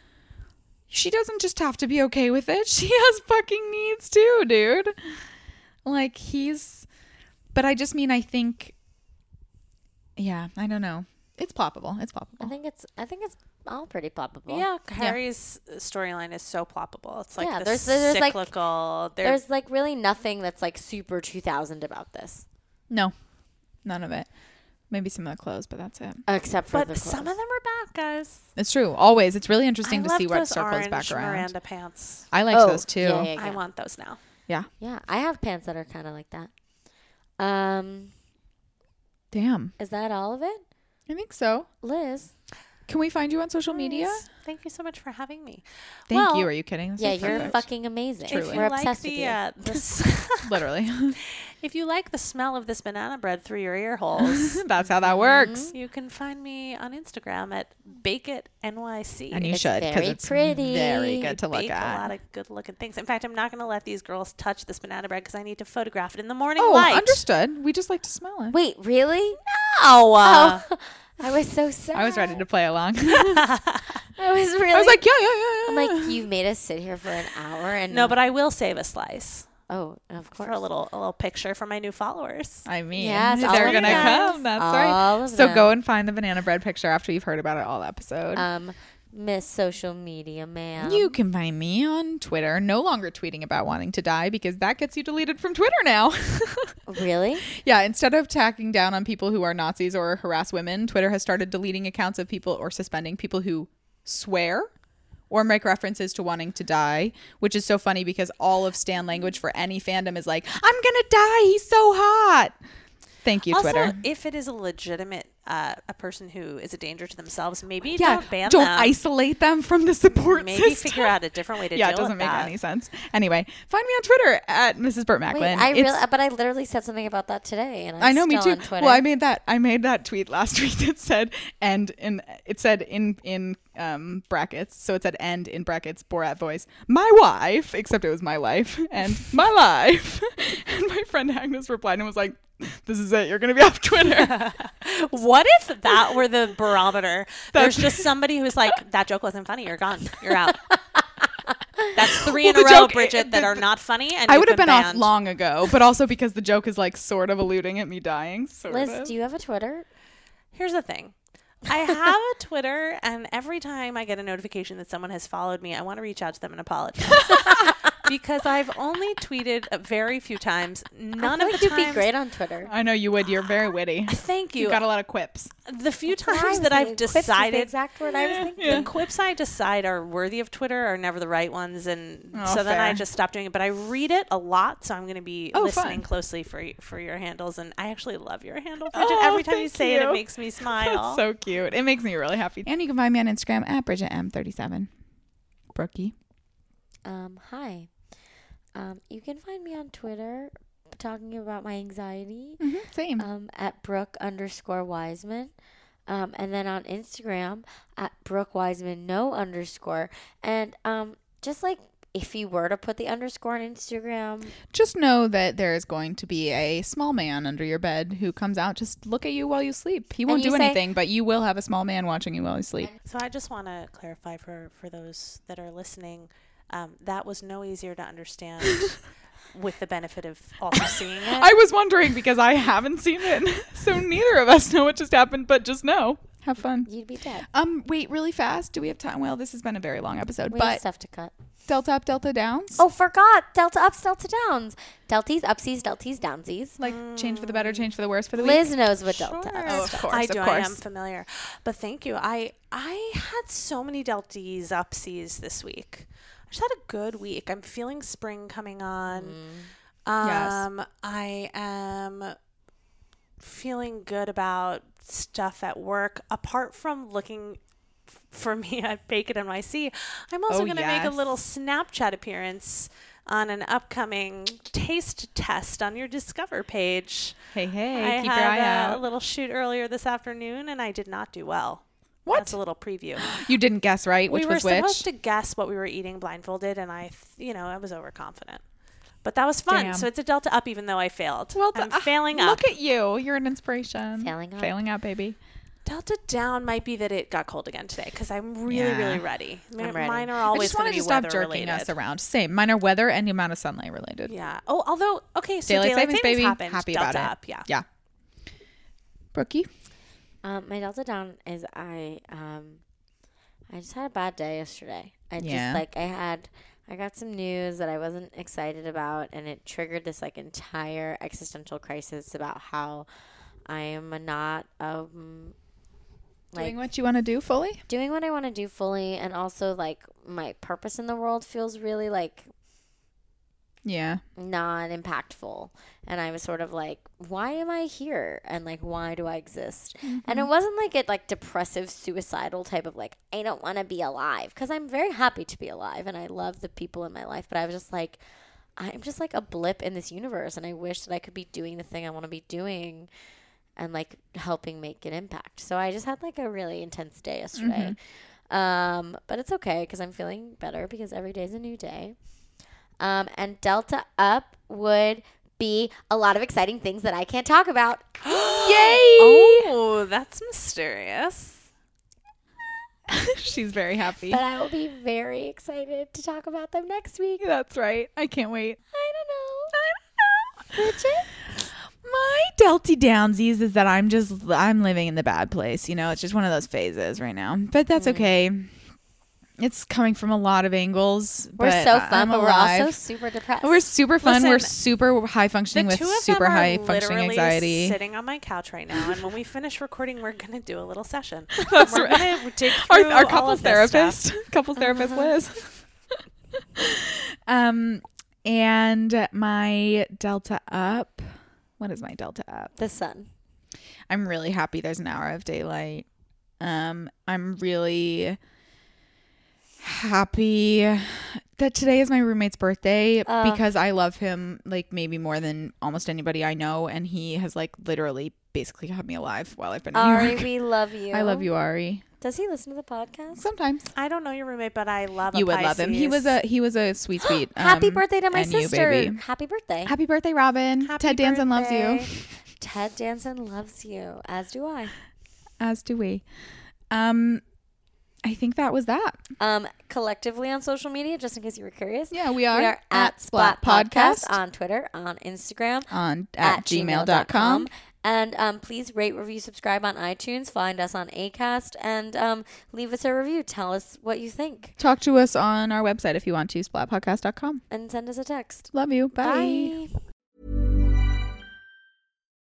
[SPEAKER 2] She doesn't just have to be okay with it. *laughs* She has fucking needs too, dude. Like he's but I just mean I think yeah, I don't know. It's ploppable. It's
[SPEAKER 3] I
[SPEAKER 2] ploppable.
[SPEAKER 3] think it's I think it's all pretty palpable.
[SPEAKER 1] Yeah, Carrie's storyline is so ploppable. It's like
[SPEAKER 3] Yeah,
[SPEAKER 1] this
[SPEAKER 3] there's- there's, like-
[SPEAKER 1] cyclical. there-
[SPEAKER 3] there's like really nothing that's like super 2000 about this,
[SPEAKER 2] No. None of it. Maybe some of the clothes, but that's it.
[SPEAKER 3] except for
[SPEAKER 1] but
[SPEAKER 3] the
[SPEAKER 1] some of
[SPEAKER 3] clothes.
[SPEAKER 1] them are back, guys.
[SPEAKER 2] It's true. Always. It's really
[SPEAKER 1] I
[SPEAKER 2] interesting to
[SPEAKER 1] love
[SPEAKER 2] see what
[SPEAKER 1] those
[SPEAKER 2] circles
[SPEAKER 1] orange
[SPEAKER 2] back around.
[SPEAKER 1] Miranda pants.
[SPEAKER 2] I like
[SPEAKER 3] Oh,
[SPEAKER 2] those too.
[SPEAKER 3] Yeah, yeah, yeah.
[SPEAKER 1] I want those now.
[SPEAKER 2] yeah.
[SPEAKER 3] Yeah, I have pants that are kind of like that. Um,
[SPEAKER 2] Damn.
[SPEAKER 3] is that all of it,
[SPEAKER 2] I think so.
[SPEAKER 3] Liz?
[SPEAKER 2] Can we find you on social media?
[SPEAKER 1] Nice. Thank you so much for having me.
[SPEAKER 2] Thank
[SPEAKER 1] Well,
[SPEAKER 2] you. Are you kidding? This
[SPEAKER 3] yeah,
[SPEAKER 2] is
[SPEAKER 3] you're
[SPEAKER 2] perfect.
[SPEAKER 3] fucking amazing.
[SPEAKER 1] If you
[SPEAKER 3] We're
[SPEAKER 1] like
[SPEAKER 3] obsessed
[SPEAKER 1] the,
[SPEAKER 3] with you.
[SPEAKER 1] Uh, the s-
[SPEAKER 2] *laughs* literally. *laughs*
[SPEAKER 1] if you like the smell of this banana bread through your ear holes,
[SPEAKER 2] That's how that works.
[SPEAKER 1] you can find me on Instagram at Bake It NYC.
[SPEAKER 2] And you
[SPEAKER 3] It's
[SPEAKER 2] should
[SPEAKER 3] very
[SPEAKER 2] because it's
[SPEAKER 3] pretty.
[SPEAKER 2] very good to look
[SPEAKER 1] bake a lot
[SPEAKER 2] at.
[SPEAKER 1] of good looking things. In fact, I'm not going to let these girls touch this banana bread because I need to photograph it in the morning
[SPEAKER 2] Oh,
[SPEAKER 1] light.
[SPEAKER 2] understood. We just like to smell it.
[SPEAKER 3] Wait, really?
[SPEAKER 1] Oh, uh,
[SPEAKER 3] Oh, I was so sad.
[SPEAKER 2] I was ready to play along.
[SPEAKER 3] I was really.
[SPEAKER 2] *laughs* I was like, yeah, yeah,
[SPEAKER 3] I'm
[SPEAKER 1] *laughs*
[SPEAKER 2] yeah. yeah.
[SPEAKER 3] like, you made us sit here for an hour and
[SPEAKER 1] no, but I will save a slice
[SPEAKER 3] oh, of course,
[SPEAKER 1] for a little a little picture for my new followers.
[SPEAKER 2] I mean,
[SPEAKER 3] Yes, all
[SPEAKER 2] they're
[SPEAKER 3] of
[SPEAKER 2] gonna
[SPEAKER 3] them.
[SPEAKER 2] come. That's
[SPEAKER 3] All
[SPEAKER 2] right.
[SPEAKER 3] of
[SPEAKER 2] So
[SPEAKER 3] them.
[SPEAKER 2] go and find the banana bread picture after you've heard about it all episode.
[SPEAKER 3] um, Miss Social Media Man.
[SPEAKER 2] you can find me on Twitter. No longer tweeting about wanting to die because that gets you deleted from Twitter now. *laughs*
[SPEAKER 1] *laughs*
[SPEAKER 3] really?
[SPEAKER 2] Yeah, instead of tacking down on people who are Nazis or harass women, Twitter has started deleting accounts of people or suspending people who swear or make references to wanting to die, which is so funny because all of Stan language for any fandom is like, I'm going to die. He's so hot. Thank you,
[SPEAKER 1] also,
[SPEAKER 2] Twitter.
[SPEAKER 1] if it is a legitimate uh, a person who is a danger to themselves, maybe
[SPEAKER 2] Yeah,
[SPEAKER 1] don't ban
[SPEAKER 2] don't
[SPEAKER 1] them.
[SPEAKER 2] isolate them from the support
[SPEAKER 1] Maybe
[SPEAKER 2] system.
[SPEAKER 1] figure out a different way to
[SPEAKER 2] yeah,
[SPEAKER 1] deal
[SPEAKER 2] it doesn't
[SPEAKER 1] with
[SPEAKER 2] make
[SPEAKER 1] that.
[SPEAKER 2] any sense. Anyway, find me on Twitter at Mrs. Burt
[SPEAKER 3] Wait,
[SPEAKER 2] Macklin.
[SPEAKER 3] I
[SPEAKER 2] It's-
[SPEAKER 3] real, but I literally said something about that today, and I'm
[SPEAKER 2] I know, me
[SPEAKER 3] still
[SPEAKER 2] too.
[SPEAKER 3] On Twitter.
[SPEAKER 2] Well, I made that I made that tweet last *laughs* week that said and in it said in in um brackets, so it said end in brackets Borat voice. My wife, except it was my life *laughs* and my life. *laughs* and my friend Agnes replied and was like, "This is it. You're gonna be
[SPEAKER 3] *laughs*
[SPEAKER 2] off Twitter." *laughs*
[SPEAKER 1] What if that were the
[SPEAKER 3] *laughs*
[SPEAKER 1] barometer? There's just somebody who's like, that joke wasn't funny. You're gone. You're out. That's
[SPEAKER 3] *laughs*
[SPEAKER 1] three
[SPEAKER 2] Well,
[SPEAKER 1] in a
[SPEAKER 2] the
[SPEAKER 1] row,
[SPEAKER 2] joke-
[SPEAKER 1] Bridget,
[SPEAKER 2] the-
[SPEAKER 1] that are not funny. And
[SPEAKER 2] I
[SPEAKER 1] you've
[SPEAKER 2] would have been off
[SPEAKER 1] banned.
[SPEAKER 2] long ago, but also because the joke is like sort of alluding at me dying. Sort
[SPEAKER 3] Liz,
[SPEAKER 2] of.
[SPEAKER 3] do you have a Twitter?
[SPEAKER 1] Here's the thing. I have a Twitter, and every time I get a notification that someone has followed me, I want to reach out to them and apologize. *laughs* because I've only tweeted a very few times. None
[SPEAKER 3] I
[SPEAKER 1] of
[SPEAKER 3] feel like
[SPEAKER 1] the
[SPEAKER 3] you'd
[SPEAKER 1] times.
[SPEAKER 3] be great on Twitter.
[SPEAKER 2] I know you would. You're
[SPEAKER 3] *laughs*
[SPEAKER 2] very witty.
[SPEAKER 1] Thank you.
[SPEAKER 2] You got a lot of quips.
[SPEAKER 1] the few
[SPEAKER 3] I was
[SPEAKER 1] *laughs* times that I've
[SPEAKER 3] thinking quips is the
[SPEAKER 1] decided
[SPEAKER 3] exact word I was
[SPEAKER 1] *laughs*
[SPEAKER 3] thinking.
[SPEAKER 1] the quips I decide are worthy of Twitter are never the right ones, and
[SPEAKER 2] Oh,
[SPEAKER 1] so then I
[SPEAKER 2] fair.
[SPEAKER 1] just stopped doing it. But I read it a lot, so I'm going to be
[SPEAKER 2] Oh,
[SPEAKER 1] listening
[SPEAKER 2] fun.
[SPEAKER 1] closely for y- for your handles. And I actually love your handle, Bridget. Every time you
[SPEAKER 2] Oh, thank
[SPEAKER 1] say it, it
[SPEAKER 2] you.
[SPEAKER 1] makes me smile.
[SPEAKER 2] *laughs* That's so cute. It makes me really happy.
[SPEAKER 4] And you can find me on Instagram at Bridget M37. Brookie.
[SPEAKER 3] Um, hi. Um, you can find me on Twitter talking about my anxiety
[SPEAKER 4] Same.
[SPEAKER 2] Uh,
[SPEAKER 3] um, at Brooke underscore Wiseman. Um, and then on Instagram at Brooke Wiseman, no underscore. And um, just like if you were to put the underscore on Instagram,
[SPEAKER 4] Just know that there is going to be a small man under your bed who comes out just look at you while you sleep. He won't
[SPEAKER 3] you
[SPEAKER 4] do
[SPEAKER 3] say-
[SPEAKER 4] anything, but you will have a small man watching you while you sleep.
[SPEAKER 1] So I just want to clarify for for those that are listening, um, that was no easier to
[SPEAKER 2] *laughs*
[SPEAKER 1] understand with the benefit of also seeing it.
[SPEAKER 2] I was wondering because I haven't seen it, *laughs* so neither of us know what just happened. But just know.
[SPEAKER 4] Have fun.
[SPEAKER 3] you'd be dead.
[SPEAKER 2] Um, wait, really fast. Do we have time? Well, this has been a very long episode,
[SPEAKER 3] We have
[SPEAKER 2] but
[SPEAKER 3] stuff to cut.
[SPEAKER 2] delta up, delta downs.
[SPEAKER 3] Oh, forgot. Delta ups, delta downs. Delties, upsies, delties, downsies.
[SPEAKER 2] like change for the better, change for the worse for the week.
[SPEAKER 3] Liz knows what delta
[SPEAKER 1] Sure.
[SPEAKER 3] ups.
[SPEAKER 2] Oh, of course,
[SPEAKER 1] I
[SPEAKER 2] of
[SPEAKER 1] do. I am
[SPEAKER 2] course.
[SPEAKER 1] familiar. But thank you. I I had so many delties, upsies this week. I just had a good week. I'm feeling spring coming on.
[SPEAKER 2] Mm. Yes.
[SPEAKER 1] Um, I am feeling good about stuff at work. Apart from looking f- for *laughs* me at Bacon NYC, I'm also
[SPEAKER 2] Oh,
[SPEAKER 1] going to make a
[SPEAKER 2] yes.
[SPEAKER 1] little Snapchat appearance on an upcoming taste test on your Discover page.
[SPEAKER 2] Hey, hey,
[SPEAKER 1] I
[SPEAKER 2] keep your
[SPEAKER 1] had
[SPEAKER 2] eye
[SPEAKER 1] uh, a
[SPEAKER 2] out.
[SPEAKER 1] little shoot earlier this afternoon, and I did not do well.
[SPEAKER 2] What?
[SPEAKER 1] That's a little
[SPEAKER 2] *gasps*
[SPEAKER 1] preview.
[SPEAKER 2] You didn't guess right, which
[SPEAKER 1] we were
[SPEAKER 2] was which.
[SPEAKER 1] supposed to guess what we were eating blindfolded, and I, th- you know, I was overconfident. But that was fun.
[SPEAKER 2] Damn.
[SPEAKER 1] So it's a delta up, even though I failed.
[SPEAKER 2] Well,
[SPEAKER 1] I'm
[SPEAKER 2] d- ah,
[SPEAKER 1] failing up.
[SPEAKER 2] Look at you. You're an inspiration.
[SPEAKER 3] Failing up.
[SPEAKER 2] Failing up, baby.
[SPEAKER 1] delta down might be that it got cold again today because I'm really,
[SPEAKER 2] Yeah.
[SPEAKER 1] really ready. Mi-
[SPEAKER 3] I'm ready.
[SPEAKER 1] Mine are
[SPEAKER 2] I
[SPEAKER 1] always
[SPEAKER 2] just
[SPEAKER 1] going
[SPEAKER 2] wanted
[SPEAKER 1] to be
[SPEAKER 2] to stop
[SPEAKER 1] weather
[SPEAKER 2] jerking
[SPEAKER 1] related.
[SPEAKER 2] us around. Same. Mine are weather and the amount of sunlight related.
[SPEAKER 1] Yeah. Oh, although okay, so
[SPEAKER 2] Daylight,
[SPEAKER 1] daylight,
[SPEAKER 2] savings, baby.
[SPEAKER 1] happened.
[SPEAKER 2] Happy
[SPEAKER 1] delta
[SPEAKER 2] about it.
[SPEAKER 1] up. Yeah.
[SPEAKER 2] Yeah. Brookie.
[SPEAKER 3] Um, my delta down is I um, I just had a bad day yesterday. I
[SPEAKER 2] Yeah.
[SPEAKER 3] just like I had I got some news that I wasn't excited about, and it triggered this like entire existential crisis about how I am a not um like
[SPEAKER 2] Doing what you want to do fully?
[SPEAKER 3] doing what I want to do fully, and also like my purpose in the world feels really like
[SPEAKER 2] Yeah. *laughs*
[SPEAKER 3] not impactful and i was sort of like why am i here and like why do i exist and it wasn't like a like depressive suicidal type of like i don't want to be alive because i'm very happy to be alive and i love the people in my life but i was just like i'm just like a blip in this universe and i wish that i could be doing the thing i want to be doing and like helping make an impact so i just had like a really intense day yesterday um but it's okay because i'm feeling better because every day is a new day um, and Delta Up would be a lot of exciting things that I can't talk about.
[SPEAKER 1] Oh, that's mysterious.
[SPEAKER 2] She's very happy.
[SPEAKER 3] But I will be very excited to talk about them next week.
[SPEAKER 2] That's right. I can't wait.
[SPEAKER 3] I don't know.
[SPEAKER 2] My delty downsies is that I'm just I'm living in the bad place. You know, it's just one of those phases right now. But
[SPEAKER 3] Mm.
[SPEAKER 2] that's okay. It's coming from a lot of angles.
[SPEAKER 3] We're
[SPEAKER 2] but
[SPEAKER 3] so
[SPEAKER 2] I'm
[SPEAKER 3] fun, but we're also
[SPEAKER 2] alive.
[SPEAKER 3] super depressed.
[SPEAKER 2] we're super fun. we're
[SPEAKER 1] Listen,
[SPEAKER 2] super high functioning with super high functioning
[SPEAKER 1] literally
[SPEAKER 2] anxiety.
[SPEAKER 1] sitting on my couch right now, and when we finish recording, we're gonna do a little
[SPEAKER 2] *laughs*
[SPEAKER 1] session. That's we're
[SPEAKER 2] right.
[SPEAKER 1] gonna dig
[SPEAKER 2] *laughs* our,
[SPEAKER 1] through
[SPEAKER 2] our
[SPEAKER 1] all
[SPEAKER 2] couples
[SPEAKER 1] of this stuff.
[SPEAKER 2] therapist, *laughs* couples therapist Liz. Uh-huh. *laughs* um, and my delta up. What is my delta up?
[SPEAKER 3] the sun.
[SPEAKER 2] I'm really happy there's an hour of daylight. Um, I'm really happy that today is my roommate's birthday because I love him like maybe more than almost anybody I know, and he has like literally basically kept me alive while I've been in New
[SPEAKER 3] Ari,
[SPEAKER 2] York. *laughs*
[SPEAKER 3] we love you.
[SPEAKER 2] I love you, Ari.
[SPEAKER 3] Does he listen to the podcast?
[SPEAKER 2] Sometimes
[SPEAKER 1] I don't know your roommate, but I love.
[SPEAKER 2] you
[SPEAKER 1] a
[SPEAKER 2] would love him. He was a
[SPEAKER 1] Pisces.
[SPEAKER 2] he was
[SPEAKER 3] *gasps*
[SPEAKER 2] a sweet *gasps* sweet.
[SPEAKER 3] Happy
[SPEAKER 2] um,
[SPEAKER 3] birthday to my
[SPEAKER 2] NU
[SPEAKER 3] sister.
[SPEAKER 2] baby.
[SPEAKER 3] Happy birthday.
[SPEAKER 2] Happy birthday, Robin. Ted Danson loves you.
[SPEAKER 3] Birthday. Ted Danson loves you, as do I.
[SPEAKER 2] As do we. Um, I think that was that.
[SPEAKER 3] Um, collectively on social media, just in case you were curious.
[SPEAKER 2] Yeah, we are
[SPEAKER 3] We are at Splat Podcast on Twitter, on Instagram,
[SPEAKER 2] on at, gmail.com.
[SPEAKER 3] And um, please rate, review, subscribe on iTunes. Find us on Acast and um, leave us a review. Tell us what you think
[SPEAKER 5] Talk to us on our website if you want to, splatpodcast.com.
[SPEAKER 3] and send us a text.
[SPEAKER 5] Love you. Bye.
[SPEAKER 3] Bye.